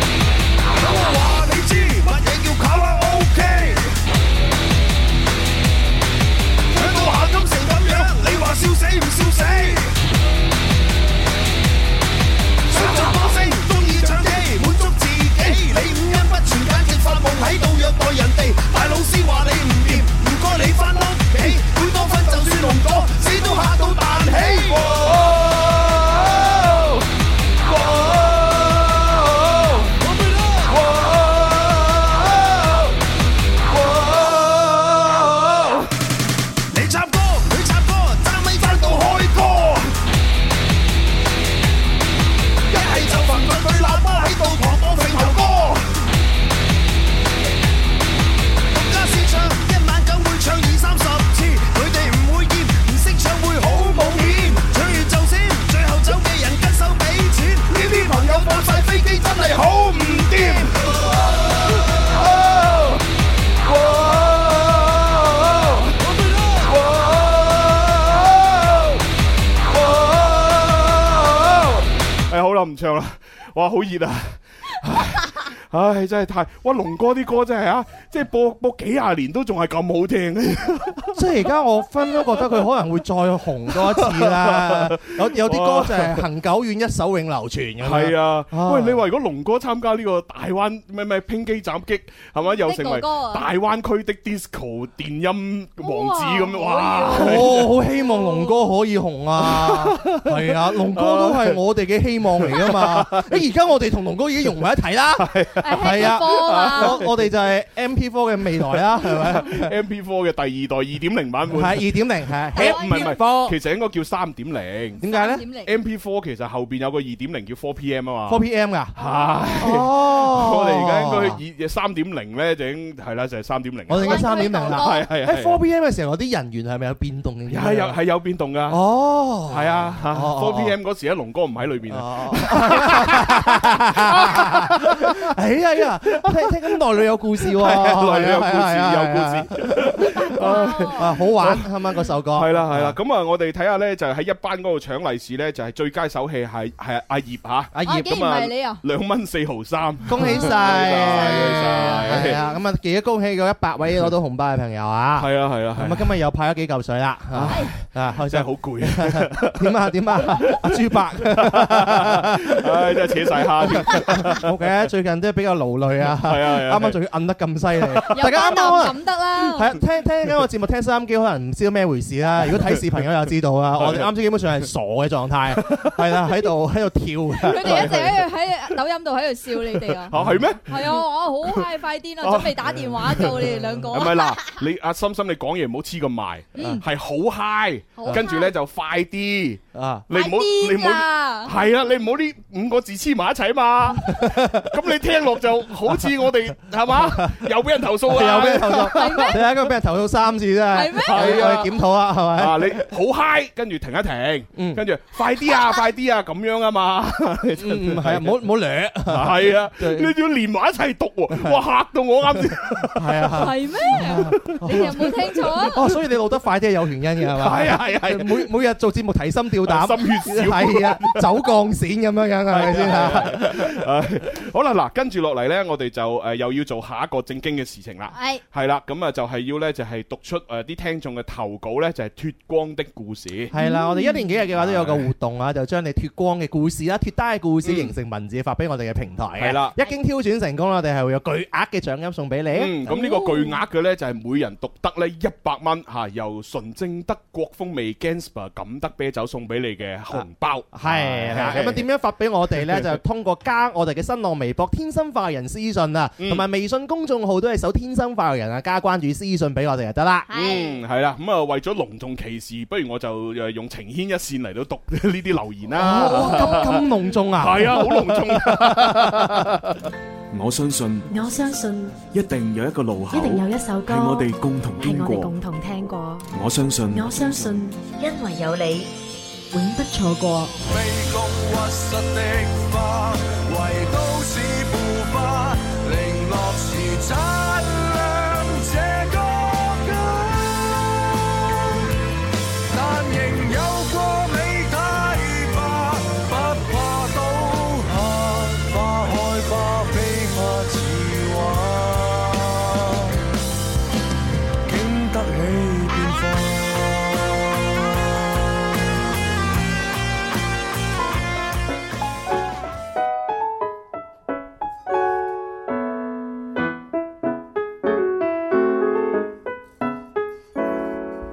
Speaker 11: 話你知乜嘢叫卡拉 OK？唱到下金城咁樣，你話笑死唔笑死？想唱歌星，中意唱 K，滿足自己。你五音不全，簡直發夢喺度虐待人哋。大老師話你唔掂，唔該你翻屋企。每多分就算龍哥，死都嚇到彈起。你插歌，佢插歌，爭尾翻到開歌。一係就焚佢對喇叭喺度狂播肥頭歌。獨家試唱，一晚梗會唱二三十次，佢哋唔會厭，唔識唱會好冒險。唱完就閃，最後走嘅人跟手俾錢。呢啲朋友放晒飛機，真係好唔掂。
Speaker 1: 誒好啦，唔唱啦，哇好熱啊！唉唉，真係太哇龍哥啲歌真係啊，即係播播幾廿年都仲係咁好聽
Speaker 5: 即係而家我分都覺得佢可能會再紅多一次
Speaker 1: (laughs)
Speaker 5: 啦。有有啲歌就係恒久遠，一首永流傳咁樣。
Speaker 1: 係啊，
Speaker 5: 啊
Speaker 1: 喂，你話如果龍哥參加呢個大灣咩咩拼機斬擊，係咪又成為
Speaker 6: 的哥哥啊
Speaker 1: 大灣區的 disco 電音王子咁樣？哇！
Speaker 5: 我好希望龍哥可以
Speaker 1: (laughs)
Speaker 5: 紅啊！係啊，龍哥都係我哋嘅希望嚟
Speaker 1: (laughs)
Speaker 5: 噶嘛。誒，而家我哋同龍哥已經融為一體啦。係
Speaker 6: 係波啊
Speaker 5: (laughs) 我我哋就係 MP4 嘅未來
Speaker 1: (laughs)
Speaker 5: 啦，係咪？
Speaker 1: MP4 嘅第二代二點零版
Speaker 5: 係
Speaker 1: 本，
Speaker 5: 二點零係
Speaker 1: 誒唔係唔
Speaker 5: MP4
Speaker 1: 係，其實應該叫三點零。
Speaker 5: 點解
Speaker 6: 三
Speaker 5: 咧
Speaker 6: 點零
Speaker 1: MP4 其實後邊有個二點零叫 Four PM 啊嘛。(laughs)
Speaker 5: ？4PM 噶。
Speaker 1: 係，
Speaker 5: 哦，
Speaker 1: 我哋而家應該二三點零咧，就已經係啦，就係三點零。
Speaker 5: 我哋應該三點零啦。
Speaker 1: 係係
Speaker 5: 喺
Speaker 1: 係
Speaker 5: 4PM 嘅時候，啲人員係咪有變動嘅？
Speaker 1: 係有係有變動㗎。
Speaker 5: 哦，
Speaker 1: 係啊
Speaker 5: 哦
Speaker 1: ，Four
Speaker 5: 哦
Speaker 1: PM 嗰時咧，龍哥唔喺裏邊啊。
Speaker 5: 哦， (laughs) 哎呀呀，聽聽緊內裏有故事
Speaker 1: (laughs)
Speaker 5: 喎，
Speaker 1: 內裏有故
Speaker 5: 係啊係啊
Speaker 1: 事，有故事。
Speaker 6: Ờ,
Speaker 5: 啊，好玩啱啱嗰首歌，
Speaker 1: 係啦係啦，，咁啊，我哋睇下咧，就喺一班嗰度搶利是咧，就係最佳手氣係係阿葉吓，
Speaker 5: 阿
Speaker 6: 啊
Speaker 5: 葉
Speaker 6: 竟然
Speaker 1: 咁啊
Speaker 6: 唔係你啊，
Speaker 1: 兩蚊四毫三。
Speaker 5: 恭喜晒，
Speaker 1: 恭喜晒
Speaker 5: 係啊，咁啊，記得恭喜嗰一
Speaker 1: (laughs)
Speaker 5: 百位攞到紅包嘅朋友啊，
Speaker 1: 係啊係啊
Speaker 5: 咁
Speaker 1: 係
Speaker 5: 啊，
Speaker 1: 啊，
Speaker 5: 今日又派咗幾嚿水啦，啊，
Speaker 1: 真
Speaker 5: 開心
Speaker 1: 係好攰啊！ (laughs)
Speaker 5: 點啊點啊，阿朱伯，
Speaker 1: (laughs)
Speaker 5: (laughs)
Speaker 1: 唉，真係扯晒蝦添。啊
Speaker 5: 好嘅，最近近都比較勞累啊，
Speaker 1: 係啊係啊
Speaker 5: 啱啱仲要摁得咁犀
Speaker 6: (laughs)
Speaker 5: 利，大
Speaker 6: 有
Speaker 5: 家
Speaker 6: 家
Speaker 5: 啱啱可
Speaker 6: 咁
Speaker 5: 能。
Speaker 6: 得啦。
Speaker 5: 係啊，聽聽緊我節目聽收音機，可能唔知道咩回事啦。如果睇視頻嘅話就知道啦。我哋啱先基本上係傻嘅狀
Speaker 1: (laughs)
Speaker 5: 態，係啦，喺度喺度跳嘅。
Speaker 6: 佢哋一直喺度喺抖音度喺度笑你哋啊！
Speaker 1: 嚇係咩？
Speaker 6: 係啊，我好嗨快癲啦，
Speaker 1: 哦
Speaker 6: 準備打電話叫你哋兩個。
Speaker 1: 係咪嗱？你阿心心，你講嘢唔好黐咁埋，
Speaker 6: 嗯
Speaker 1: 係好嗨
Speaker 6: 好，high
Speaker 1: 跟住咧就快啲
Speaker 5: 啊！
Speaker 1: 你唔好你唔
Speaker 6: à.
Speaker 1: 好係啊！你唔好呢五個字黐埋一齊
Speaker 5: (laughs)
Speaker 1: 嘛。咁你聽落就好似我哋係
Speaker 5: (laughs)
Speaker 1: 嘛，又俾人投訴啊！
Speaker 5: 又俾人投訴，你喺個俾人投訴三次真係，
Speaker 1: 係啊
Speaker 5: 我哋檢討啊，係咪？
Speaker 1: 啊！你好嗨，跟住停一停，跟住快啲
Speaker 5: (laughs)
Speaker 1: 啊，快啲啊，咁樣啊嘛，
Speaker 5: 嗯係啊唔好唔好掠
Speaker 1: 係啊，
Speaker 5: 對
Speaker 1: 你要連埋一齊讀喎，哇嚇到我啱先，
Speaker 5: 係啊，
Speaker 6: 係咩？你哋有冇聽錯啊？
Speaker 5: 哦，所以你老得快啲係有原因 (laughs) 嘅係嘛？
Speaker 1: 係啊係啊係啊
Speaker 5: 每每日做節目提心吊膽，
Speaker 1: (laughs) 心血少
Speaker 5: 係啊，走鋼線咁樣樣係咪先啊？
Speaker 1: 唉好啦，嗱，跟住落嚟呢，我哋就誒又要做下一個正經嘅事情啦。
Speaker 6: 係
Speaker 1: 係啦，咁啊就係要呢，就係讀出誒啲聽眾嘅投稿呢，就係脱光的故事。
Speaker 5: 係啊啦，我哋一年幾日嘅話都有個活動啊，就將你脱光嘅故事啦、脱單嘅故事形成文字發俾我哋嘅平台嘅
Speaker 1: 係啦
Speaker 5: 一經挑選成功啦，我哋係會有巨額嘅獎金送俾
Speaker 1: 嗯，
Speaker 5: 你。
Speaker 1: 咁呢個巨額嘅呢，就係每人獨得呢一百蚊嚇，由純正德國風味 Gansper 錦德啤酒送俾你嘅紅包。
Speaker 5: 係啦，
Speaker 1: 係
Speaker 5: 咁啊點樣發俾我哋呢？就通過加我哋嘅新浪微博「天生化人私信」啊，同埋微信公眾號都係搜「天生化人」啊，加關注私信俾我哋就得啦。
Speaker 1: 嗯，係啦，咁啊為咗隆重其事，不如我就誒用情牽一線嚟到讀 (laughs) 呢啲留言啦。
Speaker 5: 哦咁咁隆重啊！
Speaker 1: 係啊，好隆重。
Speaker 12: 我相信
Speaker 13: 我相信
Speaker 12: 一定有一個路口，
Speaker 13: 一定有一首歌
Speaker 12: 係我哋共同
Speaker 13: 係
Speaker 12: 經
Speaker 13: 我哋
Speaker 12: 過。
Speaker 13: 共同聽過。
Speaker 12: 我相信
Speaker 13: 我相信，因為有你，永不錯過。
Speaker 7: 屈膝的花，為都市腐化，零落時擦亮這個家。但仍有過美太吧，不怕倒下，花開花飛花似畫，經得起變化。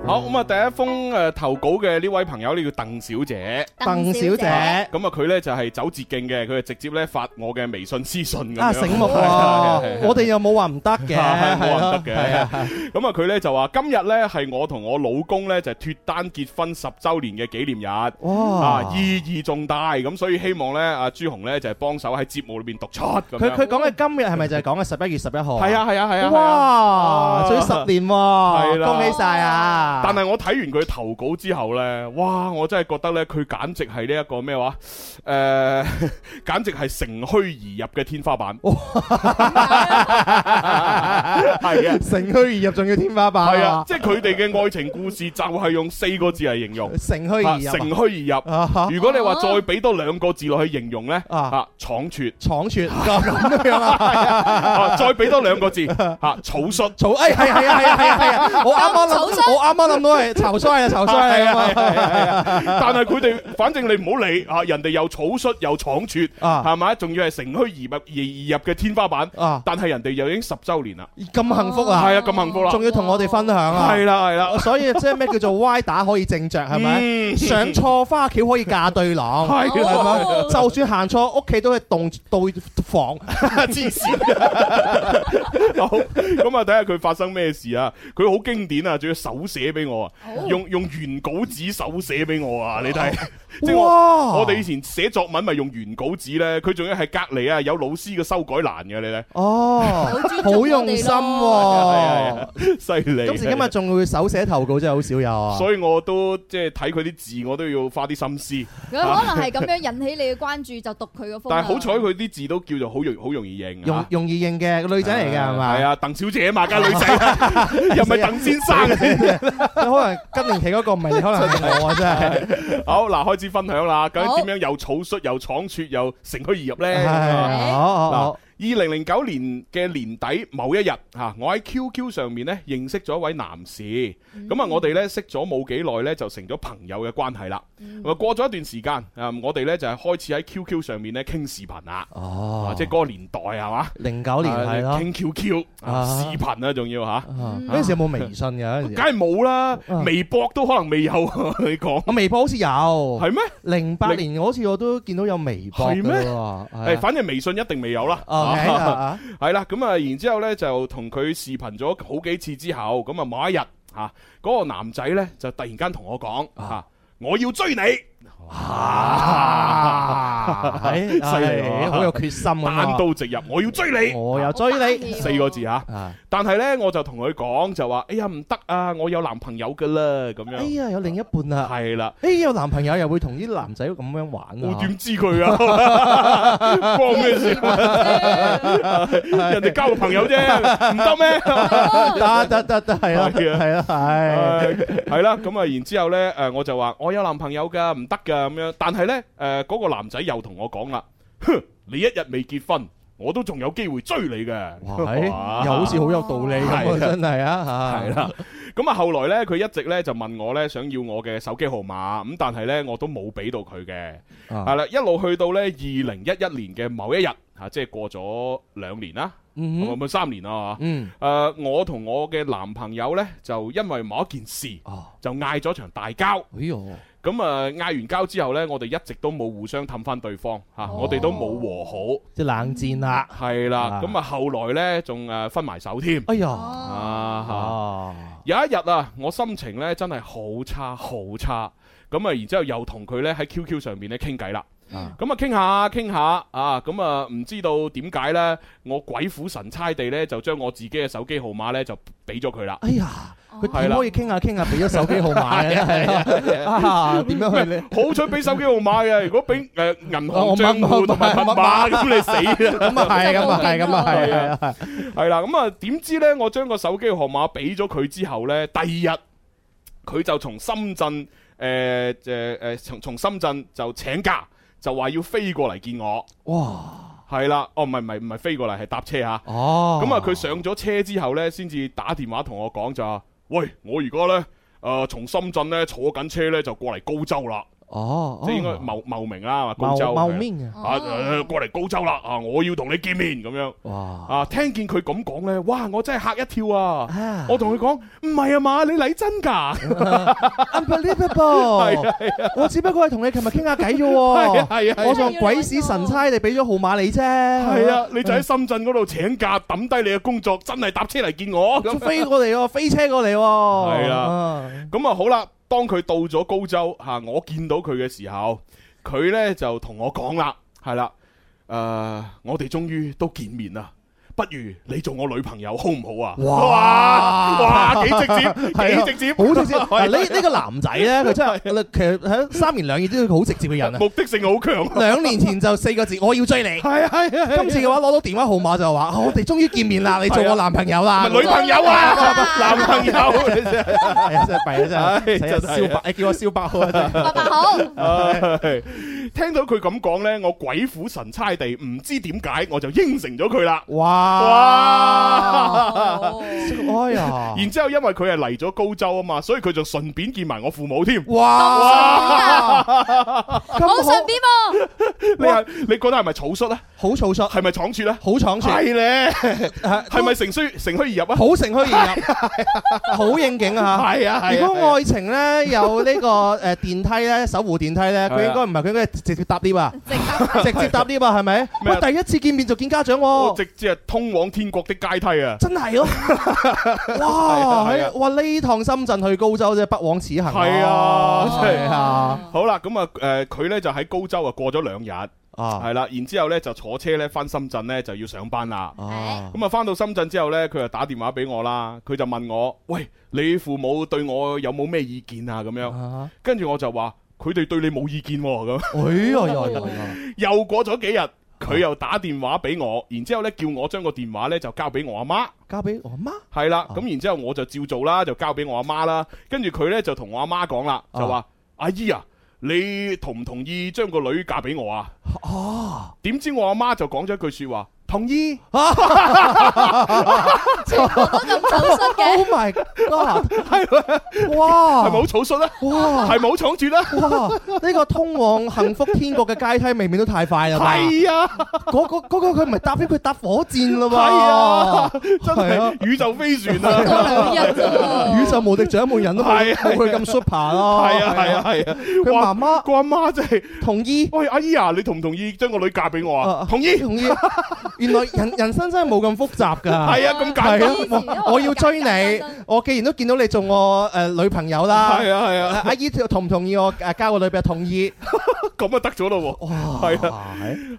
Speaker 1: 好咁啊！第一封誒投稿嘅呢位朋友呢叫鄧小姐，
Speaker 5: 鄧小姐
Speaker 1: 咁啊佢呢就係走捷徑嘅，佢就直接呢發我嘅微信私信咁樣
Speaker 5: 啊，醒目喎！我哋又冇話唔得
Speaker 1: 係
Speaker 5: 嘅，
Speaker 1: (laughs) 冇話
Speaker 5: 咯
Speaker 1: 唔得 (laughs)
Speaker 5: 係啊
Speaker 1: 嘅。咁啊，佢呢就話今日呢係我同我老公呢就脱單結婚十週年嘅紀念日，
Speaker 5: 哇
Speaker 1: 啊意義重大，咁所以希望呢阿朱紅呢就係幫手喺節目裏邊讀出咁
Speaker 5: 佢
Speaker 1: 樣。
Speaker 5: 佢講嘅今日係咪就係講嘅十一月十一號？
Speaker 1: 係啊係啊係啊係啊
Speaker 5: 哇！仲有十
Speaker 1: 係
Speaker 5: 年喎，
Speaker 1: 啦
Speaker 5: 恭喜晒啊！
Speaker 1: 但係我 (laughs) 睇完佢投稿之後呢，哇！我真係覺得呢，佢簡直係呢一個咩話？ (laughs) 誒、 (laughs) 簡直係乘虛而入嘅天花板。係啊，
Speaker 5: (laughs) (laughs) 乘虛而入仲要天花板
Speaker 1: 係啊，即係佢哋嘅愛情故事就係用四個字嚟形容，
Speaker 5: 乘虛而入啊
Speaker 1: 啊乘虛而 (laughs)
Speaker 5: 哈
Speaker 1: 入。如果你話再俾多兩個字落去形容呢，啊，倉促，
Speaker 5: 倉促咁樣啊！
Speaker 1: 再俾多兩個字，啊，草率，
Speaker 5: 草，哎係啊係啊係啊係啊係啊！我啱啱
Speaker 1: 草
Speaker 5: 諗，我啱啱諗到係籌衰 (laughs) 啊籌衰啊咁啊！
Speaker 1: 但係佢哋，反正你唔好理啊，人哋又草率又倉促，
Speaker 5: 啊
Speaker 1: 係咪？仲要係乘虛而入而入嘅天花板。但係人哋又已經十週年啦，
Speaker 5: 咁幸福啊！
Speaker 1: 係啊，咁幸福啦，
Speaker 5: 仲要同我哋分享啊！
Speaker 1: 係啦係啦
Speaker 5: 所以即係咩叫做 (laughs) 歪打可以正着係咪？
Speaker 1: 嗯
Speaker 5: 上錯花轎可以嫁對郎，
Speaker 1: 係啊
Speaker 5: 係咪？就算行錯屋企都係洞對房，
Speaker 1: (laughs) 黐線！好，咁啊，睇下佢發生咩事啊！佢好經典啊，仲要手寫俾我啊，用用原稿紙手寫俾我啊！你睇， (laughs) 即係
Speaker 5: 哇
Speaker 1: 我我哋以前寫作文咪用原稿紙咧，佢仲要係隔離啊有老師嘅修改欄嘅，你睇，
Speaker 5: 哦，好用心
Speaker 1: 係
Speaker 5: 喎
Speaker 1: 啊。犀利！
Speaker 5: 今時哦今日仲會手寫投稿真係好少有啊！
Speaker 1: 所以我都即係睇佢啲字，我都要花啲心思。
Speaker 6: 佢可能係咁樣引起你嘅關注，就讀佢個封啊。
Speaker 1: 但係好彩佢啲字都叫做好容好容易認
Speaker 5: 容
Speaker 1: 啊。
Speaker 5: 容易認嘅女仔嚟嘅係嘛？
Speaker 1: 係啊，鄧小姐嘛，梗係女
Speaker 5: (laughs)
Speaker 1: 仔，又唔係鄧先生。
Speaker 5: 啊
Speaker 1: 啊
Speaker 5: 可能更年期嗰個唔係你，可能係我啊！真係。
Speaker 1: 好嗱，開始分享啦。究
Speaker 5: 好
Speaker 1: 竟點樣又草率又倉促又乘虛而入咧？
Speaker 5: 係好好
Speaker 1: 啊嗱
Speaker 5: 好，
Speaker 1: 二零零九年嘅年底某一日嚇，我喺 QQ 上面咧認識咗一位男士，
Speaker 5: 嗯
Speaker 1: 咁啊、我哋咧識咗冇幾耐咧就成咗朋友嘅關係啦。
Speaker 5: 嗯
Speaker 1: 咁啊過咗一段時間，啊我哋咧就係開始喺 QQ 上面咧傾視頻啦。
Speaker 5: 哦
Speaker 1: 啊即係嗰個年代係嘛？
Speaker 5: 零九年係
Speaker 1: 啊
Speaker 5: 咯
Speaker 1: 傾 QQ 啊
Speaker 5: 啊
Speaker 1: 視頻啊，啊仲要嚇。
Speaker 5: 嗰陣時有冇微信嘅？嗰陣啊時
Speaker 1: 梗係冇啦，微博都可能未有。 (laughs) 你講，
Speaker 5: 我微博好似有，係
Speaker 1: 咩？
Speaker 5: 零八年我好似我都見到有微博
Speaker 1: 係咩
Speaker 5: 㗎喎係
Speaker 1: 誒，
Speaker 5: 啊
Speaker 1: 反正微信一定未有啦。
Speaker 5: OK，啊
Speaker 1: (laughs) 係啦，咁啊，然之後咧就同佢視頻咗好幾次之後，咁啊某一日嚇，嗰個男仔咧就突然間同我講
Speaker 5: 啊
Speaker 1: 嚇，我要追你。 (laughs) 啊
Speaker 5: 係
Speaker 1: 犀利喎
Speaker 5: 係哎好有哦決心咁啊
Speaker 1: 單刀直入，我要追你，
Speaker 5: 我又追你啊
Speaker 1: 四個字嚇。但係咧，我就同佢講就話：哎呀唔得啊，我有男朋友噶啦咁樣。
Speaker 5: 哎呀，有另一半啦，
Speaker 1: 啊係啦。
Speaker 5: 哎，有男朋友又會同啲男仔咁樣玩啊？我點
Speaker 1: 知佢
Speaker 5: (laughs)
Speaker 1: 啊？關咩事？人哋交個朋友啫，唔得咩？
Speaker 5: 得得得得，係啦，啊
Speaker 1: 啊
Speaker 5: 係啦，係。
Speaker 1: 係啦，咁啊，然之後咧，誒，我就話我有男朋友㗎，唔得㗎咁樣。但係咧，誒，嗰個男仔又同我講啦，哼，你一日未結婚，我都仲有機會追你嘅。
Speaker 5: 係又好似好有道理咁
Speaker 1: 係
Speaker 5: 啊！
Speaker 1: 啊
Speaker 5: 真係啊，
Speaker 1: 係啦。 (laughs) 咁啊，後來咧，佢一直咧就問我咧，想要我嘅手機號碼，咁但係咧，我都冇俾到佢嘅。
Speaker 5: 啊
Speaker 1: 係啦，一路去到咧二零一一年嘅某一日，嚇，即係過咗兩年啦，
Speaker 5: 嗯哼
Speaker 1: 唔係三年啦，嚇。
Speaker 5: 嗯
Speaker 1: 誒，我同我嘅男朋友咧，就因為某一件事，就嗌咗場大交。
Speaker 5: 哦哎呦！
Speaker 1: 咁啊，嗌完交之後咧，我哋一直都冇互相氹翻對方嚇，我哋都冇和好。
Speaker 5: 即係冷戰啦。
Speaker 1: 係啦
Speaker 5: 啊，
Speaker 1: 咁啊後來呢，仲誒分埋手添。
Speaker 5: 哎呀哦
Speaker 1: 啊有一日啊，我心情呢真係好差好差，咁啊然之後又同佢呢喺 QQ 上面咧傾偈啦。
Speaker 5: 啊
Speaker 1: 咁啊，傾下傾下啊，咁啊，唔知道點解呢，我鬼斧神差地呢，就將我自己嘅手機號碼呢就俾咗
Speaker 5: (laughs)
Speaker 1: 佢啦。
Speaker 5: 哎呀，佢
Speaker 1: 係
Speaker 5: 點
Speaker 1: 啦
Speaker 5: 可以傾下傾下俾咗手機號碼嘅？係啊 (laughs) 啊，點樣去咧？
Speaker 1: 好彩俾手機號碼嘅，如果俾誒銀
Speaker 5: 哦
Speaker 1: 行帳戶同埋密碼，咁你死啦！
Speaker 5: 咁啊係咁啊係咁啊係係啊
Speaker 1: 係啦，咁啊點知呢？我將個手機號碼俾咗佢之後呢，第二日佢就從深圳誒誒誒從從深圳就請假，就話要飛過嚟見我。
Speaker 5: 哇！
Speaker 1: 係啦，哦，唔係唔係唔係飛過嚟，係搭車嚇。
Speaker 5: 哦，
Speaker 1: 咁啊，佢上咗車之後呢，先至打電話同我講就話：，喂，我而家呢，誒從深圳呢坐緊車呢，就過嚟高州啦。
Speaker 5: 哦，
Speaker 1: 即係應該茂茂名啦，話高州係
Speaker 5: 茂
Speaker 1: 啊
Speaker 5: 茂名啊
Speaker 1: 啊誒過嚟高州啦啊！我要同你見面咁樣。
Speaker 5: 哇！
Speaker 1: 啊！聽見佢咁講呢，哇！我真係嚇一跳啊！我同佢講唔係啊嘛，你嚟真㗎？係
Speaker 5: 啊 unbelievable！
Speaker 1: 啊係啊！
Speaker 5: 我只不過係同你琴日傾下偈
Speaker 1: 係
Speaker 5: 啫喎
Speaker 1: 啊係啊係，啊
Speaker 5: 哦我仲鬼使神差地俾咗號碼你啫。係
Speaker 1: 係啊！你就喺深圳嗰度請假，抌低你嘅工作，真係搭車嚟見我。咁
Speaker 5: 飛過嚟喎，飛車過嚟喎。
Speaker 1: 係
Speaker 5: 啊
Speaker 1: 啦，咁啊好啦，當佢到咗高州吓，我見到佢嘅時候，佢呢就同我講啦，係啦，誒、我哋終於都見面啦。不如你做我女朋友好唔好啊？哇哇，幾直接，幾直接，
Speaker 5: 啊
Speaker 1: 啊 (laughs)
Speaker 5: 好直接。嗱呢呢個
Speaker 1: 男。
Speaker 5: 男仔咧，佢真
Speaker 1: 啊
Speaker 5: 係其實喺三言兩語都係一個好直接嘅人啊。
Speaker 1: 目的性好強。
Speaker 5: 兩年前就四個字，我要追你。
Speaker 1: 係啊係啊係啊
Speaker 5: 今次嘅話攞到電話號碼就話，啊我哋終於見面啦，你做我男朋友啦。
Speaker 1: 咪女朋友啊，男朋友，你真係
Speaker 5: 係啊，真係弊啊，真係。
Speaker 1: 真係
Speaker 5: 小白，你叫我小白好啊。真係
Speaker 1: 伯好。聽到佢咁講呢，我鬼斧神差地唔知點解，我就應承咗佢啦。
Speaker 5: 哇！哎呀！
Speaker 1: 然之後因為佢係嚟咗高州啊嘛，所以佢就順便見埋我父母添。
Speaker 5: 哇！
Speaker 1: 好
Speaker 5: 順
Speaker 1: 便喎！你係你覺得係咪草率咧？
Speaker 5: 好草率，
Speaker 1: 係咪倉促咧？
Speaker 5: 好倉促
Speaker 1: 係啊咧，係咪乘虛乘虛而入啊？
Speaker 5: 好乘虛而入，好應景啊！
Speaker 1: 係啊係啊
Speaker 5: 如果愛情咧有呢個誒電梯咧，守護電梯咧，
Speaker 1: 啊
Speaker 5: 佢應該唔係佢應該係直接搭 lift 啊，直接搭 lift 啊，係咪？
Speaker 1: 咩啊
Speaker 5: 喂，第一次見面就見家長
Speaker 1: 我
Speaker 5: 喎，
Speaker 1: 直接係通往天國的階梯啊！
Speaker 5: 真係
Speaker 1: (laughs)
Speaker 5: 咯！哇，喺哇呢趟深圳去高州啫，不枉此行。
Speaker 1: 係啊，
Speaker 5: 係啊，
Speaker 1: 好啦，咁啊，誒，佢呢就喺高州啊過咗兩日，
Speaker 5: 啊
Speaker 1: 係啦，然之後咧就坐車呢翻深圳呢就要上班啦。
Speaker 5: 哎哦
Speaker 1: 咁啊，翻到深圳之後呢，佢就打電話俾我啦，佢就問我：，喂，你父母對我有冇咩意見啊？咁樣，跟住我就話：佢哋對你冇意見喎。
Speaker 5: 哎呀呀
Speaker 1: 咁，
Speaker 5: 呀！
Speaker 1: (laughs) 又過咗幾日，佢又打電話俾我，然之後咧叫我將個電話呢就交俾我阿媽。
Speaker 5: 交俾我媽。
Speaker 1: 係啦，咁然之後我就照做啦，就交俾我阿媽啦。跟住佢呢，就同我阿媽講啦，就話：阿姨啊，你同唔同意將個女嫁俾我啊？
Speaker 5: 哦，
Speaker 1: 點知我阿媽就講咗一句説話：同意。
Speaker 5: Oh my god！
Speaker 1: 係
Speaker 5: 哇，
Speaker 1: 咪好草率啊？
Speaker 5: 哇，
Speaker 1: 係咪好倉啊住
Speaker 5: 啦？哇，呢個通往幸福天國嘅階梯未免都太快啦吧？
Speaker 1: 係啊，
Speaker 5: 嗰個嗰個佢唔係搭飛，佢搭火箭啦嘛？
Speaker 1: 係啊，真
Speaker 5: 係啊
Speaker 1: 係宇宙飛船
Speaker 5: 過
Speaker 1: 啊！
Speaker 5: 宇宙無敵獎門人都冇
Speaker 1: 係啊係啊
Speaker 5: 冇佢咁 super 咯。
Speaker 1: 係啊係啊係啊！
Speaker 5: 佢
Speaker 1: 哇
Speaker 5: 媽媽
Speaker 1: 個阿媽真係
Speaker 5: 同意。
Speaker 1: 喂，阿姨啊，你同唔同意將個女嫁俾我啊？同意
Speaker 5: 同意。原來人人生真係冇咁複雜㗎。係
Speaker 1: 係啊咁簡單
Speaker 5: 啊我我要追你，我既然都見到你做我誒女朋友啦。
Speaker 1: 係啊係啊
Speaker 5: 阿姨同唔同意我誒交個女俾佢？同意。
Speaker 1: 咁啊得咗咯喎，係啊。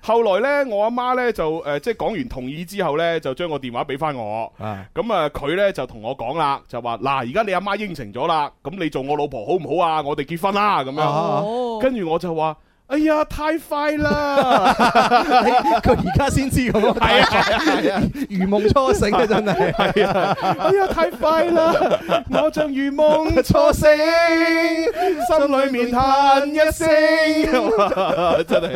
Speaker 1: 後來呢，我阿媽呢就誒即係講完同意之後呢，就將個電話俾翻我。
Speaker 5: 啊
Speaker 1: 咁啊，佢呢就同我講啦，就話嗱，而家你阿媽應承咗啦，咁你做我老婆好唔好啊？我哋結婚啦咁
Speaker 5: 哦
Speaker 1: 樣。跟住我就話。哎呀，太快啦！
Speaker 5: 佢而家先知咁啊！係啊，係啊，如夢初醒啊，真係。
Speaker 1: 係啊，哎呀，太快啦！我像如夢
Speaker 5: 初醒，
Speaker 1: 心裏面嘆一聲。 (laughs) 真係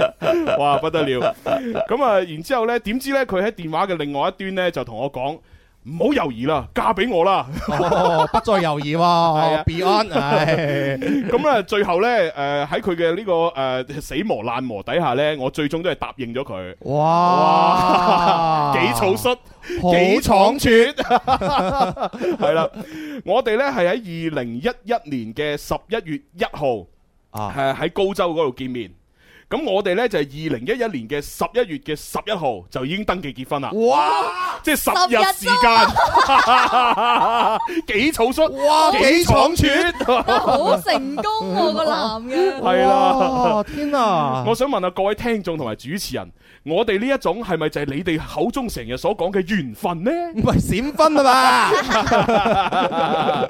Speaker 1: 哇不得了！咁啊，然之後呢，點知呢？佢喺電話嘅另外一端呢，就同我講。唔好猶豫啦，嫁俾我啦！
Speaker 5: 哦，不再猶豫喎，Beyond，唉
Speaker 1: 咁啊，最後呢，誒喺佢嘅呢個誒、呃死磨爛磨底下呢，我最終都係答應咗佢。
Speaker 5: 哇，
Speaker 1: 幾草率，
Speaker 5: 好
Speaker 1: 幾倉促，係啦。我哋呢係喺二零一一年嘅十一月一號，
Speaker 5: 啊
Speaker 1: 係喺高州嗰度見面。咁我哋呢就係二零一一年嘅十一月嘅十一號就已經登記結婚啦。
Speaker 5: 哇！
Speaker 1: 即係十日時間， (laughs) 幾草率，
Speaker 5: 哇幾倉
Speaker 1: 促，
Speaker 6: 好成功喎個男嘅，
Speaker 1: (laughs) 係啦
Speaker 5: 哇！天啊！
Speaker 1: 我想問下各位聽眾同埋主持人，我哋呢一種係咪就係你哋口中成日所講嘅緣分
Speaker 5: (laughs)
Speaker 1: 呢？
Speaker 5: 唔係閃婚啊
Speaker 1: (laughs)
Speaker 5: 嘛，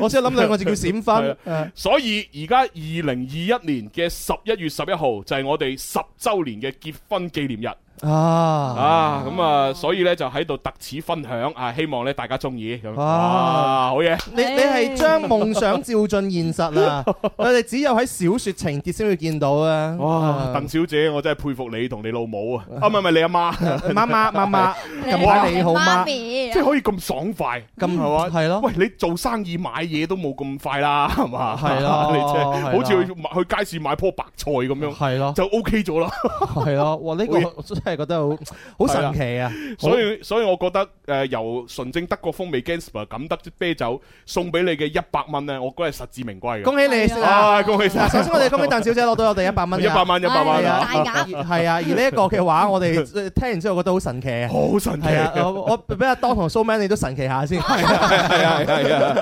Speaker 5: 我先諗兩個字叫閃婚。誒
Speaker 1: 所以而家二零二一年嘅十一月十一號就係我哋十周年嘅結婚紀念日。
Speaker 5: 啊！
Speaker 1: 啊，咁啊，所以呢，就喺度特此分享啊，希望咧大家中意咁。
Speaker 5: 啊
Speaker 1: 啊，好嘢！
Speaker 5: 你你係將夢想照進現
Speaker 1: (laughs)
Speaker 5: 實啊！我哋只有喺小説情節先會見到啊！
Speaker 1: 哇，鄧小姐，我真係佩服你同你老母啊！啊，唔係唔係你阿媽，
Speaker 5: 媽媽媽媽，近排你好嗎？
Speaker 1: 即係可以咁爽快，
Speaker 5: 咁
Speaker 1: 係嘛？
Speaker 5: 係咯
Speaker 1: 喂，你做生意買嘢都冇咁快啦，係嘛？
Speaker 5: 係咯
Speaker 1: (laughs) 你真係
Speaker 5: 係咯
Speaker 1: 好似去買去街市買棵白菜咁樣，
Speaker 5: 係咯
Speaker 1: 就 OK 咗啦。
Speaker 5: 係咯，哇！呢個
Speaker 1: 會
Speaker 5: 我真係覺得好好神奇啊！
Speaker 1: 所以所以我覺得誒、呃由純正德國風味 Gansper 咁得支啤酒送俾你嘅一百蚊咧，我覺得係實至名歸嘅。
Speaker 5: 恭喜你先啊！
Speaker 1: 啊！恭喜晒！
Speaker 5: 首先我哋恭喜鄧小姐攞到我哋一百蚊，
Speaker 1: 100蚊100蚊
Speaker 5: 係啊
Speaker 1: 大
Speaker 6: 額
Speaker 5: 係啊！而呢一個嘅話，
Speaker 1: (laughs)
Speaker 5: 我哋呃聽完之後覺得好神奇啊！
Speaker 1: 好神奇
Speaker 5: 係啊！我我俾阿當同蘇 man 你都神奇下
Speaker 1: (laughs)
Speaker 5: 先，係啊！
Speaker 1: 係啊係啊！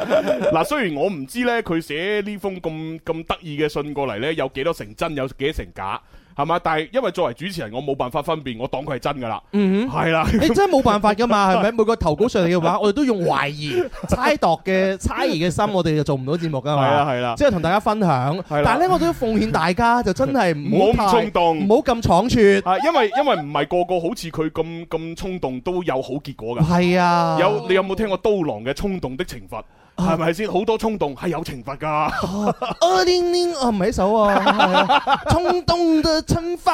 Speaker 1: 嗱，雖然我唔知咧，佢寫呢封咁咁得意嘅信過嚟咧，有幾多成真，有幾多成假，係嘛？但係因為作為主持人，我冇辦法分辨，我當佢係真㗎啦。
Speaker 5: 嗯
Speaker 1: 係啦。
Speaker 5: 你真係冇辦法噶嘛，係咪？每個投稿上嚟嘅話，我哋都用懷疑、 (laughs) 猜度嘅猜疑嘅心，我哋就做唔到節目噶嘛。
Speaker 1: 係啦啊係啦
Speaker 5: 即係同大家分享。但係咧，我都要奉勸大家，就真係唔
Speaker 1: 唔好咁
Speaker 5: 太
Speaker 1: 衝動
Speaker 5: 唔好咁倉促。
Speaker 1: 啊，因為因為唔係個個好似佢咁咁衝動都有好結果㗎。
Speaker 5: 係啊，
Speaker 1: 有你有冇聽過刀郎嘅《衝動的懲罰》？係咪先？好多衝動係有懲罰
Speaker 5: (laughs)
Speaker 1: 㗎。
Speaker 5: 二零零啊，唔係呢
Speaker 1: (laughs)
Speaker 5: 首啊，係啊衝動的懲罰，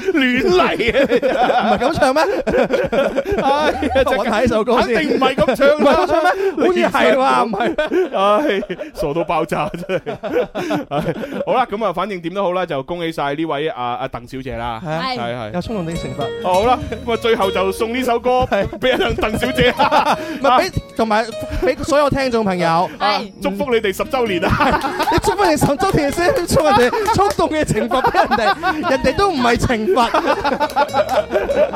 Speaker 1: 亂嚟啊！
Speaker 5: 唔係咁唱
Speaker 1: (laughs)
Speaker 5: 咩？
Speaker 1: 唉，
Speaker 5: 我睇首歌先
Speaker 1: 肯定唔係咁唱
Speaker 5: 唔係
Speaker 1: 啦
Speaker 5: 咁。唱
Speaker 1: (laughs)
Speaker 5: 咩？好似係話唔係
Speaker 1: 唉，傻到爆炸真係。唉好啦，咁啊，反正點都好啦，就恭喜晒呢位阿阿鄧小姐啦。
Speaker 5: 係啊
Speaker 1: 係係
Speaker 5: 有衝動的懲罰。
Speaker 1: 好啦，咁啊，最後就送呢首歌俾阿鄧小姐，
Speaker 5: (laughs) 唔係俾同埋俾所有聽眾朋
Speaker 1: (laughs)
Speaker 5: 友，
Speaker 1: 祝福你哋十週年啊！
Speaker 5: 你祝福你神州田先，祝人哋衝動嘅懲罰俾人哋，人哋都唔係
Speaker 1: (laughs)
Speaker 5: 懲罰。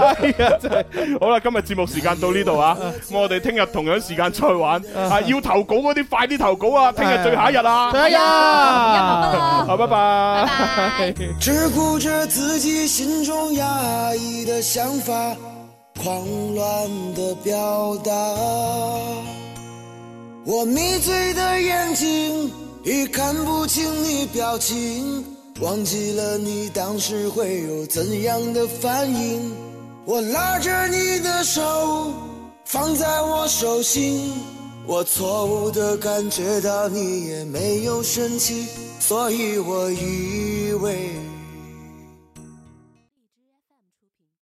Speaker 1: 哎呀，真係好啦，今日節目時間到呢度啊，咁我哋聽日同樣時間再玩啊！要投稿嗰啲快啲投稿啊，聽日最後一日啊！
Speaker 5: 哎呀，
Speaker 1: 好，拜拜。
Speaker 11: 只顾着自己心中压抑的想法，狂乱的表达。我迷醉的眼睛已看不清你表情，忘记了你当时会有怎样的反应。我拉着你的手，放在我手心。我错误的感觉到你也没有生气，所以我以为